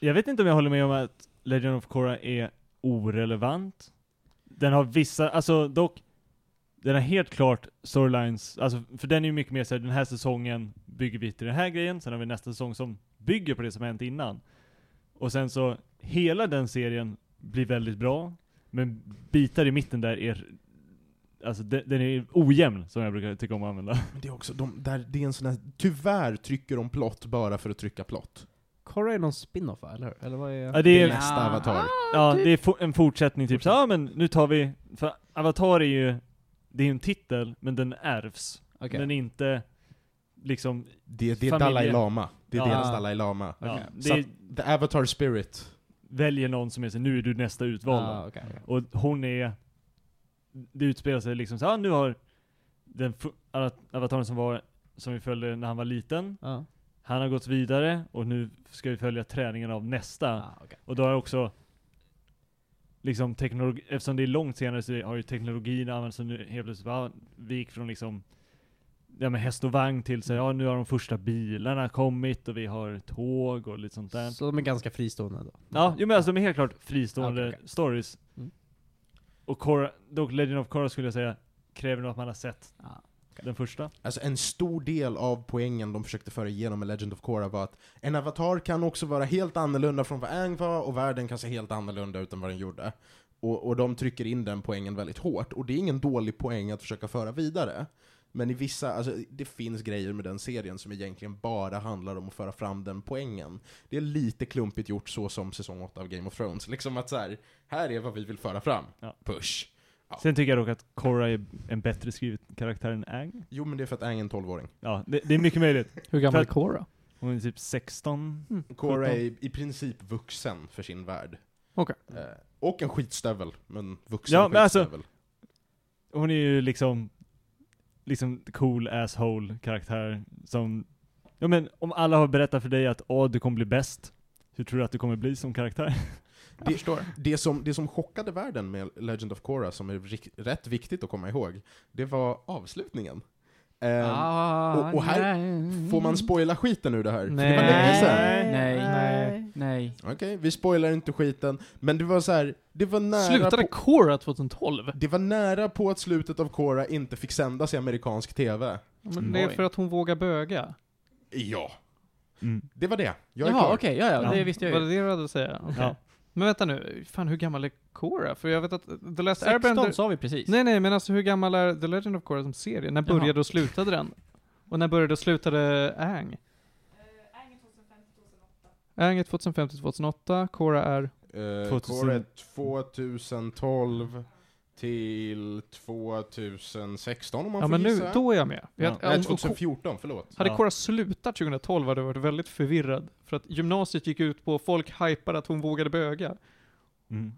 B: Jag vet inte om jag håller med om att Legend of Korra är orelevant. Den har vissa, alltså dock, den har helt klart storylines, alltså för den är ju mycket mer såhär, den här säsongen bygger vi till den här grejen, sen har vi nästa säsong som bygger på det som hänt innan. Och sen så, hela den serien blir väldigt bra, men bitar i mitten där är, alltså de- den är ojämn, som jag brukar tycka om att använda.
D: Men det är också, de, där, det är en sån här, tyvärr trycker de plott bara för att trycka plott.
A: Korra är någon spin-off va, eller, eller vad är...
B: Ja, det är,
D: Nästa Avatar.
B: Ja,
C: typ.
B: det är fo- en fortsättning typ. Så, ja men nu tar vi, för Avatar är ju, det är ju en titel, men den ärvs.
C: Okej.
B: Den är inte liksom,
D: Det, det är
B: Familje.
D: Dalai Lama. Det är
B: Ja.
D: deras Dalai Lama.
B: ja,
C: Okej.
B: det
D: Så
B: är,
D: att, the Avatar Spirit.
B: väljer någon som är så nu är du nästa utvalda.
C: Ah, okej.
B: Och hon är, det utspelar sig liksom så ja nu har den fu- av- avataren som var, som vi följde när han var liten,
A: Ja.
B: han har gått vidare och nu ska vi följa träningen av nästa.
A: Ah,
B: Och då har jag också liksom teknologi, eftersom det är långt senare så har ju teknologin använts och nu helt plötsligt bara, vi gick från liksom ja men häst och vagn till så här, ja nu har de första bilarna kommit och vi har tåg och lite sånt där.
A: Så de är ganska fristående då?
B: Ja, jo men alltså de är helt klart fristående
A: Okej, okej.
B: stories.
A: Mm.
B: Och Korra, dock Legend of Korra skulle jag säga kräver nog att man har sett
A: Ah,
B: den första.
D: Alltså en stor del av poängen de försökte föra igenom med Legend of Korra var att en avatar kan också vara helt annorlunda från vad Aang var och världen kan se helt annorlunda ut än vad den gjorde. Och, och de trycker in den poängen väldigt hårt och det är ingen dålig poäng att försöka föra vidare. Men i vissa, alltså det finns grejer med den serien som egentligen bara handlar om att föra fram den poängen. Det är lite klumpigt gjort så som säsong 8 av Game of Thrones. Liksom att så här, här är vad vi vill föra fram.
B: Ja.
D: Push. Ja.
B: Sen tycker jag dock att Korra är en bättre skriven karaktär än Aang.
D: Jo men det är för att Aang är en 12-åring.
B: Ja, det, det är mycket möjligt.
E: Hur
B: gammal är
E: Cora?
B: Hon är typ 16.
D: Cora är i princip vuxen för sin värld.
E: Okej.
D: Eh, och en skitstövel, men vuxen
B: Ja, men alltså-
D: skitstövel.
B: Hon är ju liksom, liksom cool asshole karaktär som, ja men om alla har berättat för dig att åh du kommer bli bäst, hur tror du att du kommer bli som karaktär?
D: det, Det, som, det som chockade världen med Legend of Korra, som är rik, rätt viktigt att komma ihåg, det var avslutningen. Eh, och- och här Får man spoila skiten ur det här? För Det var länge sedan.
C: Nej, nej,
E: Eh,
C: nej,
F: Nej.
C: nej.
D: Okej, vi spoilar inte skiten, men det var så här, det var nära
E: Slutade
D: på...
E: Cora 2012?
D: Det var nära på att slutet av Korra inte fick sändas i amerikansk TV.
E: Men det är
C: Oj.
E: för att hon vågar böga.
D: Ja,
B: Mm.
D: det var det. Jag är
C: Jaha,
D: klar.
C: okej, ja, ja,
B: Ja.
C: det visste jag
E: Var det
C: ju.
E: det du hade att säga? Okej.
B: Ja.
E: Men vänta nu, fan hur gammal är Cora? För jag vet att The Last
C: 16
E: Airbender...
C: sa vi precis.
E: Nej, nej, men alltså hur gammal är The Legend of Korra som serie? När
C: Jaha.
E: började och slutade den? Och när började och slutade Aang? Aang är 2005 till 2008, Korra är...
B: 2000.
D: Eh, Kåre 2012 till 2016 om man
E: Ja
D: får
E: men nu,
D: gissa.
E: då är jag med. Jag,
B: Ja.
D: Nej,
E: om- och-
D: 2014, förlåt.
E: hade
B: Ja.
E: Korra slutat 2012 hade jag varit väldigt förvirrad. För att gymnasiet gick ut på, folk hypade att hon vågade böga.
B: Mm.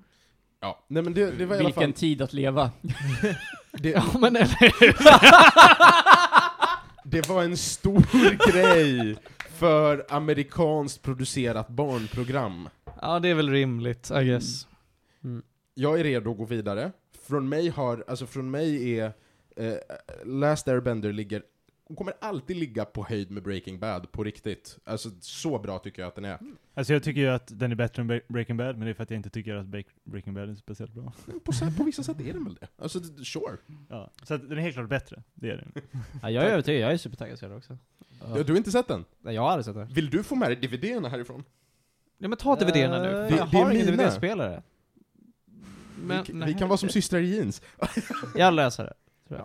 D: Ja. Nej men det, det var i alla
C: Vilken
D: fall...
C: tid att leva.
D: Det,
E: Ja men eller
D: det var en stor [laughs] grej för amerikanskt producerat barnprogram.
E: Ja det är väl rimligt, I guess.
D: Jag är redo att gå vidare. Från mig har, alltså från mig är eh, Last Airbender ligger, kommer alltid ligga på höjd med Breaking Bad på riktigt. Alltså så bra tycker jag att den är.
B: Alltså jag tycker ju att den är bättre än Bre- Breaking Bad, men det är för att jag inte tycker att Bre- Breaking Bad är speciellt bra.
D: På, så- på vissa sätt är den väl det. Alltså d- sure.
B: Ja. Så att den är helt klart bättre, det är den.
A: Ja, jag är övertygad, jag är supertaggad ska jag också.
D: Du, du har inte sett den?
A: Nej, jag har aldrig sett det.
D: Vill du få med dig DVDerna härifrån?
E: Ja men ta DVD-erna nu.
A: Eh,
D: Det-
A: Jag
D: det är
A: har ingen
D: mina.
A: DVD-spelare.
E: Men,
D: vi,
E: nej.
D: vi kan vara som systrar i jeans.
A: Jag löser det.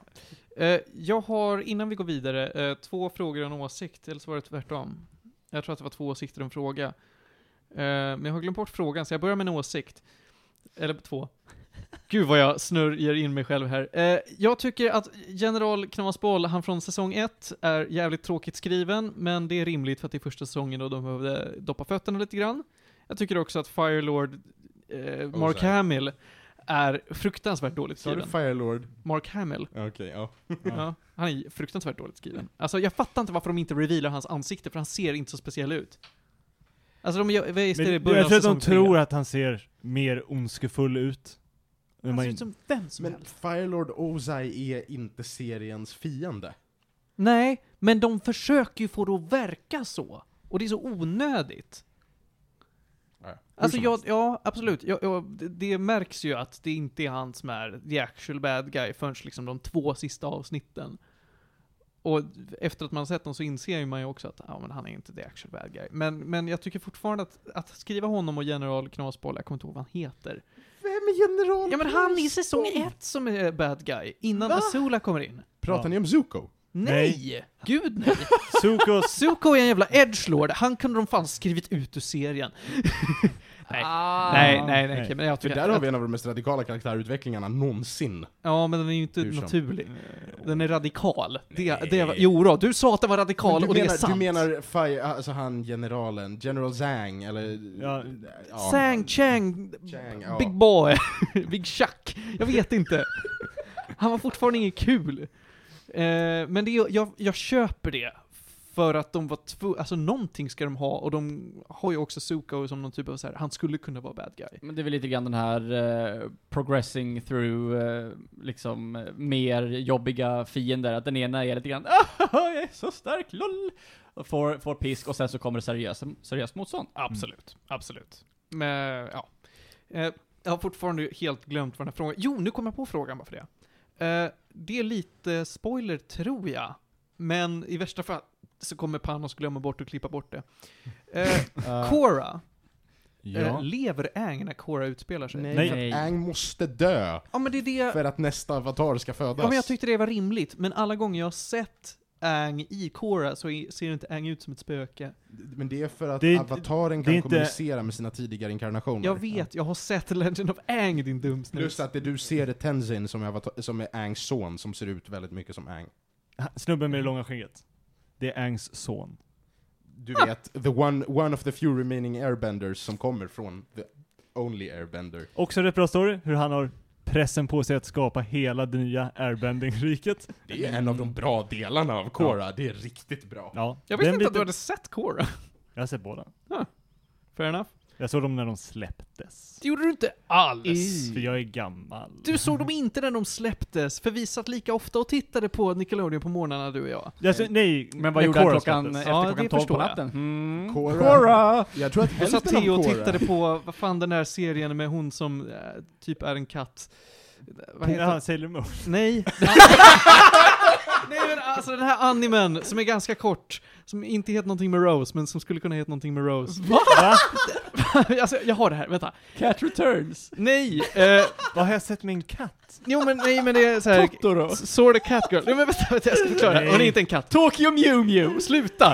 E: Eh, jag har, innan vi går vidare, eh, två frågor och en åsikt, eller så var det tvärtom. Jag tror att det var två åsikter och en fråga. Eh, men jag har glömt bort frågan, så jag börjar med en åsikt. Eller två. Gud vad jag snurrar in mig själv här. Eh, jag tycker att General Knasboll, han från säsong 1, är jävligt tråkigt skriven, men det är rimligt för att det är första säsongen och de behövde doppa fötterna lite grann. Jag tycker också att Firelord eh, Mark
D: Ozai.
E: Hamill är fruktansvärt dåligt
D: Sa du
E: skriven.
D: Firelord?
E: Mark Hamill.
D: Ja, Okej, ja.
E: Ja. han är fruktansvärt dåligt skriven. Alltså jag fattar inte varför de inte revealar hans ansikte, för han ser inte så speciell ut. Alltså de gör, visst är det i
B: Men,
E: början
B: jag tror
E: av
B: att de
E: säsong
B: tror
E: tre.
B: att han ser mer ondskefull ut. Men
E: Han
B: man-
E: ser ut som vem som
D: Men
E: helst.
D: Firelord Ozai är inte seriens fiende.
E: Nej, men de försöker ju få det att verka så. Och det är så onödigt.
D: Ja, hur
E: Alltså
D: som
E: jag,
D: helst.
E: ja absolut. Jag, jag, det, det märks ju att det inte är han som är the actual bad guy förrän liksom de två sista avsnitten. Och efter att man har sett dem så inser man ju också att ja, men han är inte the actual bad guy. Men, men jag tycker fortfarande att, att skriva honom och general Knasboll, jag kommer inte ihåg vad han heter.
D: Vem är general?
E: Ja men han är i säsong ett som är bad guy, innan
D: Va?
E: Azula kommer in.
D: Pratar
B: Ja.
D: ni om Zuko?
E: Nej! Gud nej! [laughs]
B: Sukos,
E: Zuko är en jävla edgelord, han kunde de fan skrivit ut ur serien. Nej.
C: Ah.
E: nej, nej, nej,
B: Nej.
E: okej, men
D: För
E: jag tycker...
D: där har vi en av de mest radikala karaktärutvecklingarna någonsin.
E: Ja, men den är ju inte
D: Hur som. Eh, oh.
E: naturlig. Den är radikal. Det,
D: Nej.
E: det, jo då, du sa att den var
D: Men
E: radikal
D: du
E: och
D: menar,
E: det är sant.
D: Du menar Fire, alltså han generalen, General Zhang, eller...
B: Ja.
E: Sang Chang,
D: Chang, ja.
E: Big Boy, [laughs] Big Chuck. Jag vet inte. Han var fortfarande ingen kul. Eh, men det, är- jag, jag köper det. För att de var två, alltså någonting ska de ha och de har ju också Zuko som någon typ av så här, han skulle kunna vara bad guy.
C: Men det är väl lite grann den här eh, progressing through eh, liksom eh, mer jobbiga fiender, att den ena är lite grann ah, jag är så stark, LOL! Och Får, får pisk och sen så kommer det seriöst, seriöst motstånd.
E: Absolut, absolut. Mm. Men, ja. Eh, Jag har fortfarande helt glömt vad den här frågan... Jo, nu kom jag på frågan bara för det. Eh, Det är lite spoiler, tror jag. Men i värsta fall så kommer Panos glömma bort att klippa bort det. Eh, Cora eh,
B: ja.
E: lever Aang när Cora utspelar sig?
D: Nej,
B: Nej.
D: för att Aang måste dö
E: Ja, men det är det...
D: för att nästa avatar ska födas.
E: Ja, men jag tyckte det var rimligt, men alla gånger jag har sett Aang i Cora så är- ser inte Aang ut som ett spöke.
D: Men det är för att
B: Det är-
D: avataren
B: det är
D: kan
B: inte-
D: kommunicera med sina tidigare inkarnationer.
E: Jag vet, jag har sett Legend of Aang, din dumsnus.
D: Plus att det du ser är Tenzin som är, avatar, som är Angs son, som ser ut väldigt mycket som Ang.
B: Ha- Snubben med det långa skägget. Det är Angs son.
D: Du
E: Ah.
D: vet, the one, one of the few remaining airbenders som kommer från the only airbender.
B: Också en rätt bra story, hur han har pressen på sig att skapa hela det nya airbending-riket.
D: Det är en av de bra delarna av Korra, det är riktigt bra.
B: Ja,
E: Jag visste
B: den
E: inte att du
B: biten-
E: hade sett Cora.
B: Jag har sett båda.
E: Fair enough.
B: Jag såg dem när de släpptes.
E: Det gjorde du inte alls.
B: För jag är gammal.
E: Du såg dem inte när de släpptes, för vi satt lika ofta och tittade på Nickelodeon på morgnarna du och jag.
B: Alltså, nej,
C: Men vad
B: när
C: gjorde han
B: Korra
C: klockan
B: släpptes.
C: efter
E: Ja, det
C: klockan 12 på
E: förstår jag.
C: natten? Mm.
D: Korra.
C: Korra!
D: Jag tror att
E: Då satt
D: hälften av
E: Theo och
D: Korra...
E: tittade på, vad fan den där serien med hon som eh, typ är en katt. Eh, Vad heter
B: Ja, Sailor Moon. [laughs]
E: Nej. Nej men alltså den här animen som är ganska kort, som inte heter någonting med Rose, men som skulle kunna heta någonting
B: [laughs]
E: med Rose.
B: Va?
E: alltså jag har det här, vänta.
C: Cat returns!
E: Nej, [laughs] eh,
B: Vad har jag sett min katt?
E: jo men nej men det är såhär...
C: Totoro.
E: Sort of cat girl. Nej men vänta, vänta jag ska förklara.
B: Nej.
E: Hon är inte en katt. Tokyo Mew Mew, sluta!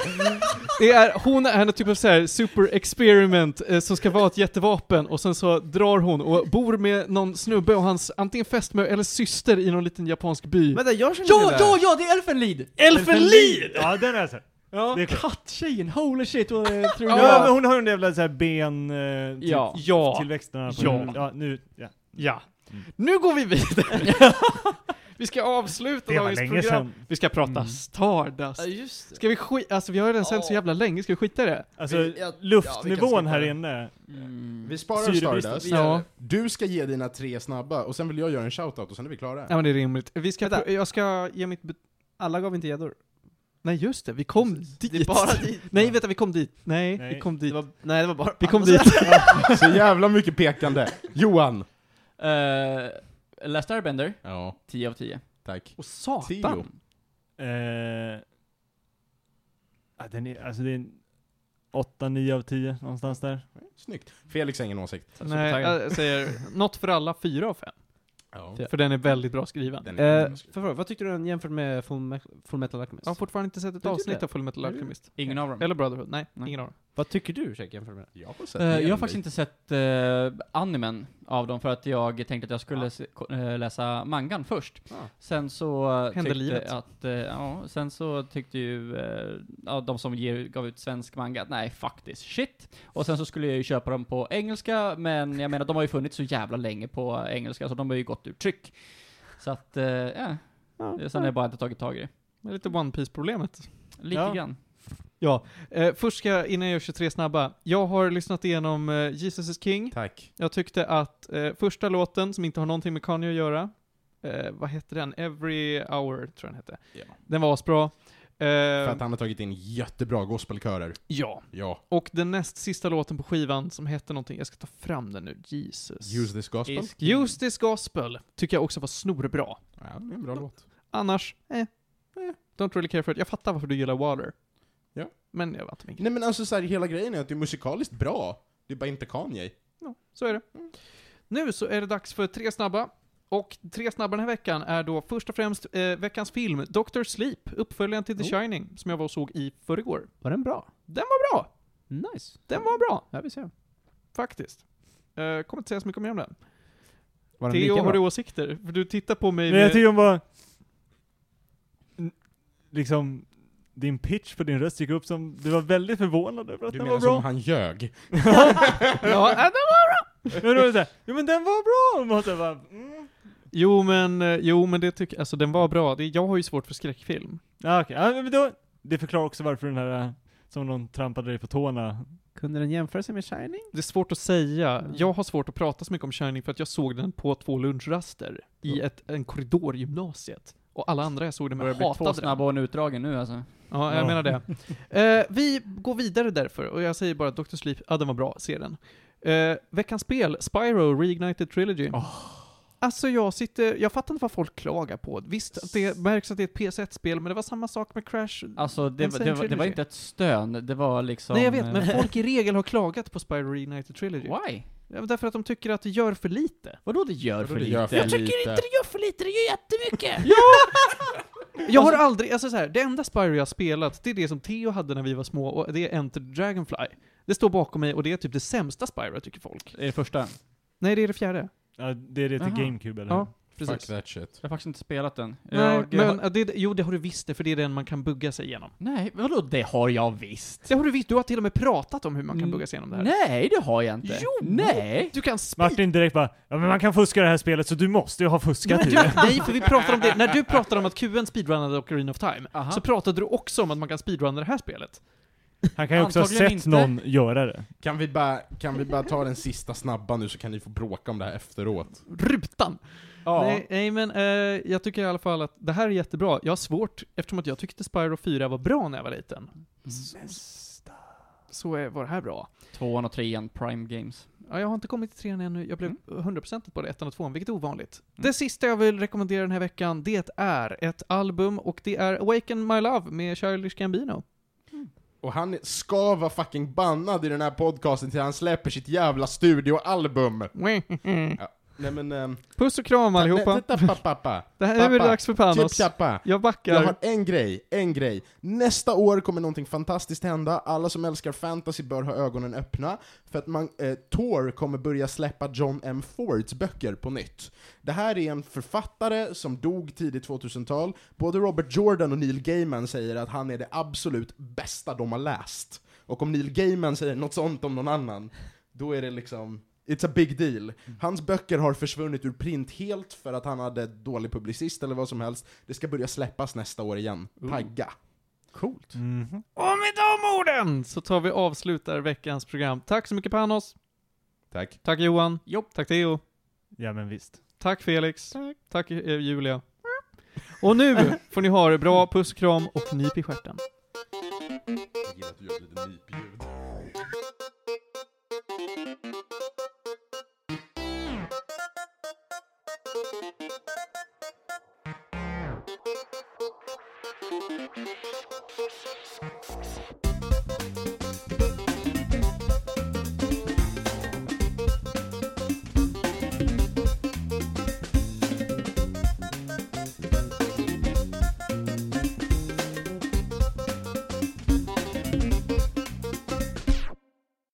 E: Det är, hon är en typ av så här super experiment eh, som ska vara ett jättevapen och sen så drar hon och bor med någon snubbe och hans antingen fästmö eller syster i någon liten japansk by.
A: Vänta, jag känner till
C: Ja,
A: det där.
C: ja, ja, det är Elfenlid!
E: Elfenlid!
B: Ja, den har jag sett.
C: Ja.
B: Det är klart.
C: Kattjejen, holy shit vad tror
B: Ja, men hon har ju den där jävla så här ben... Eh, typ,
C: Ja.
E: Ja,
B: Tillväxterna på
E: Ja.
B: ja, nu, ja.
E: ja. Mm. Nu går vi vidare. [laughs] Vi ska avsluta
B: Det var
E: dagens
B: länge
E: program.
B: sedan.
E: Vi ska prata
B: Mm.
E: Stardust.
A: just det.
E: Ska vi skita, alltså vi har ju redan sänt så jävla länge, ska vi skita i det?
B: Alltså,
A: Vi- ja,
B: luftnivån
A: skippa
B: här
A: det.
B: inne.
C: Mm.
D: Vi sparar
B: Syrebrist-
D: Stardust.
A: Vi gör det.
D: Du ska ge dina tre snabba, och sen vill jag göra en shoutout och sen är vi klara.
E: Ja men det är rimligt. Vi ska,
A: Vänta.
E: pro- jag ska ge mitt... bet- Alla gav inte gäddor. Nej just det, vi kom dit.
A: Det är bara dit.
E: Nej vänta, vi kom dit. Nej, vi
B: Nej.
E: kom
A: Det
E: dit.
A: var, nej, det var bara...
E: Vi kom
A: Alltså,
E: dit.
D: Så jävla mycket pekande. Johan!
C: Uh, Last Airbender,
D: Ja,
C: 10 av 10.
D: tack.
E: Och satan.
D: Theo.
B: Eh, ja, den är, alltså det är en 8, 9 av 10 någonstans där.
D: Snyggt. Felix har ingen åsikt.
E: Nej, jag säger något för alla, fyra av fem.
D: Ja.
E: För den är väldigt bra skriven.
D: Den är
A: Eh, för vad, vad tyckte du den jämfört med Full, Me- Full Metal Alchemist?
E: Jag har fortfarande inte sett ett
A: Du gjorde
E: avsnitt
A: det?
E: av Fullmetal Alchemist.
C: Ingen av dem.
E: Eller Brotherhood, nej,
C: Nej.
E: ingen av dem.
A: Vad tycker du, Shaken, för det här?
D: Jag har, sett
C: Eh,
D: mer
C: jag har
D: än
C: faktiskt
D: dig.
C: inte sett eh, animen av dem för att jag tänkte att jag skulle se, ko- eh, läsa mangan först.
A: Ah.
C: Sen så eh,
E: Hände
C: tyckte
E: livet.
C: att, eh, ja, sen så tyckte ju eh, ja, de som ger, gav ut svensk manga att nej, fuck this shit. Och sen så skulle jag ju köpa dem på engelska, men jag menar de har ju funnits så jävla länge på engelska så de har ju gått ur tryck. Så att, eh, ja.
E: Ja,
C: Sen har jag bara inte tagit tag i det.
E: Det är lite One Piece-problemet.
C: Lite
B: Ja.
C: grann.
E: Ja, eh, först ska jag, innan jag gör 23 snabba, jag har lyssnat igenom eh, Jesus is King.
D: Tack.
E: Jag tyckte att eh, första låten, som inte har någonting med Kanye att göra, eh, vad hette den? Every Hour, tror jag den hette.
D: Ja.
E: Den var asbra. Eh,
D: För att han har tagit in jättebra gospelkörer.
E: Ja.
D: Ja.
E: Och den näst sista låten på skivan som hette någonting, jag ska ta fram den nu, Jesus.
D: Use this gospel.
C: Is-
E: Use this gospel, tycker jag också var snorbra.
D: Ja, det är en bra låt.
E: Annars, eh, eh, don't really care for it. Jag fattar varför du gillar Water.
D: Ja.
E: Men jag var inte min grej.
D: Nej men alltså så här, hela grejen är att det är musikaliskt bra. Det är bara inte Kanye.
E: Ja, så är det. Nu så är det dags för tre snabba. Och tre snabba den här veckan är då först och främst eh, veckans film, Doctor Sleep, uppföljaren till The
A: Oh.
E: Shining, som jag var och såg i förrgår.
A: Var den bra?
E: Den var bra!
A: Nice.
E: Den var bra,
A: Ja, vi ser.
E: faktiskt. Eh, kommer inte säga så mycket mer om den.
A: Var den
E: Theo,
A: lika
E: har du
A: bra?
E: åsikter? För du tittar på mig
B: Men jag
E: med...
B: tycker hon var... N- Liksom, din pitch på din röst gick upp som... Du var väldigt förvånad över att
D: Du
B: den
D: menar
B: var
D: som
B: bra.
D: han ljög?
E: ja, äh, den var bra!
B: Men då var det såhär, jo men den var bra! Och man så här bara, mm.
E: Jo men, eh, jo men det tycker Alltså den var bra. Det, jag har ju svårt för skräckfilm.
B: Ja, okej. Ja, men då, det förklarar också varför den här, eh, som någon trampade dig på tårna.
A: Kunde den jämföra sig med Shining?
E: Det är svårt att säga. Jag har svårt att prata så mycket om Shining för att jag såg den på två lunchraster i ett, en korridor i gymnasiet. Och alla andra jag såg den
C: Det börjar
E: med
C: bli två
E: hatade den.
C: snabba och en utdragen nu alltså.
E: Ja, jag
B: Ja.
E: menar det. Eh, vi går vidare därför och jag säger bara att Dr. Sleep, ja den var bra, se den. Eh, veckans spel, Spyro Reignited Trilogy. Alltså jag sitter, jag fattar inte vad folk klagar på. Visst, att det märks att det är ett PS1-spel, men det var samma sak med Crash.
C: Alltså det,
E: Men
C: var-
E: sen
C: det, var- det var
E: trilogy.
C: inte ett stön, det var liksom...
E: Nej jag vet, men
C: eh,
E: folk i regel har klagat på Spyro Reignited Trilogy.
C: Why?
E: Ja, men Därför att de tycker att det gör för lite.
C: Vadå det gör
D: Vadå
C: för
D: det
C: lite?
D: gör för Jag tycker lite? inte
C: det gör för lite, det gör jättemycket!
E: Jag har aldrig, alltså så här, det enda Spyro jag har spelat, det är det som Theo hade när vi var små, och det är Enter the Dragonfly. Det står bakom mig och det är typ det sämsta Spyro, tycker folk.
C: det är det första.
E: Nej, det är det fjärde.
B: Ja, det är det till
C: Aha.
B: GameCube eller
E: Ja.
B: hur?
D: Fuck
E: Precis.
D: that shit.
C: Jag har faktiskt inte spelat den.
E: Nej,
C: jag,
E: men ja, det, jo, det har du visst det, för det är den man kan bugga sig igenom.
C: nej, vadå det har jag visst?
E: Det har du visst, du har till och med pratat om hur man kan
C: Mm,
E: bugga sig igenom det här.
C: Nej, det har jag inte.
E: Jo!
C: Nej!
E: Du kan spy...
B: Martin direkt bara, ja men man kan fuska det här spelet så du måste ju ha
E: Nej,
B: fuskat
E: du,
B: ju.
E: [laughs] nej, för vi pratade om det, när du pratade om att QN speedrunnade Ocarina of Time,
C: Aha.
E: så pratade du också om att man kan speedrunna det här spelet.
B: Han kan ju också ha
C: Antagligen
B: sett
C: inte.
B: någon göra det.
D: Kan vi, bara, kan vi bara ta den sista snabba nu så kan ni få bråka om det här efteråt?
E: Rutan!
C: Ja.
E: Nej, nej men eh, jag tycker i alla fall att det här är jättebra. Jag har svårt, eftersom att jag tyckte Spyro 4 var bra när jag var liten. Så är, var det här bra.
C: Tvåan och trean, Prime Games.
E: Ja, jag har inte kommit till trean ännu. Jag blev
D: Mm.
E: 100% på det, ettan och tvåan, vilket är ovanligt. Det sista jag vill rekommendera den här veckan, det är ett album och det är Awaken My Love med Childish
D: [laughs]
E: Gambino.
D: Och han ska vara fucking bannad i den här podcasten till han släpper sitt jävla studioalbum! Nej men... ehm,
E: Puss och kram
D: ta-
E: allihopa.
D: ta- ta- pa- pa-
E: Det här är väl
D: pappa.
E: dags för
D: pa. Chip
E: Panos.
D: chappa.
E: Jag
D: Jag har
E: backar.
D: en grej, en grej. Nästa år kommer någonting fantastiskt hända, alla som älskar fantasy bör ha ögonen öppna, för att man, eh, Tor kommer börja släppa John M. Fords böcker på nytt. Det här är en författare som dog tidigt 2000-tal, både Robert Jordan och Neil Gaiman säger att han är det absolut bästa de har läst. Och om Neil Gaiman säger något sånt om någon annan, då är det liksom It's a big deal. Hans böcker har försvunnit ur print helt för att han hade dålig publicist eller vad som helst. Det ska börja släppas nästa år igen. Tagga.
E: Coolt.
B: Mhm.
E: Och med de orden så tar vi och avslutar veckans program. Tack så mycket Panos.
D: Tack.
E: Tack Johan.
C: Jo.
E: Tack Theo.
B: Ja men visst.
E: Tack Felix. Tack, eh, Julia. Och nu får ni ha det bra. Puss, kram och nyp i stjärten.
D: Jag gillar att du gör lite nypljud.